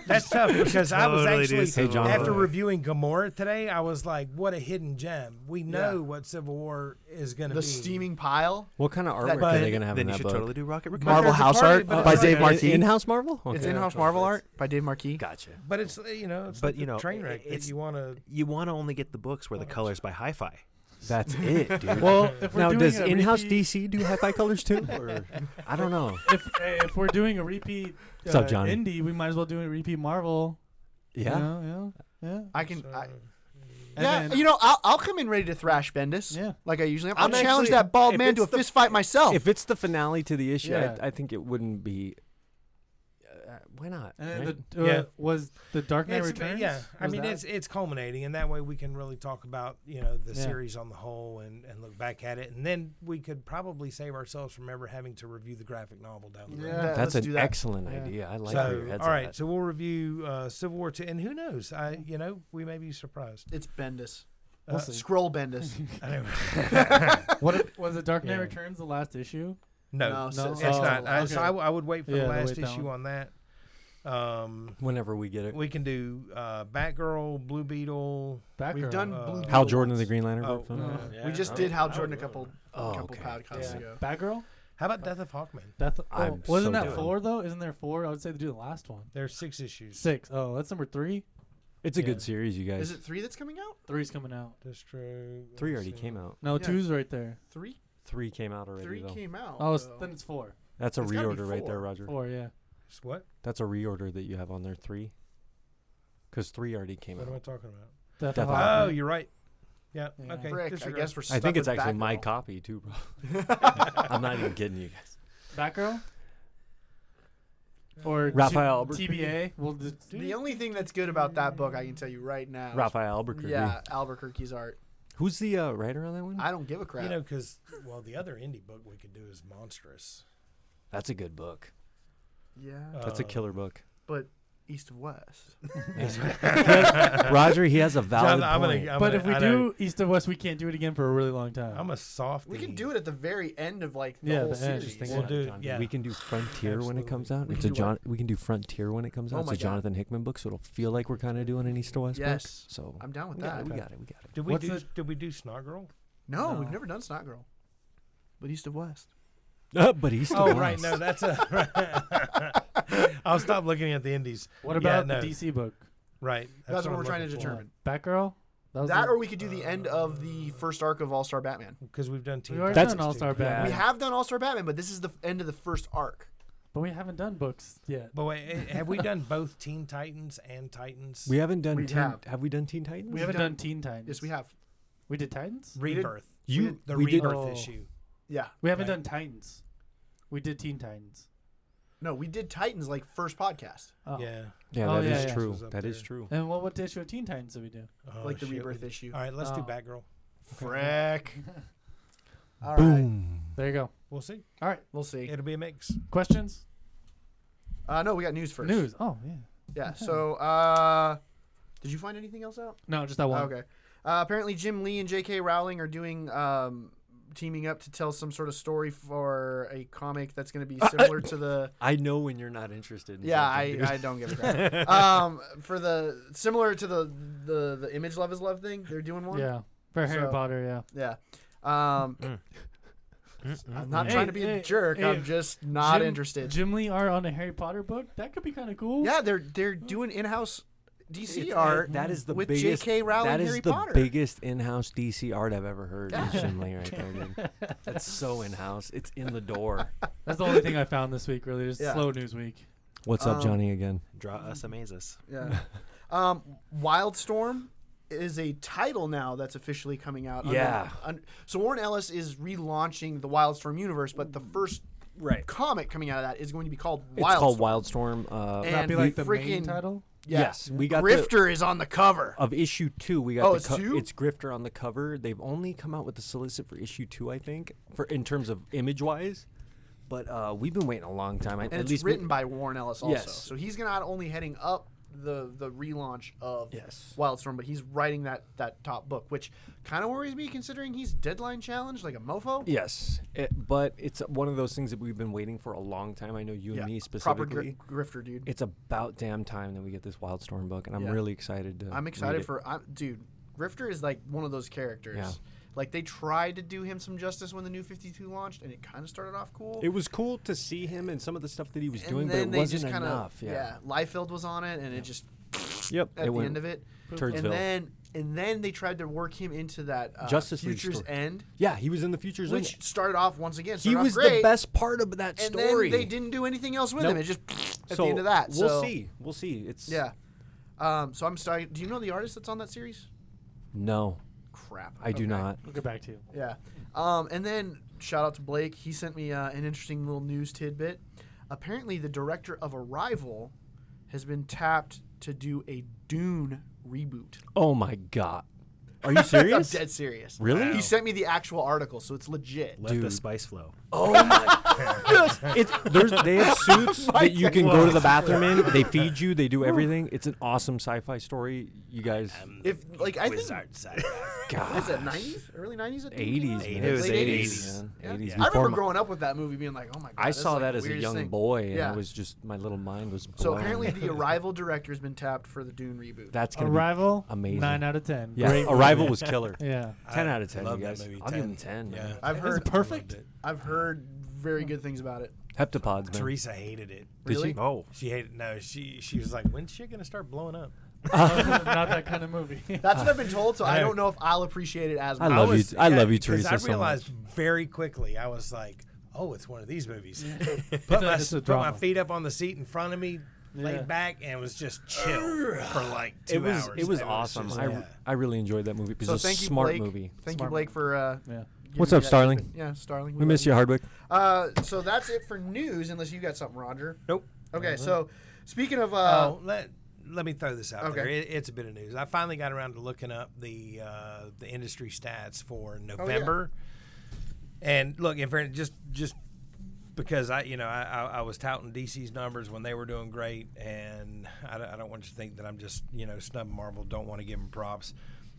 C: That's tough because I was
D: Totally do
C: actually
D: Civil
B: Hey, John.
C: after
D: War.
C: reviewing Gamora today, I was like, what a hidden gem. We know what Civil War is going to
A: the
C: be.
A: steaming pile.
B: What kind of artwork
A: But
B: are they gonna have in
D: then you
B: that
D: should
B: book?
D: totally do Rocket Raccoon.
A: Marvel
C: there's a
A: House
C: party,
A: Art
C: but
A: by
C: it's
A: Dave
C: like-
A: Marquis.
B: In-house Marvel.
A: It's
B: Okay.
A: in-house Marvel art by Dave Marquis.
B: Gotcha.
C: But it's uh, you know, it's
D: But,
C: like
D: you
C: the
D: know,
C: train wreck
D: it-
C: that
D: it's-
C: you want to.
D: You want to only get the books where the colors by Hi-Fi.
B: That's it, dude.
E: Well, if we're
B: now,
E: doing
B: does
E: a
B: in-house
E: repeat,
B: DC do hi-fi colors too? Or I don't know.
E: if, eh, if we're doing a repeat uh,
B: What's up, Johnny?
E: indie, we might as well do a repeat Marvel.
B: Yeah.
E: You know, yeah. Yeah.
A: I can. I,
E: And
A: yeah,
E: then-
A: you know, I'll, I'll come in ready to thrash Bendis.
E: Yeah.
A: Like I usually am. I'll
B: I'm
A: challenge
B: actually-
A: that bald
B: if
A: man to a
B: it's the-
A: fist fight myself.
B: If it's the finale to the issue,
E: Yeah.
B: I, I think it wouldn't be. uh, why not?
A: Eh,
E: And
B: right?
E: the, uh,
C: Yeah.
E: was the Dark Knight
C: It's-
E: Returns?
C: Yeah, I
E: Was
C: mean
E: that-
C: it's it's culminating, and that way we can really talk about you know the
E: Yeah.
C: series on the whole and, and look back at it, and then we could probably save ourselves from ever having to review the graphic novel down the road.
A: Yeah,
B: That's
A: let's do
B: an
A: that.
B: excellent
E: Yeah.
B: idea. I like where your
C: so
B: head's
C: all right,
B: at.
C: so we'll review uh, Civil War two, and who knows? I you know we may be surprised.
F: It's Bendis.
E: We'll
C: uh,
E: see.
F: Scroll Bendis.
C: I don't-
E: What if- was the Dark Knight
C: Yeah.
E: Returns the last issue?
C: no,
F: No,
E: it's
F: so-
C: it's
F: so-
C: not. I, so
E: okay.
C: I, w- I would wait for
E: Yeah,
C: the
E: they'll
C: last
E: wait that
C: issue on that. Um,
B: Whenever we get it,
C: we can do uh, Batgirl, Blue Beetle.
E: Batgirl.
F: We've done
C: uh,
F: Blue
B: Hal
F: Beetle
B: Jordan and the
F: once.
B: Green Lantern.
C: Oh,
B: Oh,
E: no.
A: We just did Hal Jordan a couple
B: oh
A: couple
B: okay.
A: podcasts
C: Yeah.
A: ago.
E: Batgirl.
C: How about Death of Hawkman?
E: That's oh,
B: I'm
E: wasn't
B: so
E: that
B: down.
E: four though? Isn't there four? I would say to do the last one.
C: There's six issues.
E: Six. Oh, that's number three.
B: It's a
C: Yeah.
B: good series, you guys.
A: Is it three that's coming out?
E: Three's coming out.
C: Distro.
B: Three already came out.
E: No,
A: Yeah.
E: two's right there.
A: Three,
B: Three came out already.
A: three
B: though.
A: came out.
E: Oh, it's,
A: though.
E: then it's four.
B: That's a
A: It's gotta be
B: reorder right there,
A: four.
B: Roger.
E: Four, yeah.
C: It's What?
B: That's a reorder that you have on there. Three, because three already came
C: What am I
B: out.
C: talking about?
E: Death
B: Death
E: of
B: of
E: Hawkman.
C: Oh, you're right. Yeah.
E: Yeah.
C: Okay.
A: Frick, I
C: disregard.
A: guess we're.
B: I
A: stuck
B: think it's
A: with
B: actually my
A: Batgirl.
B: copy too, bro. I'm not even kidding you guys.
E: Batgirl. Or
B: Raphael
E: T-
B: Albuquerque.
E: TBA. We'll just
A: The only thing that's good about that book, I can tell you right now. is-
B: Raphael Albuquerque.
A: Yeah, Albuquerque's art.
B: Who's the uh, writer on that one?
A: I don't give a crap.
C: Hmm. You know, because well, the other indie book we could do is monstrous.
B: That's a good book.
A: yeah,
B: That's a
C: Uh,
B: killer book.
A: but east of west.
B: Roger, he has a
C: John,
B: valid
C: I'm gonna-
B: point.
C: I'm
E: but
C: gonna-
E: if we
C: I know-
E: do East of West, we can't do it again for a really long time.
C: I'm a soft.
A: We can do it at the very end of like the
E: Yeah,
A: whole
E: the end,
A: series.
E: just
B: Think
C: We'll
B: about it,
C: do-
B: John.
C: yeah.
B: We can do Frontier when it comes out.
A: We
B: it's a
A: can do
B: John. We can do Frontier when it comes
A: Oh
B: out. it's
A: my
B: a
A: God.
B: Jonathan Hickman book, so it'll feel like we're kind of doing an East to West book.
A: yes,
B: So
A: I'm down with
B: we got,
A: that.
B: it, we got it. We got it.
C: Did we
E: What's
C: do?
E: the-
C: Did we do Snoggerl?
A: No, we've
E: No.
A: never done Snot Girl, but east of west.
B: Uh, but East
C: Oh
B: to
C: right,
B: West.
C: no, that's a. I'll stop looking at the indies.
E: what
C: yeah,
E: about
C: no.
E: the DC book?
C: Right,
A: That's, what
C: I'm
A: we're trying to
C: looking
A: determine.
E: Batgirl. was
A: That,
E: the-
A: or we could do the end of the first arc of All Star Batman.
C: for. Because we've done Teen
E: already
C: Titans
B: done
C: too.
E: All-Star Batman.
A: We
E: Yeah.
A: have done All Star Batman, but this is the f- end of the first arc.
E: but we haven't done books yet.
C: But wait, eh, have we done both Teen Titans and Titans
B: We haven't done.
A: We
B: teen,
A: have.
B: have. we done Teen Titans?
E: We
A: We've
E: haven't
A: done-
E: done Teen Titans.
A: Yes, we have.
E: We did Titans.
A: did-
C: Rebirth?
B: You
A: did
C: the
B: we did-
C: Rebirth
E: Oh.
C: issue.
A: Yeah.
E: We haven't
C: Right.
E: done Titans. We did Teen Titans.
A: No, we did Titans like first podcast,
E: Oh.
C: Yeah,
B: Yeah,
E: Oh,
B: that is
E: yeah, yeah.
B: true.
C: Was up
B: That is
C: there.
B: true.
E: And what what issue of Teen Titans did we do?
C: Oh,
A: like the
C: shit, we
A: rebirth
C: did-
A: issue.
C: All right, let's do
E: Oh.
C: Batgirl.
A: Frick. All right,
B: Boom.
E: There you go.
C: We'll see.
E: All right.
A: we'll see.
C: It'll be a mix.
E: Questions?
A: Uh, no, we got news first.
E: News. Oh yeah.
A: Yeah. So, uh, did you find anything else out?
E: No, just that one.
A: Okay. Uh, apparently, Jim Lee and J.K. Rowling are doing um, teaming up to tell some sort of story for a comic that's going to be similar to the.
B: I know when you're not interested. In
A: Yeah, I,
B: something,
A: I don't give a crap. um, for the similar to the the the image love is love thing, they're doing one.
E: Yeah. For Harry
A: So-
E: Potter. Yeah.
A: Yeah. Um, I'm not
B: Mm-hmm.
E: Hey,
A: trying to be a
E: hey,
A: jerk.
E: hey,
A: I'm just not
E: Jim-
A: interested.
E: Jim Lee art on a Harry Potter book. That could be kind of cool.
A: Yeah, they're they're doing in-house
B: dude.
A: DC
B: It's-
A: art.
B: That is the
A: with
B: biggest.
A: J.K. Rowling
B: that is
A: Harry
B: the
A: Potter.
B: biggest in-house DC art I've ever heard.
A: Yeah.
B: Is Jim Lee right there, dude. That's so in-house. It's in the door.
E: That's the only thing I found this week. Really, just
A: Yeah.
E: slow news week.
B: What's
A: Um,
B: up, Johnny? Again.
D: Draw us, amaze us.
A: Yeah. um, Wildstorm is a title now that's officially coming out. under-
B: Yeah.
A: un- so Warren Ellis is relaunching the Wildstorm universe, but the first
B: Right.
A: comic coming out of that is going to be called Wildstorm.
B: It's called Wildstorm. Uh,
A: And
E: That'd be
A: we
E: like the main
A: freaking-
E: title.
A: Yeah.
B: Yes, we got the-
A: Grifter is on the cover.
B: of issue two. We got
A: Oh,
B: the
A: it's two?
B: it's Grifter on the cover. They've only come out with the solicit for issue two, I think, for in terms of image wise. But uh, we've been waiting a long time. I,
A: and
B: at
A: it's
B: least
A: written by Warren Ellis also.
B: Yes.
A: So he's not only heading up the the relaunch of
B: Yes.
A: Wildstorm, but he's writing that that top book, which kind of worries me considering he's deadline challenged like a mofo.
B: Yes, it, but it's one of those things that we've been waiting for a long time. I know you and me
A: proper gri-
B: specifically.
A: grifter dude.
B: it's about damn time that we get this Wildstorm book, and I'm
A: Yeah.
B: really excited to.
A: I'm
B: read
A: excited
B: it.
A: for I'm, dude. Grifter is like one of those characters.
B: Yeah.
A: Like they tried to do him some justice when the new 52 launched, and it kind of started off cool.
B: It was cool to see him and some of the stuff that he was
A: and
B: doing, but
A: then
B: it
A: they
B: wasn't
A: just kinda,
B: enough. Yeah.
A: Liefeld was on it, and it just
B: Yep.
A: at
B: it
A: the
B: went
A: end of it. And
B: Turdsville.
A: then and then they tried to work him into that uh,
B: Justice League
A: Futures
B: story.
A: End,
B: yeah, he was in the future zone.
A: which started off once again.
B: He
A: started off
B: was the
A: great,
B: best part of that
A: and
B: story.
A: then they didn't do anything else with him.
B: Nope.
A: It just at the end of that.
B: We'll
A: so,
B: see. We'll see. It's
A: Yeah. Um, so I'm sorry. Do you know the artist that's on that series?
B: No,
A: Crap.
B: I do
A: Okay.
B: not.
E: We'll get back to you.
A: Yeah. Um, and then shout out to Blake. He sent me uh, an interesting little news tidbit. apparently the director of Arrival has been tapped to do a Dune reboot.
B: Oh my god.
F: Are you
A: I'm
F: serious?
A: dead serious.
B: Really?
A: He sent me the actual article, so it's legit.
D: Let the
B: Dude.
D: spice flow.
B: Oh my yes. It's there's they have suits that you can go to the bathroom in. They feed you, they do everything. It's an awesome sci-fi story. You guys
A: If like I think
D: side.
A: Um, is
B: Ah,
A: it 90s, early 90s, I think it came
B: eighties,
A: out?
B: man.
D: It was
A: Late
D: 80s.
B: man.
A: Yeah.
B: 80s.
A: I
B: Before
A: remember
B: my-
A: growing up with that movie, being like, "Oh my god!"
B: I
A: that's
B: saw
A: like
B: that
A: the
B: as a
A: weirdest
B: young
A: thing.
B: boy, and
A: Yeah.
B: it was just my little mind was blown.
A: So apparently, the Arrival director has been tapped for the Dune reboot.
B: that's gonna
E: Arrival,
B: amazing.
E: Nine out of ten.
B: be yeah.
E: Great
B: Arrival
E: movie.
B: was killer.
E: Yeah.
B: Ten
C: I
B: out of ten,
C: love
B: you
C: that
B: guys.
C: movie,
B: I'll give him ten.
C: Yeah.
B: man.
A: I've
E: It was
A: heard.
E: perfect.
C: Loved it.
A: I've heard very good things about it.
B: Heptapods, man.
C: Teresa hated it.
B: Did
A: Really?
B: she?
D: Oh,
C: She hated. No, she she was like, when's shit gonna start blowing up?
E: Not that kind of movie.
A: That's what I've been told, so I
C: No.
A: don't know if I'll appreciate it as
B: I
A: much.
B: love you.
C: was-
B: I love you,
C: 'cause
B: Teresa,
C: I
B: so
C: realized very quickly. I was like, oh, it's one of these movies. put my
E: it's a
C: put my
E: drama.
C: feet up on the seat in front of me,
E: Yeah.
C: laid back, and was just chill for like two
B: it was
C: hours.
B: it was
C: And
B: awesome.
C: just-
B: I,
C: yeah.
B: I really enjoyed that movie. It was
A: So
B: a
A: thank you,
B: smart
A: Blake.
B: movie.
A: Thank
E: Smart
A: you, Blake, for. Uh,
E: yeah.
A: giving
B: What's
A: me
B: up,
A: that
B: Starling?
A: treatment. Yeah, Starling.
B: We
A: love
B: miss you, Hardwick.
A: Uh, so that's it for news. Unless you got something, Roger.
D: Nope.
A: Okay,
E: Mm-hmm.
A: so speaking of, uh,
C: Oh, let let me throw this out
A: Okay.
C: there. It, it's a bit of news. I finally got around to looking up the uh, the industry stats for
A: Oh,
C: November. And look, in fairness, just just because I you know I, I, I was touting DC's numbers when they were doing great, and I, don't- I don't want you to think that I'm just you know snubbing Marvel. Don't want to give them props.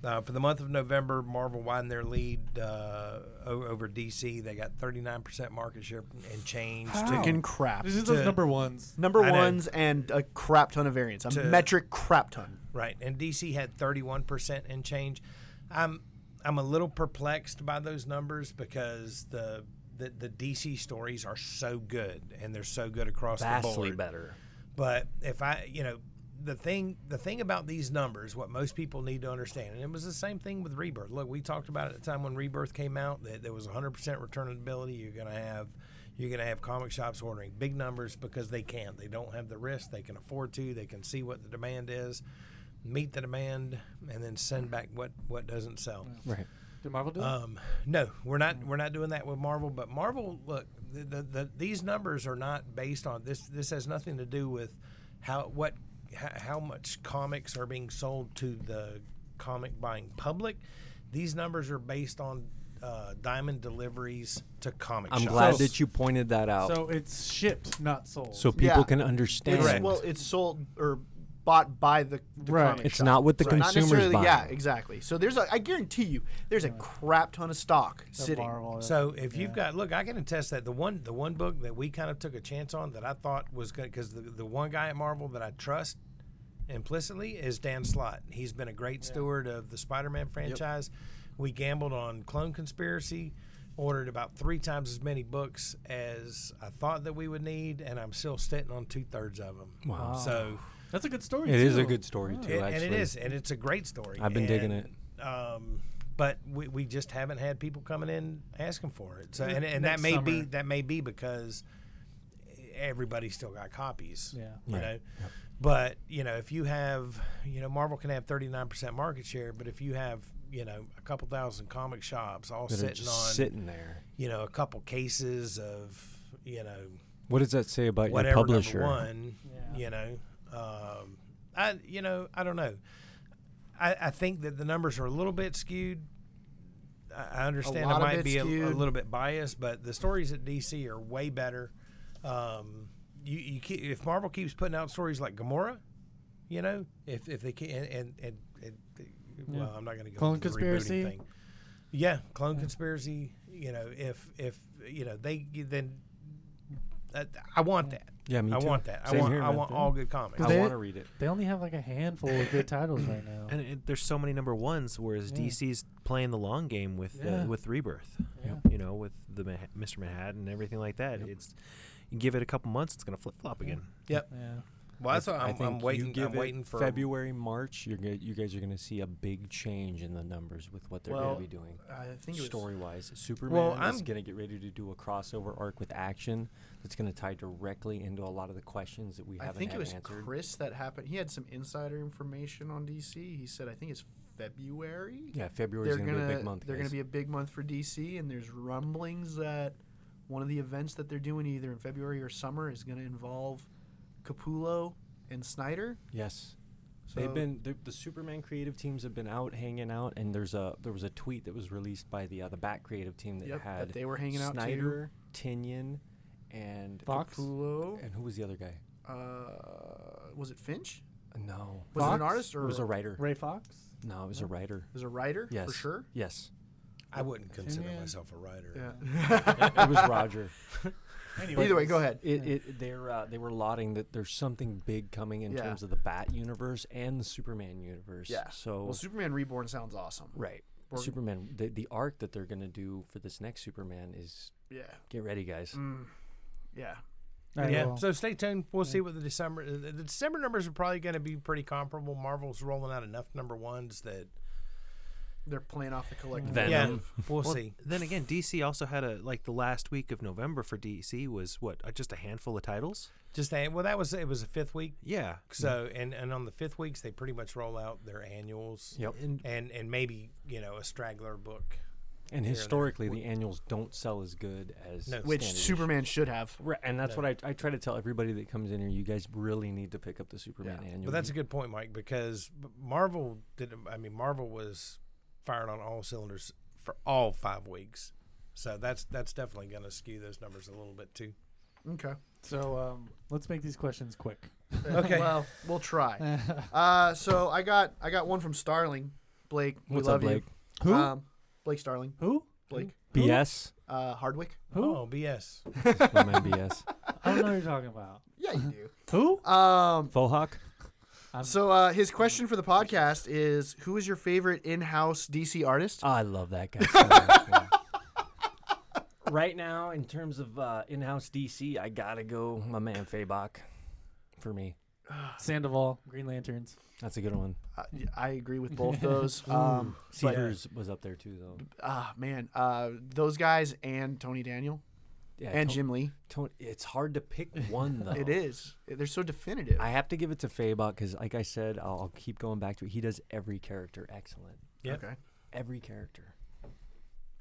C: Uh, for the month of November, Marvel widened their lead uh, o- over DC. They got 39% market share and change. To,
F: Chicken crap.
E: This is those
C: To-
E: number ones.
A: number
C: I know.
A: ones and a crap ton of variants, a
C: To-
A: metric crap ton.
C: Right, and DC had 31% in change. I'm I'm a little perplexed by those numbers because the the, the DC stories are so good and they're so good across the
B: Vastly
C: board.
B: better.
C: But if I, you know, the thing the thing about these numbers, what most people need to understand, and it was the same thing with Rebirth. Look, we talked about it at the time when Rebirth came out that there was 100% returnability. You're going to have you're going to have comic shops ordering big numbers because they can. They don't have the risk. They can afford to. They can see what the demand is, meet the demand, and then send back what what doesn't sell.
B: Right.
E: Did Marvel do it?
C: Um, no, we're not. We're not doing that with Marvel. But Marvel, look, the, the, the, these numbers are not based on this. This has nothing to do with how what how, how much comics are being sold to the comic buying public. These numbers are based on uh, diamond deliveries to comic
B: I'm
C: shops.
B: glad
E: So-
B: that you pointed that out, so,
E: so it's shipped, not sold.
B: people
A: Yeah.
B: can
A: It's,
B: understand.
C: Correct.
A: well, it's sold or bought by the, the
E: Right.
A: comic
B: It's
A: shop.
B: not what the
A: Right. Not
B: consumers
A: necessarily-
B: buy.
A: Yeah, exactly. So there's a, I guarantee you, there's a crap ton of stock
E: The
A: sitting.
E: Marvel.
C: So if you've got, look, I can attest that the one the one book that we kind of took a chance on that I thought was good because the, the one guy at Marvel that I trust implicitly is Dan Slott. He's been a great steward of the Spider-Man franchise. We gambled on Clone Conspiracy, ordered about three times as many books as I thought that we would need, and I'm still sitting on two thirds of them.
B: Wow.
C: So
E: that's a good story.
B: It is a
E: too.
B: good story too.
C: it-
B: actually,
C: and it is, and it's a great story.
B: I've been digging
C: And, Um, but we, we just haven't had people coming in asking for it. So and, and that
E: Next
C: may be
E: summer.
C: that may be because everybody still got copies.
E: Yeah.
C: You
B: Right.
C: know. But you know, if you have, you know, Marvel can have thirty nine percent market share, but if you have, you know, a couple thousand comic shops all
B: That are
C: sitting
B: just
C: on,
B: sitting there.
C: you know, a couple cases of, you know,
B: What does that say about your
C: whatever
B: publisher?
C: number one,
E: Yeah.
C: you know, um, I you know I don't know. I, I think that the numbers are a little bit skewed. I, I understand
A: lot
C: I
A: of
C: might
A: it's
C: be a, a
A: skewed.
C: little bit biased, but the stories at DC are way better. Um, you, you keep, if Marvel keeps putting out stories like Gamora, you know, if if they can and and, and, and well, I'm not going to go
E: Clone
C: into the rebooting
E: Conspiracy.
C: thing. Yeah, clone conspiracy. You know, if if you know they then, I, I want that.
B: Yeah, me
C: I
B: too.
C: want that.
B: Same
C: I want
B: here,
C: I
B: man.
C: want all good comics.
E: Cause
B: I
E: they-
B: want to read it.
E: They only have like a handful of good titles right now.
D: And it, there's so many number ones, whereas
E: Oh. Yeah.
D: DC's playing the long game with
E: Yeah.
D: uh, with Rebirth.
E: Yeah.
D: You know, with the Mah- Mr. Manhattan and everything like that. It's you give it a couple months, it's gonna flip flop again.
E: Yeah.
C: Well, that's what
B: I
C: I'm,
B: think
C: I'm
B: You
C: waiting.
B: give
C: I'm
B: it
C: waiting for
B: February, March. You're gonna, you guys are going to see a big change in the numbers with what they're
A: Well,
B: going to be doing.
A: I think it was
B: Story wise, Superman is
C: I'm-
B: going to get ready to do a crossover arc with action that's going to tie directly into a lot of the questions that we
A: I
B: haven't
A: think it
B: had
A: was
B: answered.
A: Chris that happened. He had some insider information on DC. He said, I think it's February.
B: yeah, February
A: they're
B: is going to
A: gonna
B: be a big month.
A: they're
B: guys.
A: gonna be a big month for DC, and there's rumblings that One of the events that they're doing either in February or summer is going to involve Capullo and Snyder.
B: Yes.
A: So
B: They've been the, the Superman creative teams have been out hanging out, and there's a there was a tweet that was released by the uh, the Bat creative team that
A: yep,
B: had
A: that they were hanging out
B: Snyder, Tinian, and
E: Fox.
A: too. Capullo.
B: and who was the other guy?
A: Uh, was it Finch?
B: Uh, No,
A: Was it
E: Fox?
A: an artist or
B: it was a writer.
E: Ray Fox.
B: No, it was a writer.
A: was a writer
B: Yes,
A: for sure?
B: Yes,
C: I wouldn't consider
A: yeah.
C: myself a writer.
B: it was Roger.
E: Anyway,
A: Either way, go ahead.
B: It, it they're uh, they were lauding that there's something big coming in
A: Yeah.
B: terms of the Bat universe and the Superman universe.
A: Yeah.
B: So
A: Well, Superman Reborn sounds awesome.
B: right,
A: Or-
B: Superman. The, the arc that they're gonna do for this next Superman is
A: Yeah.
B: get ready, guys.
A: Mm. Yeah.
C: yeah. So stay tuned. We'll see what the December the the December numbers are probably going to be pretty comparable. Marvel's rolling out enough number ones that
A: They're playing off the collective.
B: Venom.
C: yeah, we'll,
D: Well,
C: see.
D: Then again, DC also had a like the last week of November for DC was what uh, just a handful of titles.
C: Just that. Well, that was it was a fifth week.
D: Yeah,
C: So and and on the fifth weeks they pretty much roll out their annuals.
B: Yep.
D: and
C: And and maybe you know a straggler book.
B: And
C: there.
B: historically, the annuals don't sell as good as
C: No.
A: Which
B: standard
A: Superman should have.
B: issues. Right, and that's what I, I try to tell everybody that comes in here. You guys really need to pick up the Superman annual.
C: But that's a good point, Mike, because b- Marvel did. I mean, Marvel was firing on all cylinders for all five weeks. So that's that's definitely going to skew those numbers a little bit too.
A: Okay.
E: So um, let's make these questions quick.
C: Okay.
A: well, we'll try. Uh, so I got I got one from Starling, Blake. We
B: What's
A: love
B: up, Blake?
A: you.
E: Who?
A: Um, Blake Starling,
E: Who?
A: Blake
B: BS.
A: uh, Hardwick.
E: Who?
C: Oh, BS.
B: That's my man, BS.
E: I don't know who you're talking about.
A: Yeah, you
E: Who?
A: do. Um,
B: Fohawk.
A: so uh, his question for the podcast is: Who is your favorite in-house DC artist?
B: Oh, I love that guy. so much, man. right now, in terms of uh, in-house DC, I gotta go my man Fabok. For me,
E: Sandoval, Green Lanterns.
B: that's a good one.
A: Uh, yeah, I agree with both those. Um, but,
B: Seekers was up there too, though.
A: ah, man, uh, those guys and Tony Daniel
B: Yeah,
A: and
B: Ton-
A: Jim Lee.
B: Ton- it's hard to pick one though.
A: It is. They're so definitive.
B: I have to give it to Fabok because, like I said, I'll, I'll keep going back to it. He does every character excellent.
C: Yep.
A: Okay.
B: Every character.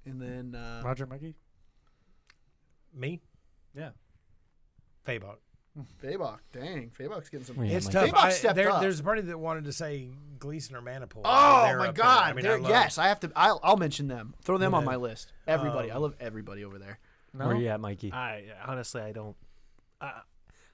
A: And then uh,
E: Roger Mikey.
C: Me?
E: Yeah.
C: Fabok.
A: Faybach. Dang, Faybach's getting some.
B: Yeah,
C: it's
B: Mike.
C: tough.
A: Fabok
C: I,
A: stepped
C: there,
A: up.
C: there's a party that wanted to say Gleason or Manipul.
A: Oh
C: They're
A: my
C: up there.
A: God!
C: I mean, I
A: They're-
C: love-
A: yes, I have to. I'll, I'll mention them. Throw them on
C: Yeah.
A: my list. Everybody,
C: Um,
A: I love everybody over there.
E: No.
B: Where you at, Mikey?
D: I honestly I don't I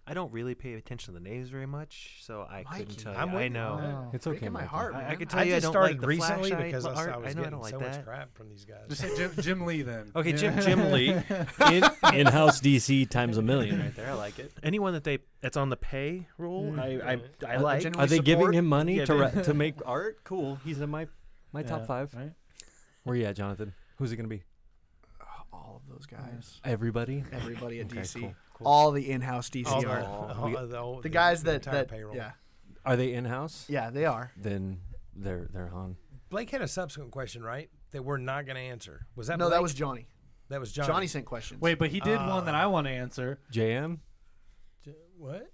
D: I don't really pay attention to the names very much, so I
A: Mikey.
D: couldn't tell you.
C: I'm with
D: I
C: you.
D: know.
E: Oh.
B: it's
A: Breaking
B: okay,
A: my
B: Mikey.
A: heart, man.
D: I, I could tell
C: I
D: you I
C: just
D: don't
C: started
D: like the
C: recently
D: Flash
C: because I,
D: art.
C: I was
D: I know I
C: getting
D: don't like
C: so much
D: that.
C: crap from these guys.
E: Just say Jim, Jim Lee then.
D: Okay, Jim Jim Lee.
B: In, in-house DC times a million right there. I like it.
D: Anyone that they that's on the pay roll,
B: Mm.
D: I I, I
A: Uh,
D: like.
A: generally
B: Are they giving
A: support-
B: him money
D: Yeah,
B: to
D: they-
B: re- to make art? Cool. He's in my my top
E: Yeah,
B: five.
E: Right?
B: Where you at, Jonathan? Who's it gonna be?
A: all of those guys?
B: Everybody.
A: Everybody at
B: Okay,
A: DC,
B: cool, cool.
A: all the in-house DC
C: All
A: art.
C: the, all
B: We-
C: the- all
A: The guys
C: the
A: that
C: entire
A: that
C: payroll.
A: yeah
B: Are they in-house?
A: yeah they are.
B: Then they're they're on.
C: Blake had a subsequent question, right? That we're not going to answer. Was that
A: No,
C: Blake?
A: that was Johnny.
C: that was Johnny.
A: Johnny, sent questions.
E: Wait, but he did one that I want to answer.
B: JM.
C: What?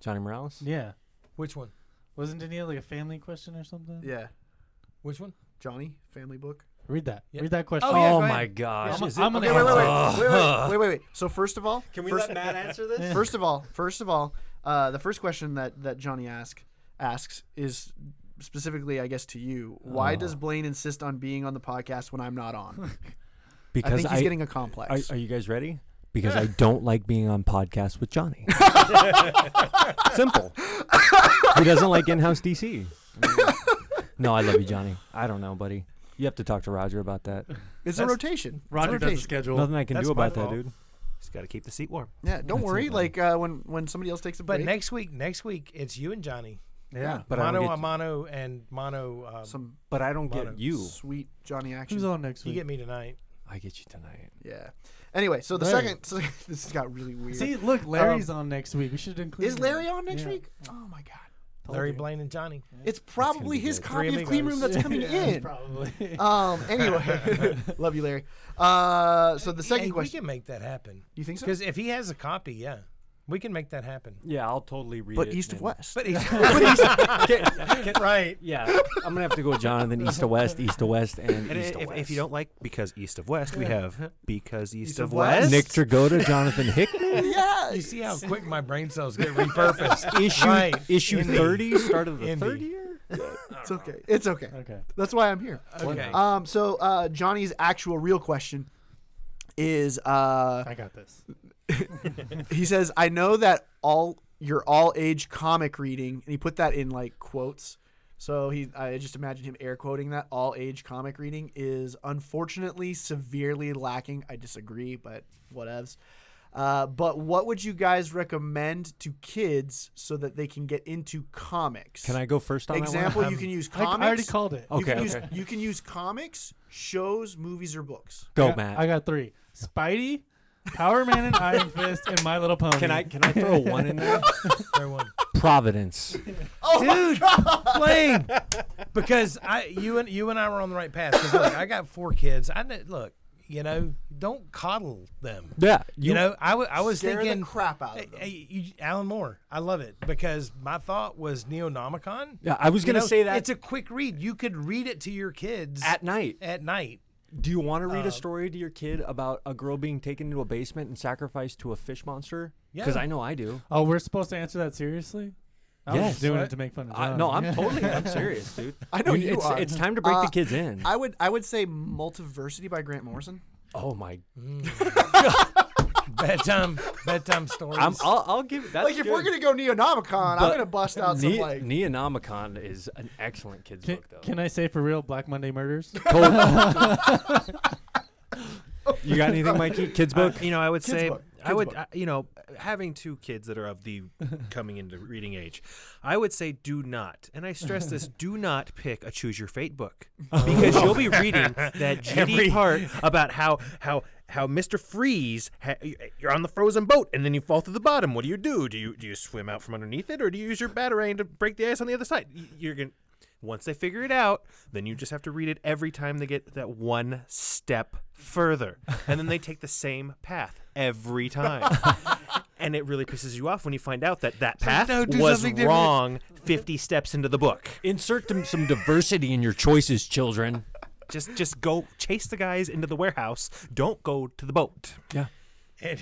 B: Johnny Morales.
E: Yeah.
C: Which one?
E: Wasn't it like a family question or something?
A: yeah,
C: Which one?
A: Johnny family book.
E: Read that.
C: Yeah.
E: Read that question.
B: Oh,
C: Oh, yeah, go
B: my
C: ahead.
B: gosh.
E: I'm-
B: Is
E: I'm
B: it-
E: gonna
A: Okay, wait, wait,
B: Oh.
A: wait, wait, wait, wait, wait, wait. So first of all,
B: Can we
A: first,
B: let Matt answer this?
A: first of all, first of all, uh, the first question that that Johnny ask asks is specifically, I guess, to you. Why
B: Oh.
A: does Blaine insist on being on the podcast when I'm not on? I
B: Because
A: think
B: I,
A: he's getting a
B: are,
A: complex.
B: are you guys ready? Because I don't like being on podcasts with Johnny. Simple. He doesn't like in-house DC. no, I love you, Johnny. I don't know, buddy. You have to talk to Roger about that.
A: it's a rotation. It's a
E: Roger does the
A: rotation.
E: schedule.
B: Nothing I can
C: that's
B: do
C: my
B: about that,
C: fault.
B: dude.
D: Just got to keep the seat warm.
A: Yeah, don't
B: That's
A: worry.
B: it, buddy.
A: like uh, when when somebody else takes a
C: But
A: break,
C: next week, next week, it's you and Johnny.
E: Yeah.
B: But I
C: mono
B: don't
C: a
B: get,
C: mono and mono. Um,
A: some
B: but I don't
C: Mono.
B: get you.
A: sweet Johnny action.
E: Who's on next
C: you
E: week?
C: get me tonight.
B: I get you tonight.
A: Yeah. Anyway, so the
E: Larry.
A: second, so this got really weird.
E: See, look, Larry's on next week. We should include.
A: is Larry on next
E: Yeah.
A: week? Oh my god.
E: Told
C: Larry
E: you.
C: Blaine and Johnny.
A: It's probably
B: be
A: his
B: good.
A: copy
C: Three
A: of Clean Room
C: amigos.
A: that's coming in.
E: Probably.
A: Um. Anyway, love you, Larry. Uh. So the second
C: Hey,
A: question.
C: we can make that happen
A: You think so?
C: because if he has a copy, yeah, We can make that happen.
B: Yeah, I'll totally read
A: But
B: it.
A: east of
B: and-
A: west.
C: But he's
B: Can- can-
C: right.
B: yeah, I'm gonna have to go with Jonathan. East to west, east to west, and,
D: And
B: east
D: if,
B: to west.
D: if you don't like because east of west, we have because east, of,
A: of
D: west.
A: west.
B: Nick Dragotta, Jonathan Hickman.
A: yeah.
C: You see how quick my brain cells get repurposed.
B: issue
C: Right.
B: issue
C: Indy.
B: thirty, start of the
C: Indy.
B: third year.
A: It's okay. It's okay.
E: Okay.
A: That's why I'm here.
C: Okay.
A: Um, so uh, Johnny's actual real question is uh,
E: I got this.
A: he says, I know that all your all age comic reading, and he put that in like quotes. So he, I just imagine him air quoting that all age comic reading is unfortunately severely lacking. I disagree, but whatevs. Uh, but what would you guys recommend to kids so that they can get into comics?
B: Can I go first on
A: Example: You can use
E: I,
A: comics.
E: I already called it.
B: Okay,
A: you can
B: okay.
A: Use, you can use comics, shows, movies, or books.
B: That
E: I
B: one? Go,
E: got-
B: Matt.
E: I got three: Spidey, Power Man and Iron Fist, and My Little Pony.
B: can I can I throw one in there?
C: Everyone.
B: Providence.
C: dude, blame. Because I, you and you and I were on the right path. 'Cause, look, I got four kids. I kn- look, you know, don't coddle them.
B: Yeah,
C: You, know, I wa- I was
A: Scare the
C: thinking
A: crap out of them.
C: Hey, you- Alan Moore, I love it because my thought was Neonomicon.
B: Yeah, I was
C: You
B: gonna
C: know,
B: say that
C: it's a quick read. You could read it to your kids
B: at night.
C: at night.
B: Do you want to
E: Um,
B: read a story to your kid about a girl being taken into a basement and sacrificed to a fish monster? Because
C: Yeah.
B: I know I do.
E: Oh, we're supposed to answer that seriously? I was
B: Yes.
E: just doing
C: What?
E: it to make fun of.
B: I,
E: John.
B: no, I'm
E: Uh, Yeah.
B: totally. I'm serious, dude.
A: I know
B: We-
A: you
B: it's,
A: are.
B: It's time to break
A: Uh,
B: the kids in.
A: I would I would say Multiversity by Grant Morrison.
B: oh my!
C: Bedtime, bedtime um, stories.
B: I'm, I'll, I'll give. That's
A: Like if we're
B: good.
A: gonna go Neonomicon, I'm
B: But
A: gonna bust out some
B: Ne-
A: like
B: Neonomicon is an excellent kids
E: Can,
B: book, though.
E: can I say for real, Black Monday Murders?
B: you got anything, Mikey? Kids book.
D: Uh, you know, I would say
A: book.
D: I
A: Kids
D: would
A: book.
D: I- you know having two kids that are of the coming into reading age, I would say do not, and I stress this: do not pick a choose your fate book because you'll be reading that GD part about how how how Mister Freeze ha- you're on the frozen boat and then you fall through the bottom. What do you do? Do you do you swim out from underneath it or do you use your batarang to break the ice on the other side? Y- You're gonna. Once they figure it out, then you just have to read it every time they get that one step further. And then they take the same path every time. and it really pisses you off when you find out that that path
C: no, do
D: was
C: something different.
D: wrong 50 steps into the book.
B: Insert them some diversity in your choices, children.
D: Just just go chase the guys into the warehouse. Don't go to the boat.
B: Yeah.
C: And,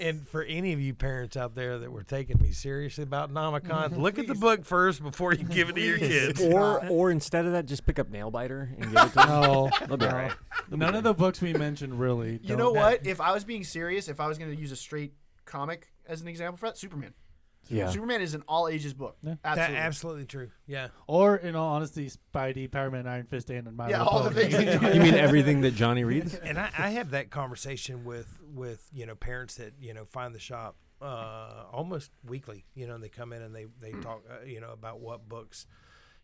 C: and for any of you parents out there that were taking me seriously about Nomicon, look at the book first before you give it to your kids.
B: Or or instead of that, just pick up Nailbiter and give it to them.
E: no,
B: They'll be all right.
E: none of the books we mentioned really.
A: Oh. You know what? If I was being serious, if I was gonna use a straight comic as an example for that, Superman.
B: Yeah.
A: Superman is an all ages book.
E: Yeah.
C: That
A: Absolutely.
C: absolutely true. Yeah.
E: Or in all honesty, Spidey, Power Man, Iron Fist, and My
A: yeah,
E: Little
A: all the
E: Pony.
A: things. that John-
B: You mean everything that Johnny reads?
C: and I, I have that conversation with with you know parents that you know find the shop uh, almost weekly. You know, and they come in and they they
A: Mm.
C: talk uh, you know about what books,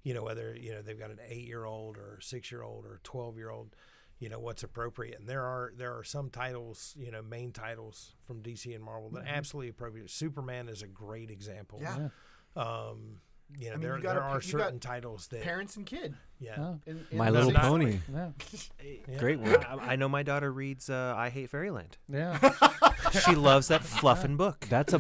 C: you know whether you know they've got an eight year old or six year old or twelve year old, you know what's appropriate. And there are there are some titles you know main titles from DC and Marvel that absolutely appropriate. Superman is a great example.
A: Mm-hmm. yeah.
C: Um, you know
A: mean,
C: there
A: you gotta
C: there
A: pick-
C: are
A: you got
C: certain titles that
A: Parents and kid.
C: yeah.
E: Oh,
A: In, in
B: My
A: the
B: Little
A: same-
B: Pony.
E: yeah.
C: yeah.
B: Great
D: I,
B: one.
D: Um, I know my daughter reads uh, I Hate Fairyland.
E: Yeah.
D: She loves that fluffin' book.
B: That's a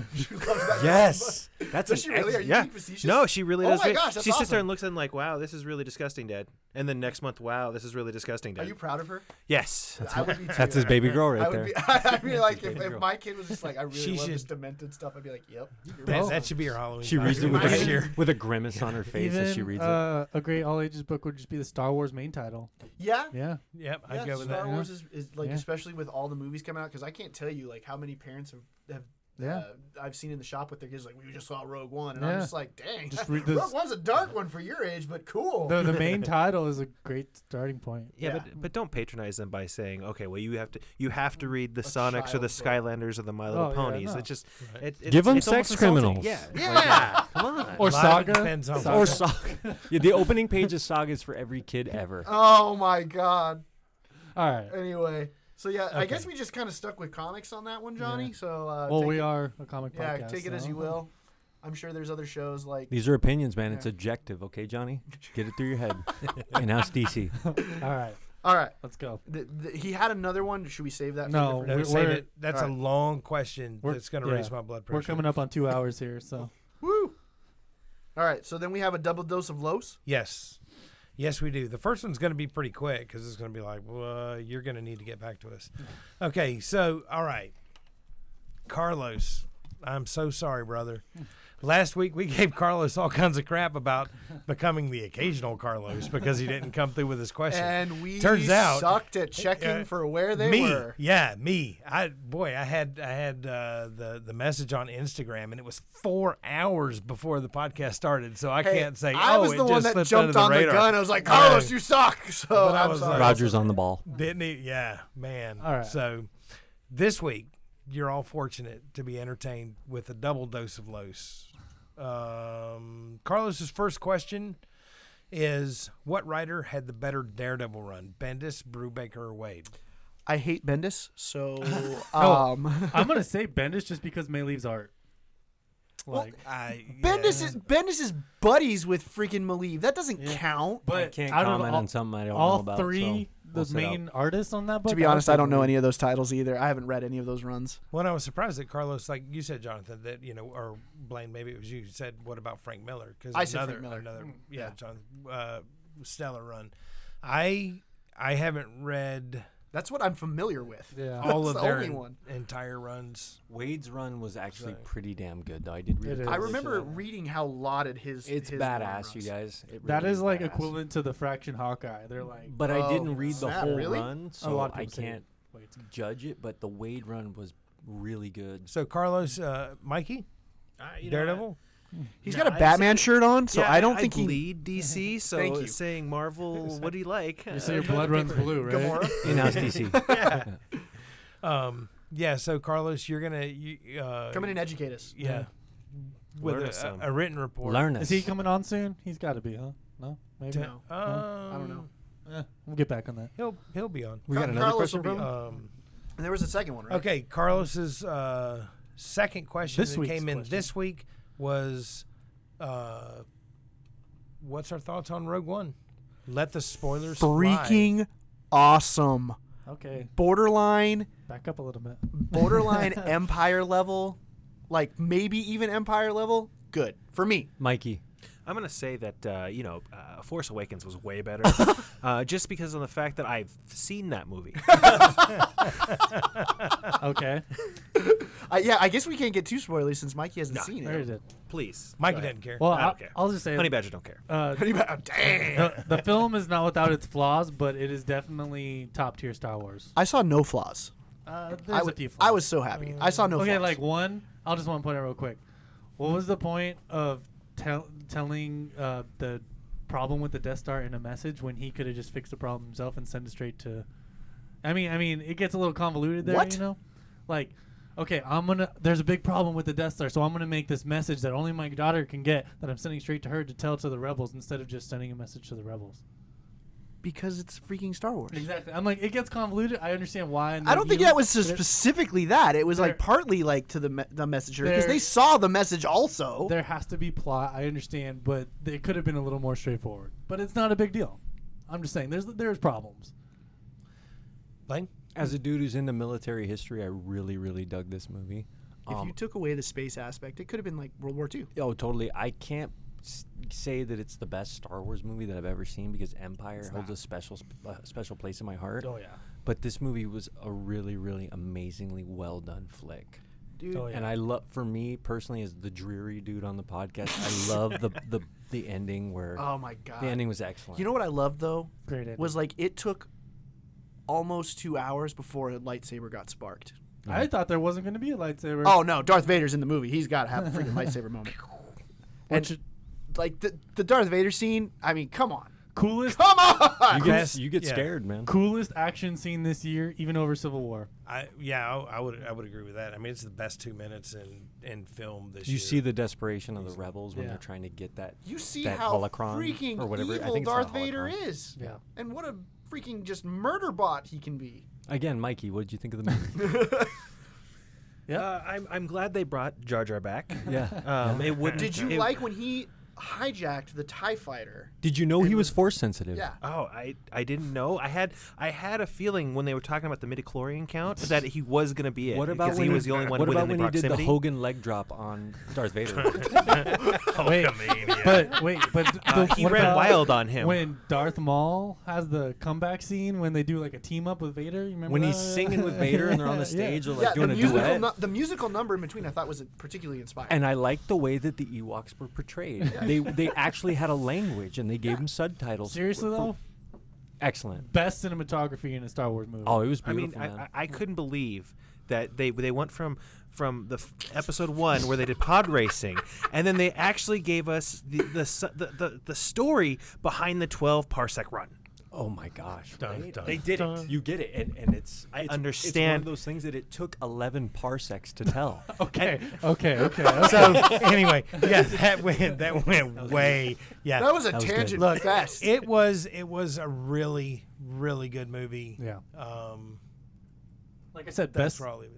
D: Yes. That's
A: Does
D: an
A: she really?
D: ex-
A: Are you
D: yeah.
A: being facetious?
D: No, she really
A: Oh
D: does.
A: my
D: re-
A: gosh, that's
D: she sits
A: awesome.
D: there and looks at it and like, wow, this is really disgusting, Dad. And then next month, wow, this is really disgusting,
A: Are
D: Dad.
A: you proud of her?
D: yes.
A: I would be too.
B: that's his baby girl
A: I
B: right
A: would
B: there.
A: be. I'd be like, if, if my kid was just like, I really
C: She
A: love this
C: should-
A: demented stuff, I'd be like, yep. you're
C: That,
A: right.
C: that should be your Halloween.
B: She reads it
C: costume
B: with
C: this year.
B: a, with a grimace on her face
E: Even
B: as she reads it.
E: uh, a great all ages book would just be the Star Wars main title.
A: Yeah.
E: Yeah.
C: Yep,
A: Yeah,
C: I'd go with
A: Star
C: that.
E: yeah.
A: Wars is, is like,
E: Yeah.
A: especially with all the movies coming out, because I can't tell you like how many parents have have.
E: Yeah.
A: Uh, I've seen in the shop with their kids like we just saw Rogue One, and I'm
E: Yeah.
A: just like, dang,
E: Just read
A: Rogue
E: this-
A: One's a dark one for your age, but cool.
E: The, the main title is a great starting point.
D: Yeah,
A: Yeah.
D: But, but don't patronize them by saying, okay, well you have to you have to read the
A: A
D: Sonics or the
A: child
D: Skylanders or the My Little
E: Oh, yeah,
D: Ponies.
E: no.
D: It's just
C: Right.
D: it, it's,
B: Give 'em
D: it's almost
B: sex
D: insulting.
B: criminals.
D: Yeah, yeah. Come on.
E: Or
C: A lot of it
E: Saga.
C: depends on
E: Saga.
B: Or Saga. Yeah, the opening page of Saga is for every kid ever.
A: oh my god.
E: All right.
A: Anyway, so yeah, I guess
C: Okay.
A: we just kind of stuck with comics on that one, Johnny. So uh,
E: Well,
A: take
E: we
A: it,
E: are a comic
A: yeah,
E: podcast.
A: take it as
E: so-
A: you will. I'm sure there's other shows like
B: These are opinions, man. It's objective, okay, Johnny? Get it through your head. and now it's DC.
E: All right.
A: All right.
E: Let's go.
A: The, the, he had another one. Should we save that? for
E: No.
A: different-
C: No,
E: We're-
C: save
E: we're-
C: it. That's
A: Alright.
C: a long question
E: We're-
C: that's going to
E: yeah.
C: raise my blood pressure.
E: We're coming up on two hours here, so
A: Woo. All right. So then we have a double dose of Los.
C: Yes. Yes, we do. The first one's going to be pretty quick because it's going to be like, well, uh, you're going to need to get back to us. Okay, so, all right. Carlos, I'm so sorry, brother. Last week we gave Carlos all kinds of crap about becoming the occasional Carlos because he didn't come through with his question.
A: And we
C: Turns out-
A: sucked at checking
C: Yeah.
A: for where they
C: me,
A: were.
C: yeah, me. I boy, I had I had uh, the the message on Instagram, and it was four hours before the podcast started, so I
A: Hey,
C: can't say.
A: I
C: oh,
A: was
C: it
A: the one
C: just
A: that
C: slipped
A: jumped
C: under
A: on the,
C: radar.
A: gun. I was like, Carlos,
C: Yeah.
A: you suck. So
C: But I
A: I'm
C: was
A: sorry.
C: like-
B: Rogers on the ball.
C: Didn't he? Yeah, man.
E: All right.
C: So this week, you're all fortunate to be entertained with a double dose of Los. Um, Carlos's first question is What writer had the better Daredevil run, Bendis, Brubaker, or Wade?
A: I hate Bendis, so
E: Oh.
A: um,
E: I'm gonna say Bendis just because May leaves art.
A: Well,
E: Like,
C: I,
A: Bendis
C: yeah.
A: is Bendis is buddies with freaking Maliv. That doesn't
E: Yeah.
A: count.
E: but
B: I can't
E: out
B: comment
E: of all,
B: on something I don't
E: all
B: know about.
E: three,
B: so we'll
E: the
B: sit out.
E: main artists on that book.
A: To be honest, I don't know any of those titles either. I haven't read any of those runs.
C: Well, and I was surprised that Carlos, like you said, Jonathan, that you know, or Blaine, maybe it was you, said, "What about Frank Miller?" Because
A: I
C: another,
A: said Frank Miller. Mm,
C: another, yeah, Jonathan, uh, stellar run. I I haven't read
A: That's what I'm familiar with.
E: Yeah.
C: all
A: That's
C: of
A: the
C: their
A: only
C: en-
A: one.
C: entire runs.
B: Wade's run was actually
C: Sorry.
B: pretty damn good, though. I did
E: It
B: read.
E: is.
B: it.
A: I
E: Yeah,
A: remember reading how lauded his.
B: It's
A: his long
B: badass,
A: runs.
B: you guys. It
E: That
B: really
E: is like
B: badass.
E: equivalent to the Fraction Hawkeye. They're like,
B: But
A: Oh,
B: I didn't read the
A: snap,
B: whole
A: really?
B: run,
E: a lot
B: so
E: of
B: I
E: people say
B: can't
E: Wade's-
B: judge it. But the Wade run was really good.
C: So Carlos, uh, Mikey, Daredevil.
A: He's
D: No,
A: got a
D: I'd
A: Batman shirt on, so I don't think he.
D: lead DC. So
A: Thank you.
D: saying Marvel, what do you like?
E: You say your blood runs blue, right?
A: Gamora.
B: In-house DC.
C: Um, yeah. So Carlos, you're gonna you, uh,
A: Come in and educate us.
C: yeah, with
D: Learn
C: a-
D: us some.
C: a, a written report.
B: Learn us.
E: Is he coming on soon? He's got to be, huh? No, maybe.
C: To,
A: No.
C: um,
A: don't know.
E: Eh, we'll get back on that.
C: He'll he'll be on.
B: We
A: Car-
B: got another
A: Carlos
B: question
A: will be-
B: from. him?
C: Um,
A: And there was a second one, right?
C: Okay, Carlos's uh, second question
E: This
C: that
E: week's
C: came in
E: question.
C: this week was, uh, "What's our thoughts on Rogue One? Let the spoilers fly.
A: Freaking awesome.
E: Okay,
A: Borderline,
E: back up a little bit.
A: borderline Empire level, like maybe even Empire level. Good for me.
B: Mikey.
D: I'm gonna say that uh, you know, uh, Force Awakens was way better, uh, just because of the fact that I've seen that movie.
E: Okay,
A: Uh, yeah, I guess we can't get too spoilery since Mikey hasn't
D: No.
A: seen
E: very
A: it.
E: good.
D: Please,
C: Mikey
D: Go ahead.
C: doesn't care.
E: Well,
D: I don't
E: I
D: care.
E: will just say,
D: Honey Badger don't care.
E: uh,
A: Damn.
E: the, the film is not without its flaws, but it is definitely top tier Star Wars.
A: I saw no flaws.
E: Uh, there's
A: I
E: a
A: wa-
E: few
A: I
E: flaws.
A: was so happy. I saw Oh, no
E: okay,
A: flaws.
E: like one. I'll just want to point out real quick. What was the point of tell, telling uh, the problem with the Death Star in a message when he could have just fixed the problem himself and sent it straight to? I mean, I mean, it gets a little convoluted there,
A: What?
E: you know. Like, okay, I'm gonna. There's a big problem with the Death Star, so I'm gonna make this message that only my daughter can get that I'm sending straight to her to tell to the rebels instead of just sending a message to the rebels.
A: because it's freaking Star Wars.
E: Exactly. I'm like, it gets convoluted. I understand why. And
A: I
E: then
A: don't think
E: you-
A: that was so
E: there-
A: specifically that. It was like
E: They're-
A: partly like to the me- the messenger because
E: They're-
A: they saw the message also.
E: there has to be plot. I understand, but it could have been a little more straightforward. But it's not a big deal. I'm just saying, there's there's problems.
C: Blaine?
B: As a dude who's into military history, I really, really dug this movie. Um,
A: if
E: Oh.
A: you took away the space aspect, it could have been like World War II.
B: Oh, totally. I can't s- say that it's the best Star Wars movie that I've ever seen because Empire holds a special sp- uh, special place in my heart.
E: Oh, yeah.
B: But this movie was a really, really amazingly well done flick.
A: Dude,
E: Oh, yeah.
B: And I love, for me personally, as the dreary dude on the podcast, I love the, the the ending where
A: oh my god!
B: the ending was excellent.
A: you know what I loved though
E: Great ending.
A: was like it took almost two hours before a lightsaber got sparked.
E: I thought there wasn't going to be a lightsaber.
A: Oh no, Darth Vader's in the movie. He's got to have a freaking lightsaber moment. And
E: Which-
A: like the the Darth Vader scene. I mean, come on,
E: coolest
A: come on.
B: you get,
C: Best-
B: you get
C: yeah.
B: scared, man.
E: coolest action scene this year, even over Civil War.
C: I yeah, I, I would I would agree with that. I mean, it's the best two minutes in in film this
B: You
C: year.
B: see the desperation of the rebels when
E: Yeah.
B: they're trying to get that.
A: You see
B: that
A: how
B: holocron
A: freaking
B: or whatever. I
A: evil
B: think it's
A: Darth
B: a
A: Vader
B: holocron.
A: is.
E: Yeah.
A: And what a freaking just murder bot he can be.
B: Again, Mikey, what did you think of the movie?
E: Yeah.
D: Uh, Um, I'm I'm glad they brought Jar Jar back.
B: yeah.
D: Um, It wouldn't.
A: Did you
D: it-
A: like when he hijacked the TIE fighter.
B: Did you know he was force sensitive?
A: Yeah.
D: Oh, I I didn't know. I had I had a feeling when they were talking about the midichlorian count that he was going to be it.
B: What about
D: because
B: when
D: he was the only one
B: What
D: within
B: about when
D: the
B: he did
D: proximity?
B: the Hogan leg drop on Darth Vader?
D: Oh,
E: Wait, but wait, but th-
D: Uh,
E: the-
D: he
E: what
D: ran
E: about
D: wild on him.
E: When Darth Maul has the comeback scene when they do like a team up with Vader, you remember
B: when he's
E: that?
B: singing with Vader and they're on the stage or like
A: yeah,
B: doing
A: the
B: a
A: musical
B: duet.
A: nu- the musical number in between I thought was particularly inspiring.
B: and I like the way that the Ewoks were portrayed. They they actually had a language and they gave them subtitles.
E: Seriously
B: for- for-
E: though,
B: excellent.
E: best cinematography in a Star Wars movie.
B: Oh, it was
D: I mean,
B: beautiful.
D: I,
B: man.
D: I, I couldn't believe that they they went from from the f- episode one where they did pod racing, and then they actually gave us the the su- the, the, the story behind the twelve parsec run.
B: oh my gosh,
C: Dun,
B: right?
C: dun,
B: they did it.
C: dun.
B: You get it, and and it's
D: I
B: it's- It's one of
D: understand.
B: those things that it took eleven parsecs to tell.
E: okay, okay, okay, okay.
C: So anyway, yeah, that went that went way. Yeah,
A: that was a
B: That was good.
A: tangent
C: Look,
A: fest.
C: it was it was a really really good movie.
E: yeah.
C: Um,
E: Like I said,
C: that's
E: best
C: probably
E: be-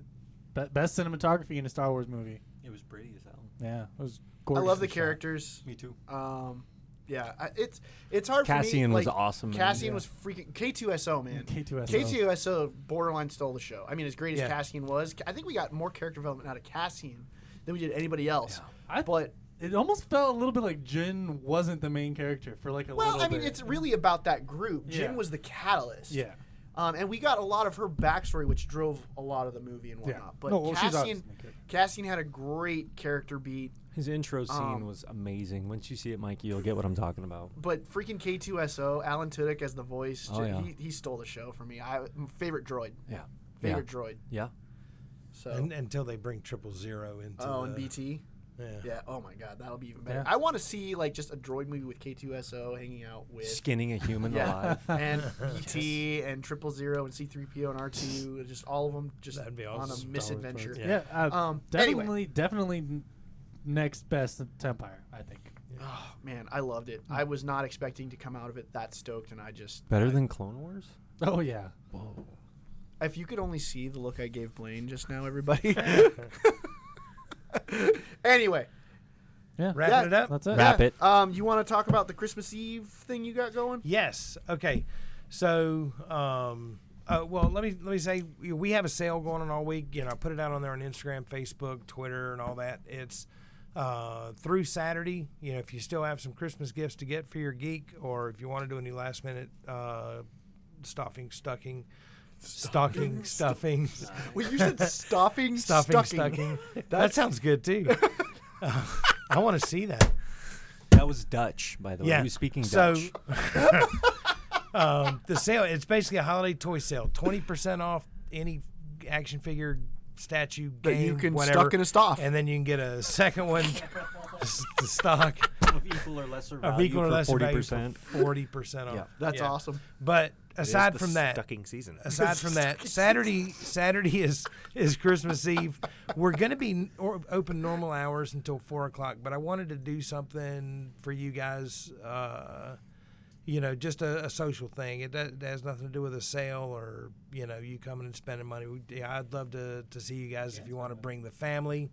E: best cinematography in a Star Wars movie.
B: It was pretty as hell.
E: Yeah, it was
A: I
E: gorgeous.
A: love the
E: and shot.
A: characters.
B: Me too.
A: Um, yeah, I, it's it's hard
B: Cassian
A: for me.
B: was
A: like,
B: awesome. man.
A: Cassian
B: Yeah.
A: was freaking K2SO man.
E: K2SO.
A: K2SO borderline stole the show. I mean, as great as
C: Yeah.
A: Cassian was, I think we got more character development out of Cassian than we did anybody else.
E: I-
A: but
E: It almost felt a little bit like Jin wasn't the main character for like a
A: well,
E: little
A: I mean,
E: bit.
A: it's really about that group.
E: Yeah.
A: Jin was the catalyst.
E: yeah.
A: Um, and we got a lot of her backstory, which drove a lot of the movie and
E: Yeah.
A: whatnot. But
E: No, well, she's
A: Cassian,
E: obviously the character.
A: Cassian had a great character beat.
B: His intro scene
A: Um,
B: was amazing. Once you see it, Mikey, you'll get what I'm talking about.
A: But freaking K2SO, Alan Tudyk as the voice,
B: Oh,
A: ju-
B: yeah.
A: he, he stole the show for me. I favorite droid,
B: Yeah. Yeah.
A: favorite droid.
B: Yeah.
A: So
C: un- until they bring triple zero into.
A: oh,
C: the,
A: and BT.
C: Yeah.
A: Yeah. Oh my God, that'll be even better.
E: Yeah.
A: I want to see like just a droid movie with K2SO hanging out with
B: Skinning a human
A: yeah,
B: alive.
A: and BT and Triple Zero and C3PO and R2, just all of them just
C: That'd be
A: on a
C: awesome.
A: misadventure.
C: Yeah.
E: Yeah. uh,
A: Um, anyway.
E: definitely, definitely n- next best Empire, I think.
A: Oh man, I loved it. I was not expecting to come out of it that stoked, and I just
B: Better than Clone Wars?
E: Oh yeah.
A: if you could only see the look I gave Blaine just now, everybody. anyway,
E: Yeah.
C: Wrapping
A: Yeah.
C: it up.
E: That's it.
B: Wrap it.
A: Um, you want to talk about the Christmas Eve thing you got going?
C: Yes. Okay. So, um, uh, well, let me let me say we have a sale going on all week. You know, I put it out on there on Instagram, Facebook, Twitter, and all that. It's uh, through Saturday. You know, if you still have some Christmas gifts to get for your geek, or if you want to do any last minute uh, stuffing, stucking, stocking, stuffing,
A: Well, you said stuffing,
C: stuffing,
A: stucking.
C: stucking. That sounds good too. Uh, I want to see that.
B: That was Dutch, by the way. He was speaking
C: so,
B: Dutch.
C: um, the sale, it's basically a holiday toy sale. 20% off any action figure, statue,
A: That
C: game,
A: you can
C: whatever.
A: stuck in a stuff.
C: and then you can get a second one, s- the stock,
B: Of equal or lesser
C: of equal or less
B: Uh, forty
C: value for
B: percent.
C: 40% off.
B: Yeah.
A: That's
C: Yeah.
A: awesome.
C: But
D: It is
C: aside
D: the
C: from that,
D: stucking season.
C: aside from that, Saturday Saturday is is Christmas Eve. We're gonna be n- or open normal hours until four o'clock, but I wanted to do something for you guys. Uh, you know, just a, a social thing. It, does, it has nothing to do with a sale or you know you coming and spending money. We, yeah, I'd love to, to see you guys if you want to bring the family.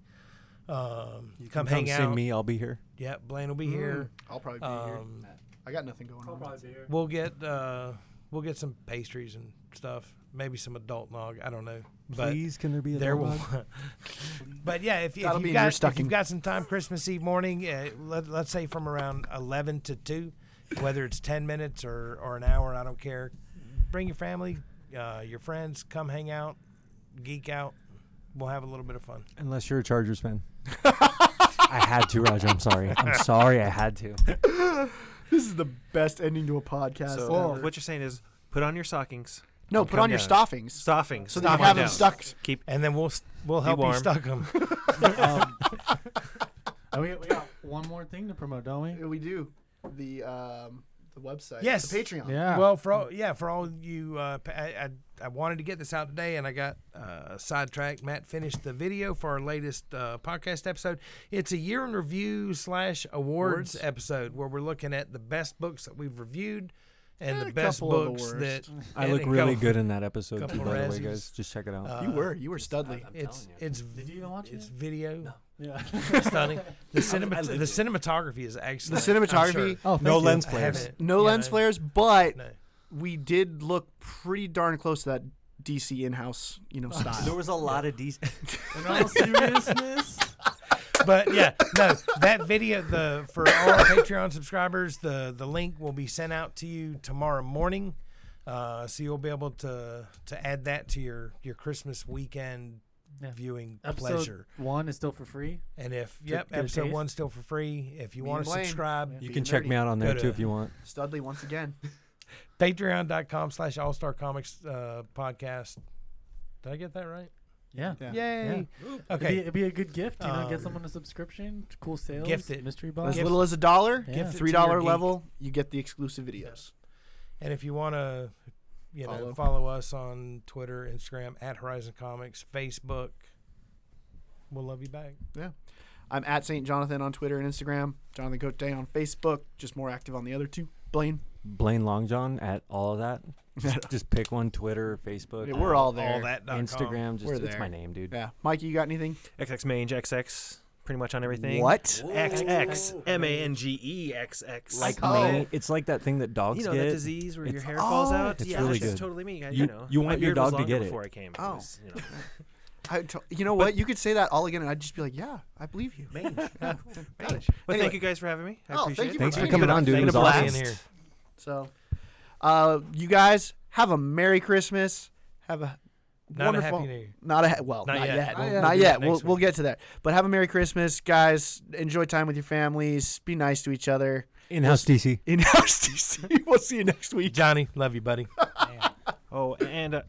C: Um, come,
B: Come
C: hang
B: see
C: out.
B: me. I'll be here.
C: Yeah, Blaine will be here.
A: I'll probably Mm. be here.
C: Um,
A: I got nothing going on.
C: We'll get uh, we'll get some pastries and stuff. Maybe some adult nog. I don't know. But
B: Please, can there be a
C: there
B: dog?
C: will. but yeah, if, if
A: That'll be in
C: you've
A: your
C: got if
A: stocking.
C: you've got some time Christmas Eve morning, uh, let, let's say from around eleven to two, whether it's ten minutes or or an hour, I don't care. Bring your family, uh, your friends, come hang out, geek out. We'll have a little bit of fun.
B: Unless you're a Chargers fan. I had to, Roger. I'm sorry. I'm sorry. I had to.
A: This is the best ending to a podcast.
D: so
A: ever.
D: what you're saying is put on your stockings,
A: no, put on your
D: down.
A: stockings
D: stuffing,
A: so that
D: stock
A: you
D: on
A: have them
D: down.
A: stuck.
D: Keep
C: And then we'll s- we'll help you
D: warm.
C: stock them.
E: um, and we, we got one more thing to promote, don't we?
A: We do the um, the website.
C: Yes.
A: the Patreon.
E: Yeah.
C: Well, for all, yeah, for all you, uh, pa- I, I I wanted to get this out today, and I got uh, sidetracked. Matt finished the video for our latest uh, podcast episode. It's a year in review slash awards episode where we're looking at the best books that we've reviewed, and
G: And
C: the
G: a
C: best
G: couple of the
C: books
G: worst.
C: that
B: I
C: and
B: look
C: a
B: really
C: couple-
B: good in that episode, too,
C: couple
B: by the way,
C: Razzies.
B: guys. Just check it out.
C: uh,
G: you were you were Studley.
C: It's it's
E: Did you even watch
C: it's
E: it?
C: video
E: Yeah.
C: stunning. The cinema the cinematography is excellent. I'm
G: cinematography-
C: sure.
E: Oh,
B: no
E: thank you.
B: lens
C: I
B: flares.
C: haven't,
A: No
C: you
A: lens
C: know,
A: flares, but
C: no.
A: we did look pretty darn close to that DC in-house, you know,
B: There
A: style.
B: was a lot of these.
E: In all seriousness,
C: But yeah, no, that video the for all our Patreon subscribers, the the link will be sent out to you tomorrow morning. Uh, so you'll be able to to add that to your your Christmas weekend
E: Yeah.
C: viewing
E: episode
C: pleasure.
E: one is still for free.
C: And if yep,
E: get a
C: episode
E: taste.
C: one's still for free. If you
A: Me
C: want
A: and
C: to
A: Blaine.
C: subscribe,
E: Yeah.
B: You
A: Being
B: can check
A: nerdy.
B: me out on
C: Go
B: there,
C: to-
B: too, if you want.
A: Studley once again.
C: patreon.com slash all star comics uh, podcast. Did I get that right?
E: Yeah.
A: Yeah.
C: Yay.
E: It'd, be,
C: Okay.
E: it'd be a good gift, you know.
C: Um,
E: Get someone a subscription, cool sales,
C: gift it.
E: mystery
A: As
E: box.
C: Gift-
A: little as a dollar,
E: Yeah. Gift
C: it to
A: three dollar
C: your geek.
A: level, you get the exclusive videos.
C: And if you want to, you know,
A: Follow.
C: follow. us on Twitter, Instagram, at Horizon Comics, Facebook. We'll love you back.
A: I'm at Saint Jonathan on Twitter and Instagram. Jonathan Cote Day on Facebook. Just more active on the other two. Blaine,
B: Blaine Longjohn at all of that. Just, just pick one Twitter, Facebook,
A: Yeah, we're all there.
C: that
B: Instagram. Just
A: We're
B: it's
A: there.
B: my name, dude.
A: Yeah, Mikey, you got anything?
D: XX Mange, XX, pretty much on everything.
A: What?
D: XX, M A N G E, XX.
B: Like
A: Oh.
B: me, it's like that thing that dogs
D: you know
B: get.
D: that disease where your
B: It's-
D: hair falls
A: Oh,
D: out.
B: it's
D: yeah,
B: really
D: that's
B: good.
D: totally me. I,
B: You-
D: know,
B: you
D: My
B: want your
D: beard
B: dog
D: was
B: to
D: longer
B: get it.
D: before I came. It
A: Oh.
D: was, you know,
A: I t- you know what? You could say that all again, and I'd just be like, "Yeah, I believe you."
D: mange.
A: Yeah.
D: Mange. But
A: Anyway.
D: thank you guys for having me. I
A: Oh,
D: appreciate
A: thank you
D: it.
A: for
B: Thanks for
A: being
B: coming on, dude. It
C: Thanks
B: was
C: for
B: awesome.
C: being here.
A: So, uh, you guys have a Merry Christmas. Have a
C: Not a
A: wonderful,
C: happy new year.
A: not a ha- well, not,
C: Not
A: yet,
C: yet.
A: not
C: We'll-
A: yet.
C: we'll do that
A: We'll
C: next
A: we'll
C: week.
A: get to that. But have a Merry Christmas, guys. Enjoy time with your families. Be nice to each other.
B: In house DC.
A: In house DC. We'll see you next week.
C: Johnny, love you, buddy.
D: Oh, and uh,